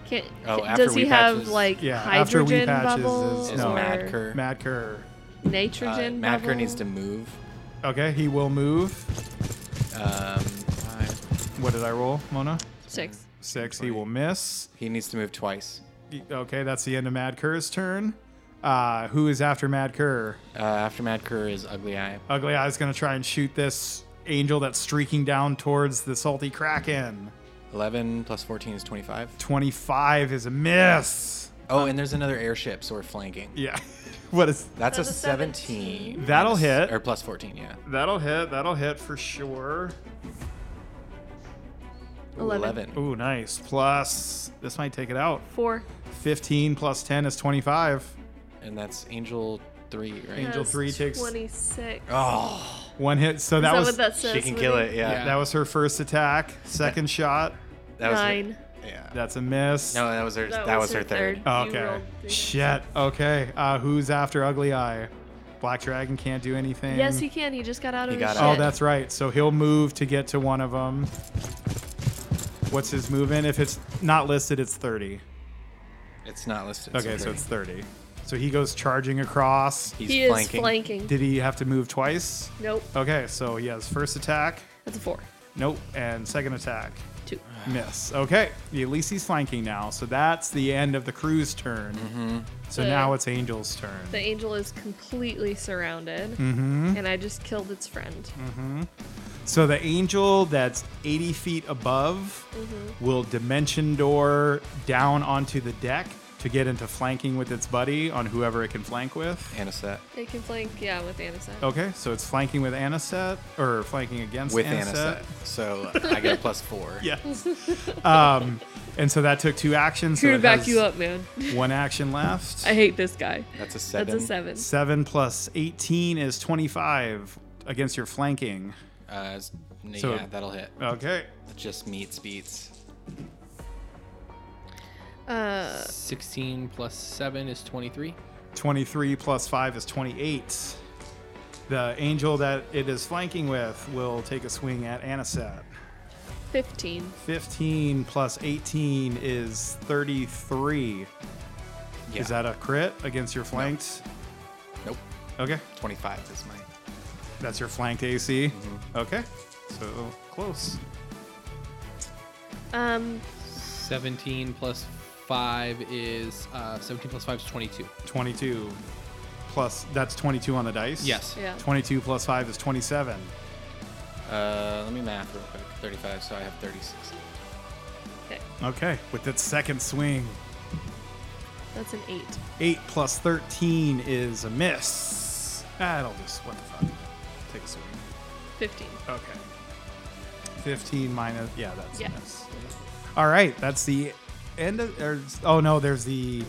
[SPEAKER 2] Can,
[SPEAKER 4] Oh,
[SPEAKER 2] can-
[SPEAKER 4] after
[SPEAKER 2] does he
[SPEAKER 4] Wii
[SPEAKER 2] have
[SPEAKER 4] Patches-
[SPEAKER 2] like
[SPEAKER 1] Yeah, after Wii
[SPEAKER 2] hydrogen
[SPEAKER 1] Patches is-
[SPEAKER 2] bubbles
[SPEAKER 1] is
[SPEAKER 4] Is
[SPEAKER 2] or
[SPEAKER 4] Mad Cur.
[SPEAKER 1] mad Kerr.
[SPEAKER 4] uh,
[SPEAKER 2] nitrogen
[SPEAKER 4] Mad Cur
[SPEAKER 2] bubble?
[SPEAKER 4] needs to move.
[SPEAKER 1] okay he will move
[SPEAKER 4] Um, five.
[SPEAKER 1] what did i roll mona
[SPEAKER 2] six.
[SPEAKER 1] six he will miss
[SPEAKER 4] He needs to move twice.
[SPEAKER 1] Okay, that's the end of Mad Kerr's turn. Uh, who is after Mad Kerr?
[SPEAKER 4] Uh, after Mad Cur is Ugly Eye.
[SPEAKER 1] Ugly Eye's gonna try and shoot this angel that's streaking down towards the salty kraken.
[SPEAKER 4] 11 plus 14 is 25.
[SPEAKER 1] Twenty-five is a miss.
[SPEAKER 4] Oh, and there's another airship, so we're flanking.
[SPEAKER 1] Yeah, what is
[SPEAKER 4] That's,
[SPEAKER 2] That's
[SPEAKER 4] a
[SPEAKER 2] a
[SPEAKER 4] 17.
[SPEAKER 2] 17.
[SPEAKER 1] That'll
[SPEAKER 4] Minus-
[SPEAKER 1] hit.
[SPEAKER 4] Or plus 14, yeah.
[SPEAKER 1] that'll hit? That'll hit for sure.
[SPEAKER 4] Ooh,
[SPEAKER 2] 11.
[SPEAKER 1] Ooh, nice. Plus, this might take it out.
[SPEAKER 2] Four.
[SPEAKER 1] Fifteen plus ten is twenty-five.
[SPEAKER 4] And that's Angel 3, right?
[SPEAKER 1] Angel
[SPEAKER 2] That's
[SPEAKER 1] three takes-
[SPEAKER 2] twenty-six.
[SPEAKER 4] Oh,
[SPEAKER 1] One hit. So
[SPEAKER 2] Is
[SPEAKER 1] that
[SPEAKER 2] that
[SPEAKER 1] was
[SPEAKER 2] what that says?
[SPEAKER 4] she can
[SPEAKER 2] What
[SPEAKER 4] kill
[SPEAKER 2] do you-
[SPEAKER 4] it, yeah.
[SPEAKER 5] Yeah.
[SPEAKER 1] that was her first attack. Second shot.
[SPEAKER 4] That was her-
[SPEAKER 2] Nine.
[SPEAKER 4] yeah.
[SPEAKER 1] That's a miss.
[SPEAKER 4] no, that was her, that was her third.
[SPEAKER 1] Oh,
[SPEAKER 2] You rolled
[SPEAKER 1] okay.
[SPEAKER 2] three
[SPEAKER 1] Shit. Okay. Uh, who's after Ugly Eye? Black Dragon can't do anything.
[SPEAKER 2] Yes, he can. He just got out
[SPEAKER 4] He
[SPEAKER 2] of
[SPEAKER 4] got
[SPEAKER 2] his
[SPEAKER 4] out.
[SPEAKER 1] Mm. Oh,
[SPEAKER 2] shit.
[SPEAKER 1] that's right. So he'll move to get to one of them. What's his move in? If it's not listed, it's 30.
[SPEAKER 4] It's not listed.
[SPEAKER 1] Okay, so
[SPEAKER 4] thirty.
[SPEAKER 1] it's 30. So he goes charging across.
[SPEAKER 4] He's
[SPEAKER 2] he is
[SPEAKER 4] flanking.
[SPEAKER 2] flanking.
[SPEAKER 1] Did he have to move twice?
[SPEAKER 2] nope.
[SPEAKER 1] Okay, so he has first attack.
[SPEAKER 2] That's a four.
[SPEAKER 1] Nope. And second attack.
[SPEAKER 2] Two.
[SPEAKER 1] Miss. Okay. At least he's flanking now. So that's the end of the crew's turn. So
[SPEAKER 2] The-
[SPEAKER 1] now it's Angel's turn.
[SPEAKER 2] The angel is completely surrounded,
[SPEAKER 1] Mm-hmm.
[SPEAKER 2] and I just killed its friend.
[SPEAKER 1] Mm. So the angel that's 80 feet above
[SPEAKER 2] Mm-hmm.
[SPEAKER 1] will dimension door down onto the deck to get into flanking with its buddy on whoever it can flank with.
[SPEAKER 4] Anisette.
[SPEAKER 2] It can flank, yeah, with Anaset.
[SPEAKER 1] Okay, so it's flanking with Anaset or flanking against
[SPEAKER 4] With
[SPEAKER 1] Anaset.
[SPEAKER 4] Anisette. So I get a plus 4.
[SPEAKER 1] Yes. um, and so that took two actions.
[SPEAKER 2] Crew,
[SPEAKER 1] so it
[SPEAKER 2] back
[SPEAKER 1] has
[SPEAKER 2] you up, man.
[SPEAKER 1] One action left.
[SPEAKER 2] I hate this guy.
[SPEAKER 4] That's a 7.
[SPEAKER 2] That's a seven.
[SPEAKER 1] Seven plus 18 is 25 against your flanking.
[SPEAKER 4] Uh, it's-
[SPEAKER 1] So-
[SPEAKER 4] yeah, that'll hit.
[SPEAKER 1] Okay.
[SPEAKER 4] Just meets beats.
[SPEAKER 2] Uh,
[SPEAKER 5] 16 plus 7 is 23.
[SPEAKER 1] 23 plus 5 is 28. The angel that it is flanking with will take a swing at Anisette.
[SPEAKER 2] 15.
[SPEAKER 1] 15 plus 18 is 33.
[SPEAKER 4] Yeah.
[SPEAKER 1] Is that a crit against your flanked?
[SPEAKER 4] Nope.
[SPEAKER 1] Okay.
[SPEAKER 4] 25 is my.
[SPEAKER 1] That's your flanked AC.
[SPEAKER 4] Mm-hmm.
[SPEAKER 1] Okay. So close.
[SPEAKER 2] Um,
[SPEAKER 5] 17 plus 5 is uh, 17 plus 5 is 22.
[SPEAKER 1] 22 plus that's 22 on the dice.
[SPEAKER 5] Yes.
[SPEAKER 2] yeah.
[SPEAKER 1] 22 plus 5 is 27.
[SPEAKER 4] Uh, let me math real quick. 35, so I have 36.
[SPEAKER 2] Okay.
[SPEAKER 1] Okay. With that second swing,
[SPEAKER 2] That's an 8.
[SPEAKER 1] 8 plus 13 is a miss. That'll just, what the fuck? Take a swing.
[SPEAKER 2] 15.
[SPEAKER 1] Okay. 15 minus, yeah, that's
[SPEAKER 2] Yeah.
[SPEAKER 1] a miss. All right. That's the end of, or, oh no, there's the,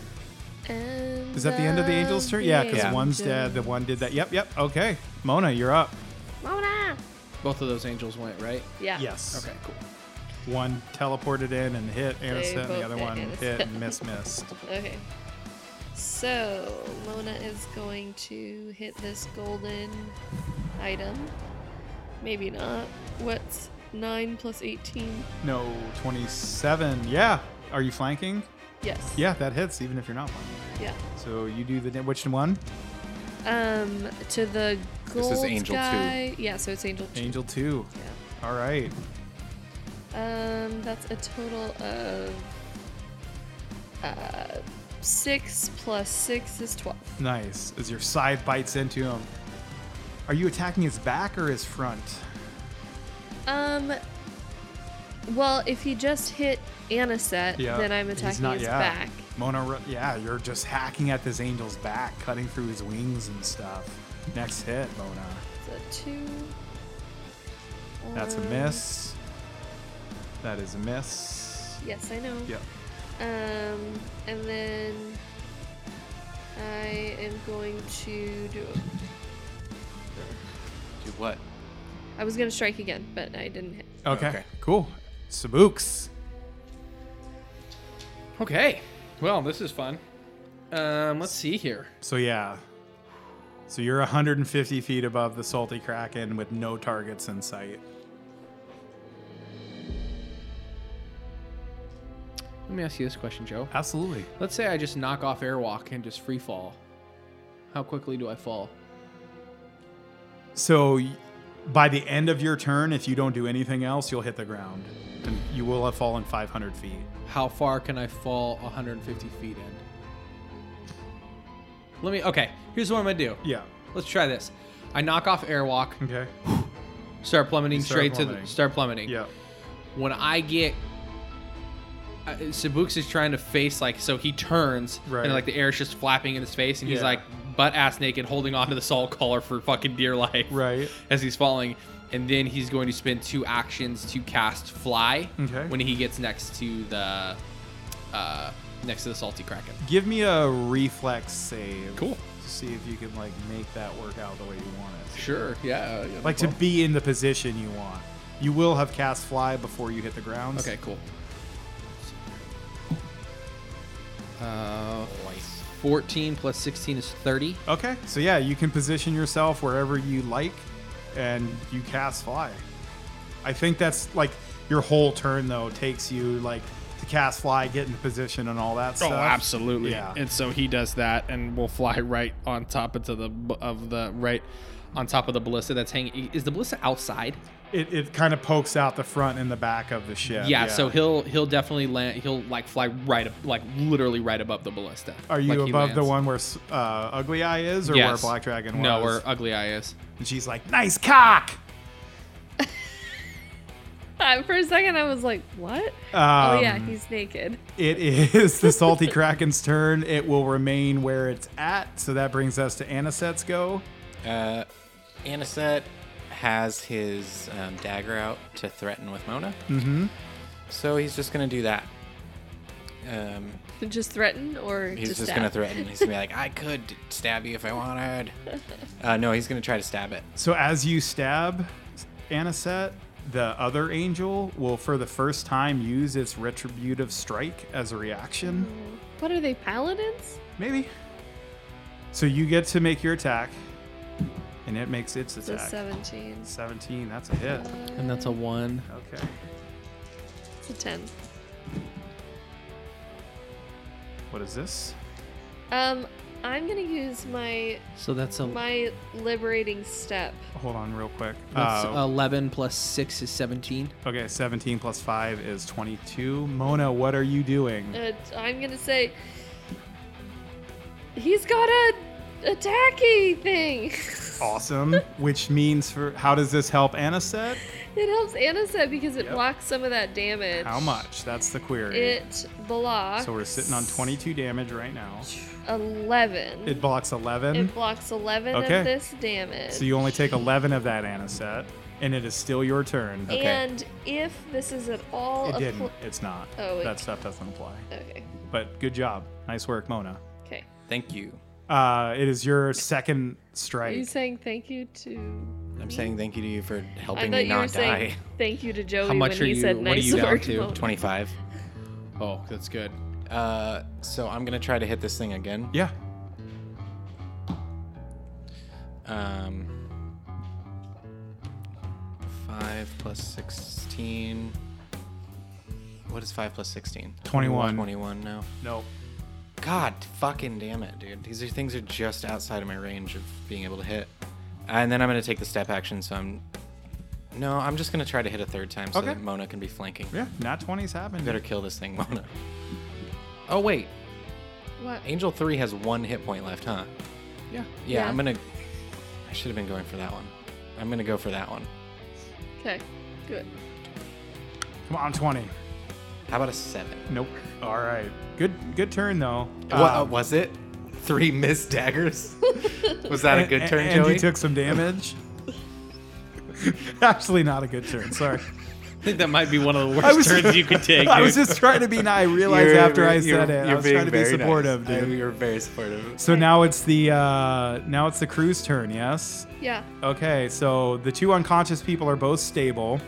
[SPEAKER 2] And
[SPEAKER 1] is that the end of the angel's turn?
[SPEAKER 2] the
[SPEAKER 1] Yeah, because
[SPEAKER 2] angel.
[SPEAKER 1] one's dead, the one did that. Yep, yep. Okay. Mona, you're up.
[SPEAKER 2] Mona!
[SPEAKER 5] Both of those angels went, right?
[SPEAKER 2] Yeah.
[SPEAKER 1] Yes.
[SPEAKER 5] Okay, cool.
[SPEAKER 1] One teleported in and hit Anisette, and
[SPEAKER 2] both
[SPEAKER 1] the other
[SPEAKER 2] hit
[SPEAKER 1] one hit
[SPEAKER 2] Anisette.
[SPEAKER 1] and miss, missed.
[SPEAKER 2] Okay. So, Mona is going to hit this golden item. Maybe not. What's 9 plus 18?
[SPEAKER 1] No, 27. Yeah. Are you flanking?
[SPEAKER 2] Yes.
[SPEAKER 1] Yeah, that hits, even if you're not flanking.
[SPEAKER 2] Yeah.
[SPEAKER 1] So you do the which one?
[SPEAKER 2] Um, to the
[SPEAKER 4] is
[SPEAKER 2] gold
[SPEAKER 4] Angel two.
[SPEAKER 2] guy. Yeah, so it's Angel 2.
[SPEAKER 1] Angel two.
[SPEAKER 2] Yeah.
[SPEAKER 1] All right.
[SPEAKER 2] Um, that's a total of uh, 6 plus 6 is 12.
[SPEAKER 1] Nice. As your scythe bites into him. Are you attacking his back or his front?
[SPEAKER 2] Um, well, if he just hit Anisette,
[SPEAKER 1] Yeah.
[SPEAKER 2] then I'm
[SPEAKER 1] He's
[SPEAKER 2] attacking
[SPEAKER 1] not-
[SPEAKER 2] his
[SPEAKER 1] yeah.
[SPEAKER 2] back.
[SPEAKER 1] Mona, Ru- yeah, you're just hacking at this angel's back, cutting through his wings and stuff. Next hit, Mona.
[SPEAKER 2] So 2.
[SPEAKER 1] That's a
[SPEAKER 2] Um,
[SPEAKER 1] miss. That is a miss.
[SPEAKER 2] Yes, I know.
[SPEAKER 1] Yep.
[SPEAKER 2] Um, and then I am going to do.
[SPEAKER 4] Do what?
[SPEAKER 2] I was going to strike again, but I didn't hit.
[SPEAKER 1] Okay.
[SPEAKER 4] Okay.
[SPEAKER 1] Cool. Sabooks.
[SPEAKER 5] Okay. Well, this is fun. Um, let's see here.
[SPEAKER 1] So yeah. So you're 150 feet above the salty kraken with no targets in sight.
[SPEAKER 5] Let me ask you this question, Joe.
[SPEAKER 1] Absolutely.
[SPEAKER 5] Let's say I just knock off airwalk and just free fall. How quickly do I fall?
[SPEAKER 1] So y- by the end of your turn, if you don't do anything else, you'll hit the ground. And you will have fallen 500 feet.
[SPEAKER 5] How far can I fall 150 feet in? Let me. Okay. Here's what I'm gonna do.
[SPEAKER 1] Yeah.
[SPEAKER 5] Let's try this. I knock off airwalk,
[SPEAKER 1] Okay.
[SPEAKER 5] start plummeting
[SPEAKER 1] You start
[SPEAKER 5] straight to
[SPEAKER 1] plummeting.
[SPEAKER 5] the, start plummeting.
[SPEAKER 1] Yeah.
[SPEAKER 5] When I get uh, Sabuks is trying to face like so he turns
[SPEAKER 1] Right.
[SPEAKER 5] and like the air is just flapping in his face and he's
[SPEAKER 1] Yeah.
[SPEAKER 5] like butt ass naked holding onto the salt collar for fucking dear life
[SPEAKER 1] Right.
[SPEAKER 5] as he's falling and then he's going to spend two actions to cast fly
[SPEAKER 1] Okay.
[SPEAKER 5] when he gets next to the uh next to the salty kraken.
[SPEAKER 1] Give me a reflex save.
[SPEAKER 5] Cool.
[SPEAKER 1] To see if you can like make that work out the way you want it.
[SPEAKER 5] Sure. Yeah. yeah
[SPEAKER 1] Like to be in the position you want. You will have cast fly before you hit the ground.
[SPEAKER 5] Okay, cool. Uh, 14 plus 16 is 30.
[SPEAKER 1] Okay, so yeah, you can position yourself wherever you like, and you cast fly. I think that's like your whole turn though takes you like to cast fly, get into position, and all that stuff.
[SPEAKER 3] Oh, absolutely.
[SPEAKER 1] Yeah.
[SPEAKER 3] And so he does that, and we'll fly right on top into the of the right.
[SPEAKER 5] On top of the ballista that's hanging. Is the ballista outside?
[SPEAKER 1] It, it kind of pokes out the front and the back of the ship.
[SPEAKER 5] Yeah, so he'll he'll definitely land he'll like fly right up like literally right above the ballista.
[SPEAKER 1] Are you
[SPEAKER 5] Like, he
[SPEAKER 1] above the
[SPEAKER 5] lands.
[SPEAKER 1] one where S- uh, Ugly Eye is, or where
[SPEAKER 5] Yes.
[SPEAKER 1] Black Dragon was?
[SPEAKER 5] No, where Ugly Eye is.
[SPEAKER 1] and she's like, "Nice cock."
[SPEAKER 2] Uh, for a second, I was like, what? oh, yeah,
[SPEAKER 1] Um,
[SPEAKER 2] he's naked.
[SPEAKER 1] It is the Salty Kraken's turn. It will remain where it's at. So that brings us to Aniset's go.
[SPEAKER 4] Uh, Anisette has his um, dagger out to threaten with Mona. Mm-hmm. So he's just going to do that. Um,
[SPEAKER 2] Just threaten or
[SPEAKER 4] he's
[SPEAKER 2] just
[SPEAKER 4] just
[SPEAKER 2] stab?
[SPEAKER 4] going to threaten. He's going to be like, I could stab you if I wanted. Uh, no, he's going to try to stab it.
[SPEAKER 1] So as you stab Aniset, the other angel will, for the first time, use its retributive strike as a reaction.
[SPEAKER 2] What are they, paladins?
[SPEAKER 1] Maybe. So you get to make your attack, and it makes its
[SPEAKER 2] So
[SPEAKER 1] attack.
[SPEAKER 2] 17.
[SPEAKER 1] 17, that's a hit.
[SPEAKER 5] And that's a one.
[SPEAKER 1] Okay.
[SPEAKER 2] It's a 10.
[SPEAKER 1] What is this?
[SPEAKER 2] Um, I'm gonna use my
[SPEAKER 5] So that's a
[SPEAKER 2] my liberating step.
[SPEAKER 1] Hold on real quick.
[SPEAKER 5] that's
[SPEAKER 1] Uh,
[SPEAKER 5] eleven plus six is seventeen.
[SPEAKER 1] okay, 17 plus 5 is 22. Mona, what are you doing?
[SPEAKER 2] Uh, I'm gonna say he's got a attacky thing.
[SPEAKER 1] Awesome. Which means for how does this help Anna set?
[SPEAKER 2] it helps Anna said because it blocks some of that damage.
[SPEAKER 1] How much? That's the query.
[SPEAKER 2] It blocks.
[SPEAKER 1] so we're sitting on 22 damage right now.
[SPEAKER 2] Eleven.
[SPEAKER 1] It blocks 11.
[SPEAKER 2] It blocks eleven
[SPEAKER 1] Okay.
[SPEAKER 2] of this damage.
[SPEAKER 1] So you only take 11 of that Anaset, and it is still your turn.
[SPEAKER 4] Okay.
[SPEAKER 2] And if this is at all
[SPEAKER 1] It
[SPEAKER 2] appl-
[SPEAKER 1] didn't. It's not.
[SPEAKER 2] Oh, it-
[SPEAKER 1] that stuff doesn't apply.
[SPEAKER 2] okay,
[SPEAKER 1] But good job. Nice work, Mona.
[SPEAKER 2] okay.
[SPEAKER 4] Thank you.
[SPEAKER 1] Uh, it is your second
[SPEAKER 2] Are you
[SPEAKER 1] strike.
[SPEAKER 2] saying thank you to?
[SPEAKER 4] I'm saying thank you to you for
[SPEAKER 2] I
[SPEAKER 4] helping
[SPEAKER 2] thought
[SPEAKER 4] me
[SPEAKER 2] you were
[SPEAKER 4] not
[SPEAKER 2] saying
[SPEAKER 4] die.
[SPEAKER 2] thank you to Joey
[SPEAKER 5] much
[SPEAKER 2] when
[SPEAKER 5] are
[SPEAKER 2] he
[SPEAKER 5] you-
[SPEAKER 2] said
[SPEAKER 5] what are
[SPEAKER 2] nice
[SPEAKER 5] you down
[SPEAKER 2] work.
[SPEAKER 5] to?
[SPEAKER 2] Mona.
[SPEAKER 4] 25.
[SPEAKER 5] Oh, that's good.
[SPEAKER 4] Uh, so I'm gonna try to hit this thing again.
[SPEAKER 1] Yeah.
[SPEAKER 4] Um, five plus sixteen. What is five plus sixteen?
[SPEAKER 1] 21.
[SPEAKER 4] Twenty-one now.
[SPEAKER 1] No.
[SPEAKER 4] God, fucking damn it, dude. These are things are just outside of my range of being able to hit. And then I'm gonna take the step action, so I'm. No, I'm just gonna try to hit a third time so
[SPEAKER 1] Okay.
[SPEAKER 4] that Mona can be flanking.
[SPEAKER 1] Yeah. Not 20s happened.
[SPEAKER 4] Better kill this thing, Mona. Oh wait,
[SPEAKER 2] What?
[SPEAKER 4] Angel Three has one hit point left, huh?
[SPEAKER 5] Yeah.
[SPEAKER 4] Yeah,
[SPEAKER 2] Yeah.
[SPEAKER 4] I'm gonna. I should have been going for that one. I'm gonna go for that one.
[SPEAKER 2] Okay, good.
[SPEAKER 1] Come on, 20.
[SPEAKER 4] How about a seven?
[SPEAKER 1] Nope. All right. Good. Good turn though.
[SPEAKER 4] what
[SPEAKER 1] Um,
[SPEAKER 4] uh, was it? Three missed daggers. was that a good
[SPEAKER 1] and-
[SPEAKER 4] turn,
[SPEAKER 1] and
[SPEAKER 4] Joey?
[SPEAKER 1] you took some damage. Actually, not a good turn. Sorry.
[SPEAKER 5] I think that might be one of the
[SPEAKER 1] I
[SPEAKER 5] worst
[SPEAKER 1] was-
[SPEAKER 5] turns you could take.
[SPEAKER 1] I
[SPEAKER 5] dude.
[SPEAKER 1] was just trying to be. I realized
[SPEAKER 4] You're-
[SPEAKER 1] after I
[SPEAKER 4] you're-
[SPEAKER 1] said it, I
[SPEAKER 4] you're
[SPEAKER 1] was
[SPEAKER 4] being
[SPEAKER 1] trying to be
[SPEAKER 4] very nice.
[SPEAKER 1] supportive,
[SPEAKER 4] I-
[SPEAKER 1] dude.
[SPEAKER 4] You're very supportive.
[SPEAKER 1] So now it's the uh, now it's the crew's turn. Yes.
[SPEAKER 2] Yeah.
[SPEAKER 1] Okay, so the two unconscious people are both stable.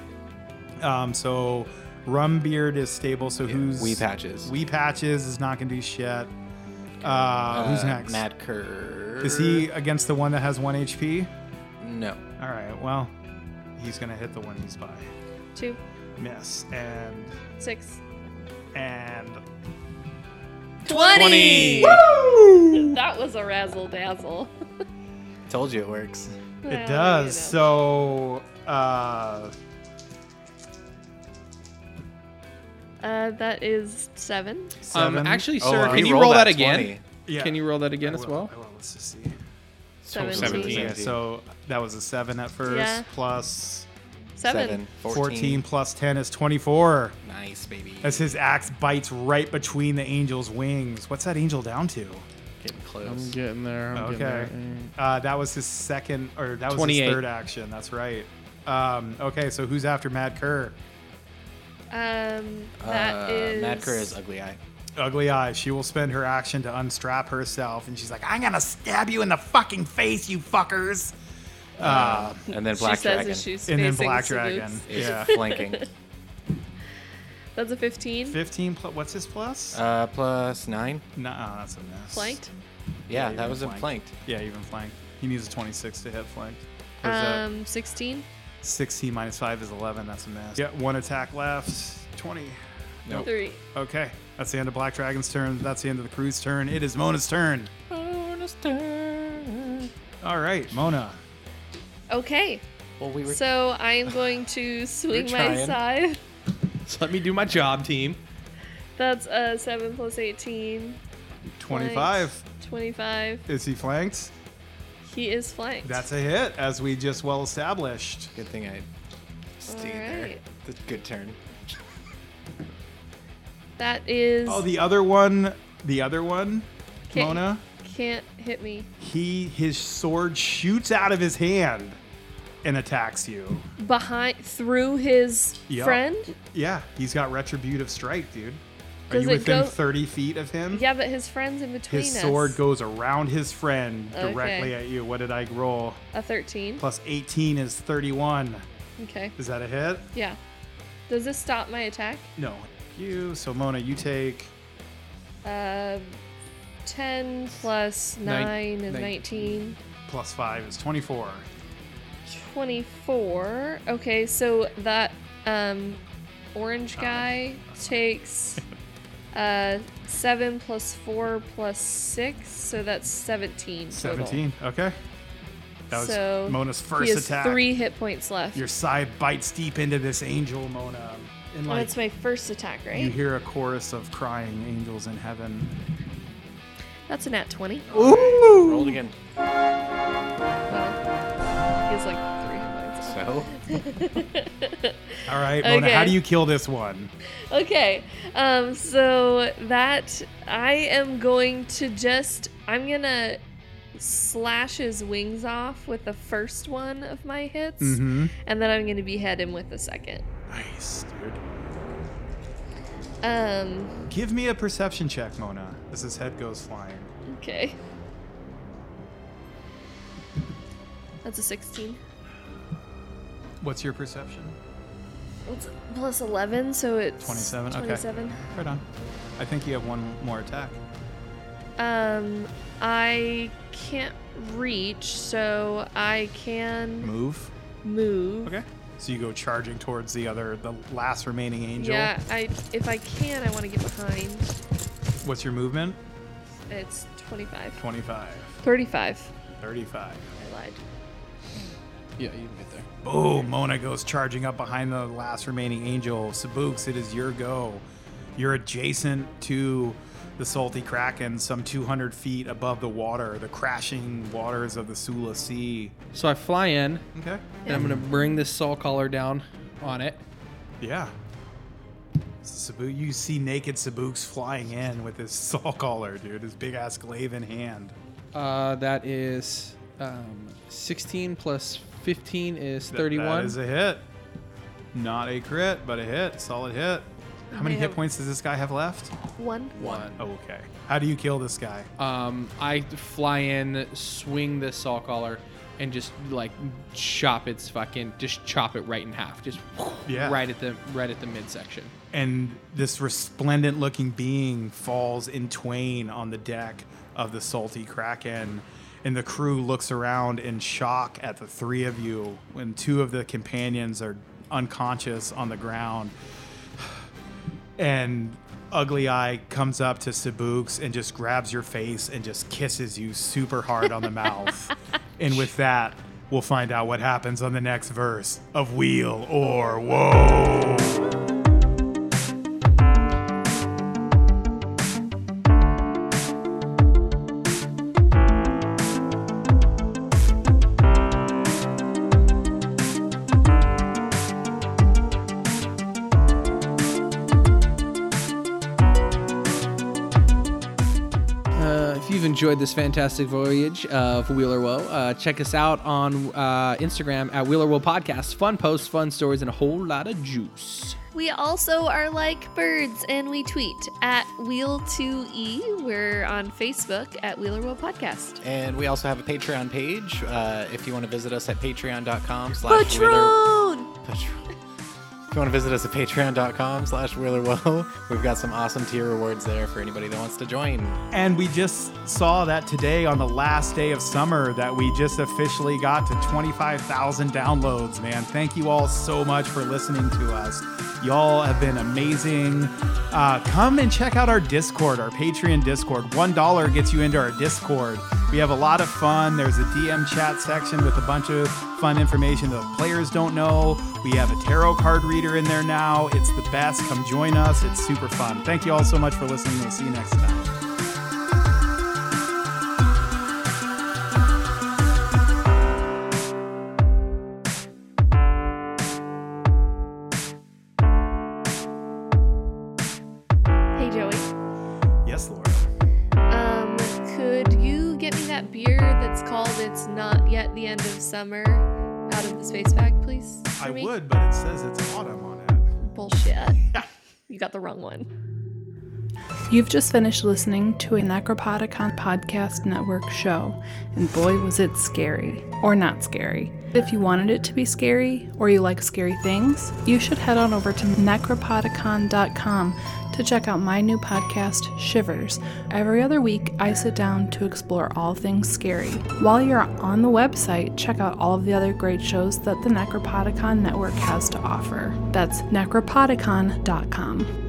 [SPEAKER 1] Um, so Rumbeard is stable. So who's
[SPEAKER 4] Wee patches.
[SPEAKER 1] Wee patches is not gonna do shit. Uh, who's
[SPEAKER 4] Uh,
[SPEAKER 1] next?
[SPEAKER 4] Mad Cur.
[SPEAKER 1] Is he against the one that has one HP?
[SPEAKER 4] No.
[SPEAKER 1] All right. Well, he's gonna hit the one he's by.
[SPEAKER 2] Two,
[SPEAKER 1] Miss and
[SPEAKER 2] six,
[SPEAKER 1] and
[SPEAKER 2] 20! That was a razzle dazzle.
[SPEAKER 4] Told you it works.
[SPEAKER 1] it does. So
[SPEAKER 5] Um,
[SPEAKER 1] uh,
[SPEAKER 2] Uh, that is seven.
[SPEAKER 1] seven.
[SPEAKER 5] Um, actually,
[SPEAKER 4] Oh,
[SPEAKER 5] sir,
[SPEAKER 4] uh,
[SPEAKER 5] can
[SPEAKER 4] he
[SPEAKER 5] you
[SPEAKER 4] rolled
[SPEAKER 5] roll that
[SPEAKER 4] that
[SPEAKER 5] again?
[SPEAKER 4] 20.
[SPEAKER 1] Yeah.
[SPEAKER 5] Can you roll that again
[SPEAKER 1] I
[SPEAKER 5] as
[SPEAKER 1] will,
[SPEAKER 5] well?
[SPEAKER 1] I will. Let's just see.
[SPEAKER 2] Seventeen.
[SPEAKER 4] seventeen.
[SPEAKER 1] Yeah. So that was a seven at first
[SPEAKER 2] Yeah.
[SPEAKER 1] plus
[SPEAKER 2] Seven.
[SPEAKER 4] Seven.
[SPEAKER 1] 14. plus 10 is 24
[SPEAKER 4] Nice, baby.
[SPEAKER 1] as his axe bites right between the angel's wings. What's that angel down to?
[SPEAKER 4] Getting close.
[SPEAKER 5] getting there. I'm
[SPEAKER 1] Okay. Uh, that was his second, or that was
[SPEAKER 5] 28.
[SPEAKER 1] his third action. That's right. Um, okay, so who's after Mad Kerr?
[SPEAKER 2] Um,
[SPEAKER 4] uh,
[SPEAKER 2] that is
[SPEAKER 4] Mad Cur is ugly eye.
[SPEAKER 1] Ugly Eye. She will spend her action to unstrap herself, and she's like, I'm going to stab you in the fucking face, you fuckers. Uh,
[SPEAKER 4] And then
[SPEAKER 2] she
[SPEAKER 4] Black
[SPEAKER 2] says
[SPEAKER 4] Dragon
[SPEAKER 2] as she's
[SPEAKER 1] and then
[SPEAKER 2] facing
[SPEAKER 1] Black
[SPEAKER 2] Sabuks.
[SPEAKER 1] Dragon.
[SPEAKER 4] is
[SPEAKER 1] Yeah.
[SPEAKER 4] flanking.
[SPEAKER 2] That's a 15.
[SPEAKER 1] 15 plus, what's his plus?
[SPEAKER 4] Uh, plus nine.
[SPEAKER 1] Nuh-uh, that's a miss.
[SPEAKER 2] Flanked.
[SPEAKER 4] Yeah,
[SPEAKER 1] even
[SPEAKER 4] that was a
[SPEAKER 1] flanked.
[SPEAKER 4] flanked.
[SPEAKER 1] Yeah, even flanked. He needs a 26 to hit flanked. What is that?
[SPEAKER 2] Um, 16,
[SPEAKER 1] 16 minus 5 is 11. That's a miss. Yeah, one attack left. 20.
[SPEAKER 4] Nope.
[SPEAKER 2] three.
[SPEAKER 1] Okay. That's the end of Black Dragon's turn. That's the end of the crew's turn. It is Mona's turn. All right, Mona.
[SPEAKER 2] Okay.
[SPEAKER 4] Well, we were.
[SPEAKER 2] So I am going to swing my
[SPEAKER 4] trying.
[SPEAKER 2] scythe.
[SPEAKER 5] So let me do my job, team.
[SPEAKER 2] That's a 7 plus 18.
[SPEAKER 1] 25.
[SPEAKER 2] flanked. 25.
[SPEAKER 1] Is he flanked?
[SPEAKER 2] He is flanked.
[SPEAKER 1] That's a hit, as we just well established.
[SPEAKER 4] Good thing I stayed
[SPEAKER 2] Alright.
[SPEAKER 4] there. That's a good turn.
[SPEAKER 2] That is.
[SPEAKER 1] Oh, the other one. The other one,
[SPEAKER 2] can't-
[SPEAKER 1] Mona.
[SPEAKER 2] Can't hit me.
[SPEAKER 1] He his sword shoots out of his hand and attacks you.
[SPEAKER 2] Behind. Through his
[SPEAKER 1] Yeah.
[SPEAKER 2] friend?
[SPEAKER 1] Yeah, he's got retributive strike, dude. Are
[SPEAKER 2] Does
[SPEAKER 1] you
[SPEAKER 2] it
[SPEAKER 1] within
[SPEAKER 2] go-
[SPEAKER 1] 30 feet of him?
[SPEAKER 2] Yeah, but his friend's in between
[SPEAKER 1] His
[SPEAKER 2] us.
[SPEAKER 1] sword goes around his friend directly
[SPEAKER 2] Okay.
[SPEAKER 1] at you. What did I roll?
[SPEAKER 2] A 13.
[SPEAKER 1] Plus 18 is 31.
[SPEAKER 2] Okay.
[SPEAKER 1] Is that a hit?
[SPEAKER 2] Yeah. Does this stop my attack?
[SPEAKER 1] No. You. So, Mona, you take
[SPEAKER 2] Uh, 10 plus 9
[SPEAKER 5] Nine-
[SPEAKER 2] is
[SPEAKER 5] nine-
[SPEAKER 2] 19.
[SPEAKER 1] Plus five is 24.
[SPEAKER 2] 24. Okay, so that um, orange guy takes uh, 7 plus 4 plus 6, so that's 17. total.
[SPEAKER 1] 17. Okay. That was
[SPEAKER 2] so
[SPEAKER 1] Mona's
[SPEAKER 2] he
[SPEAKER 1] first
[SPEAKER 2] has
[SPEAKER 1] attack.
[SPEAKER 2] three hit points left.
[SPEAKER 1] Your scythe bites deep into this angel, Mona. And
[SPEAKER 2] Well,
[SPEAKER 1] like,
[SPEAKER 2] Oh, that's my first attack,
[SPEAKER 1] you
[SPEAKER 2] right?
[SPEAKER 1] hear a chorus of crying angels in heaven.
[SPEAKER 2] That's a nat 20.
[SPEAKER 1] Oh.
[SPEAKER 4] Rolled again.
[SPEAKER 2] Well, he has like three hit points. left.
[SPEAKER 4] So
[SPEAKER 1] All right, Mona, how
[SPEAKER 2] Okay.
[SPEAKER 1] do you kill this one?
[SPEAKER 2] Okay. Um so that I am going to just I'm going to slash his wings off with the first one of my hits
[SPEAKER 1] Mm-hmm.
[SPEAKER 2] and then I'm going to behead him with the second.
[SPEAKER 1] Nice, dude.
[SPEAKER 2] Um
[SPEAKER 1] Give me a perception check, Mona, as his head goes flying.
[SPEAKER 2] okay. That's a 16.
[SPEAKER 1] What's your perception?
[SPEAKER 2] It's plus 11, so it's
[SPEAKER 1] 27, okay.
[SPEAKER 2] 27.
[SPEAKER 1] Right on. I think you have one more attack.
[SPEAKER 2] Um I can't reach, so I can
[SPEAKER 1] Move.
[SPEAKER 2] move.
[SPEAKER 1] Okay. So you go charging towards the other, the last remaining angel.
[SPEAKER 2] Yeah, I if I can, I want to get behind.
[SPEAKER 1] What's your movement?
[SPEAKER 2] It's 25.
[SPEAKER 1] 25,
[SPEAKER 2] 35.
[SPEAKER 1] 35.
[SPEAKER 2] I lied.
[SPEAKER 5] Yeah, you can get there.
[SPEAKER 1] Boom! Mona goes charging up behind the last remaining angel. Sabooks, it is your go. You're adjacent to the salty kraken, some 200 feet above the water, the crashing waters of the Sula Sea.
[SPEAKER 5] So I fly in,
[SPEAKER 1] Okay.
[SPEAKER 5] and I'm gonna bring this saw collar down on it.
[SPEAKER 1] Yeah. Sabu, you see naked Sabooks flying in with his saw collar, dude, his big ass glaive in hand.
[SPEAKER 5] Uh, that is um, 16 plus 15 is
[SPEAKER 1] That-
[SPEAKER 5] 31.
[SPEAKER 1] That is a hit. Not a crit, but a hit. Solid hit. How many
[SPEAKER 2] may
[SPEAKER 1] hit
[SPEAKER 2] have-
[SPEAKER 1] points does this guy have left?
[SPEAKER 2] One.
[SPEAKER 5] one.
[SPEAKER 1] Oh, okay. How do you kill this guy?
[SPEAKER 5] Um, I fly in, swing the saw collar, and just like chop its fucking, just chop it right in half, just
[SPEAKER 1] Yeah.
[SPEAKER 5] right at the right at the midsection.
[SPEAKER 1] and this resplendent looking being falls in twain on the deck of the salty kraken and the crew looks around in shock at the three of you when two of the companions are unconscious on the ground and ugly eye comes up to Sabooks and just grabs your face and just kisses you super hard on the mouth and with that we'll find out what happens on the next verse of wheel or woe
[SPEAKER 5] Uh, if you've enjoyed this fantastic voyage of Wheeler Woe, uh, check us out on uh, Instagram at Wheeler Woe Podcast. Fun posts, fun stories, and a whole lot of juice.
[SPEAKER 2] We also are like birds and we tweet at Wheel2E. We're on Facebook at Wheeler Wheel Podcast.
[SPEAKER 4] and we also have a Patreon page. Uh, if you want to visit us at patreon.com slash Wheeler-
[SPEAKER 2] Patron!
[SPEAKER 4] Patron. If you want to visit us at patreon.com slash wheelerwoe, we've got some awesome tier rewards there for anybody that wants to join.
[SPEAKER 1] And we just saw that today on the last day of summer that we just officially got to 25,000 downloads, man. Thank you all so much for listening to us. Y'all have been amazing. Uh, come and check out our Discord, our Patreon Discord. $1 gets you into our Discord. We have a lot of fun. There's a DM chat section with a bunch of fun information that the players don't know. We have a tarot card reader in there now. It's the best. Come join us. It's super fun. Thank you all so much for listening. We'll see you next time.
[SPEAKER 2] Hey, Joey.
[SPEAKER 1] Yes, Laura.
[SPEAKER 2] Um, could you get me that beer that's called It's Not Yet the End of Summer out of the space bag, please? for
[SPEAKER 1] I
[SPEAKER 2] me?
[SPEAKER 1] would, but it says it's autumn on it.
[SPEAKER 2] Bullshit. you got the wrong one.
[SPEAKER 7] You've just finished listening to an Necropodicon Podcast Network show, and boy, was it scary. Or not scary. If you wanted it to be scary, or you like scary things, you should head on over to necropodicon.com to check out my new podcast, Shivers. Every other week, I sit down to explore all things scary. While you're on the website, check out all of the other great shows that the Necropodicon Network has to offer. That's necropodicon.com.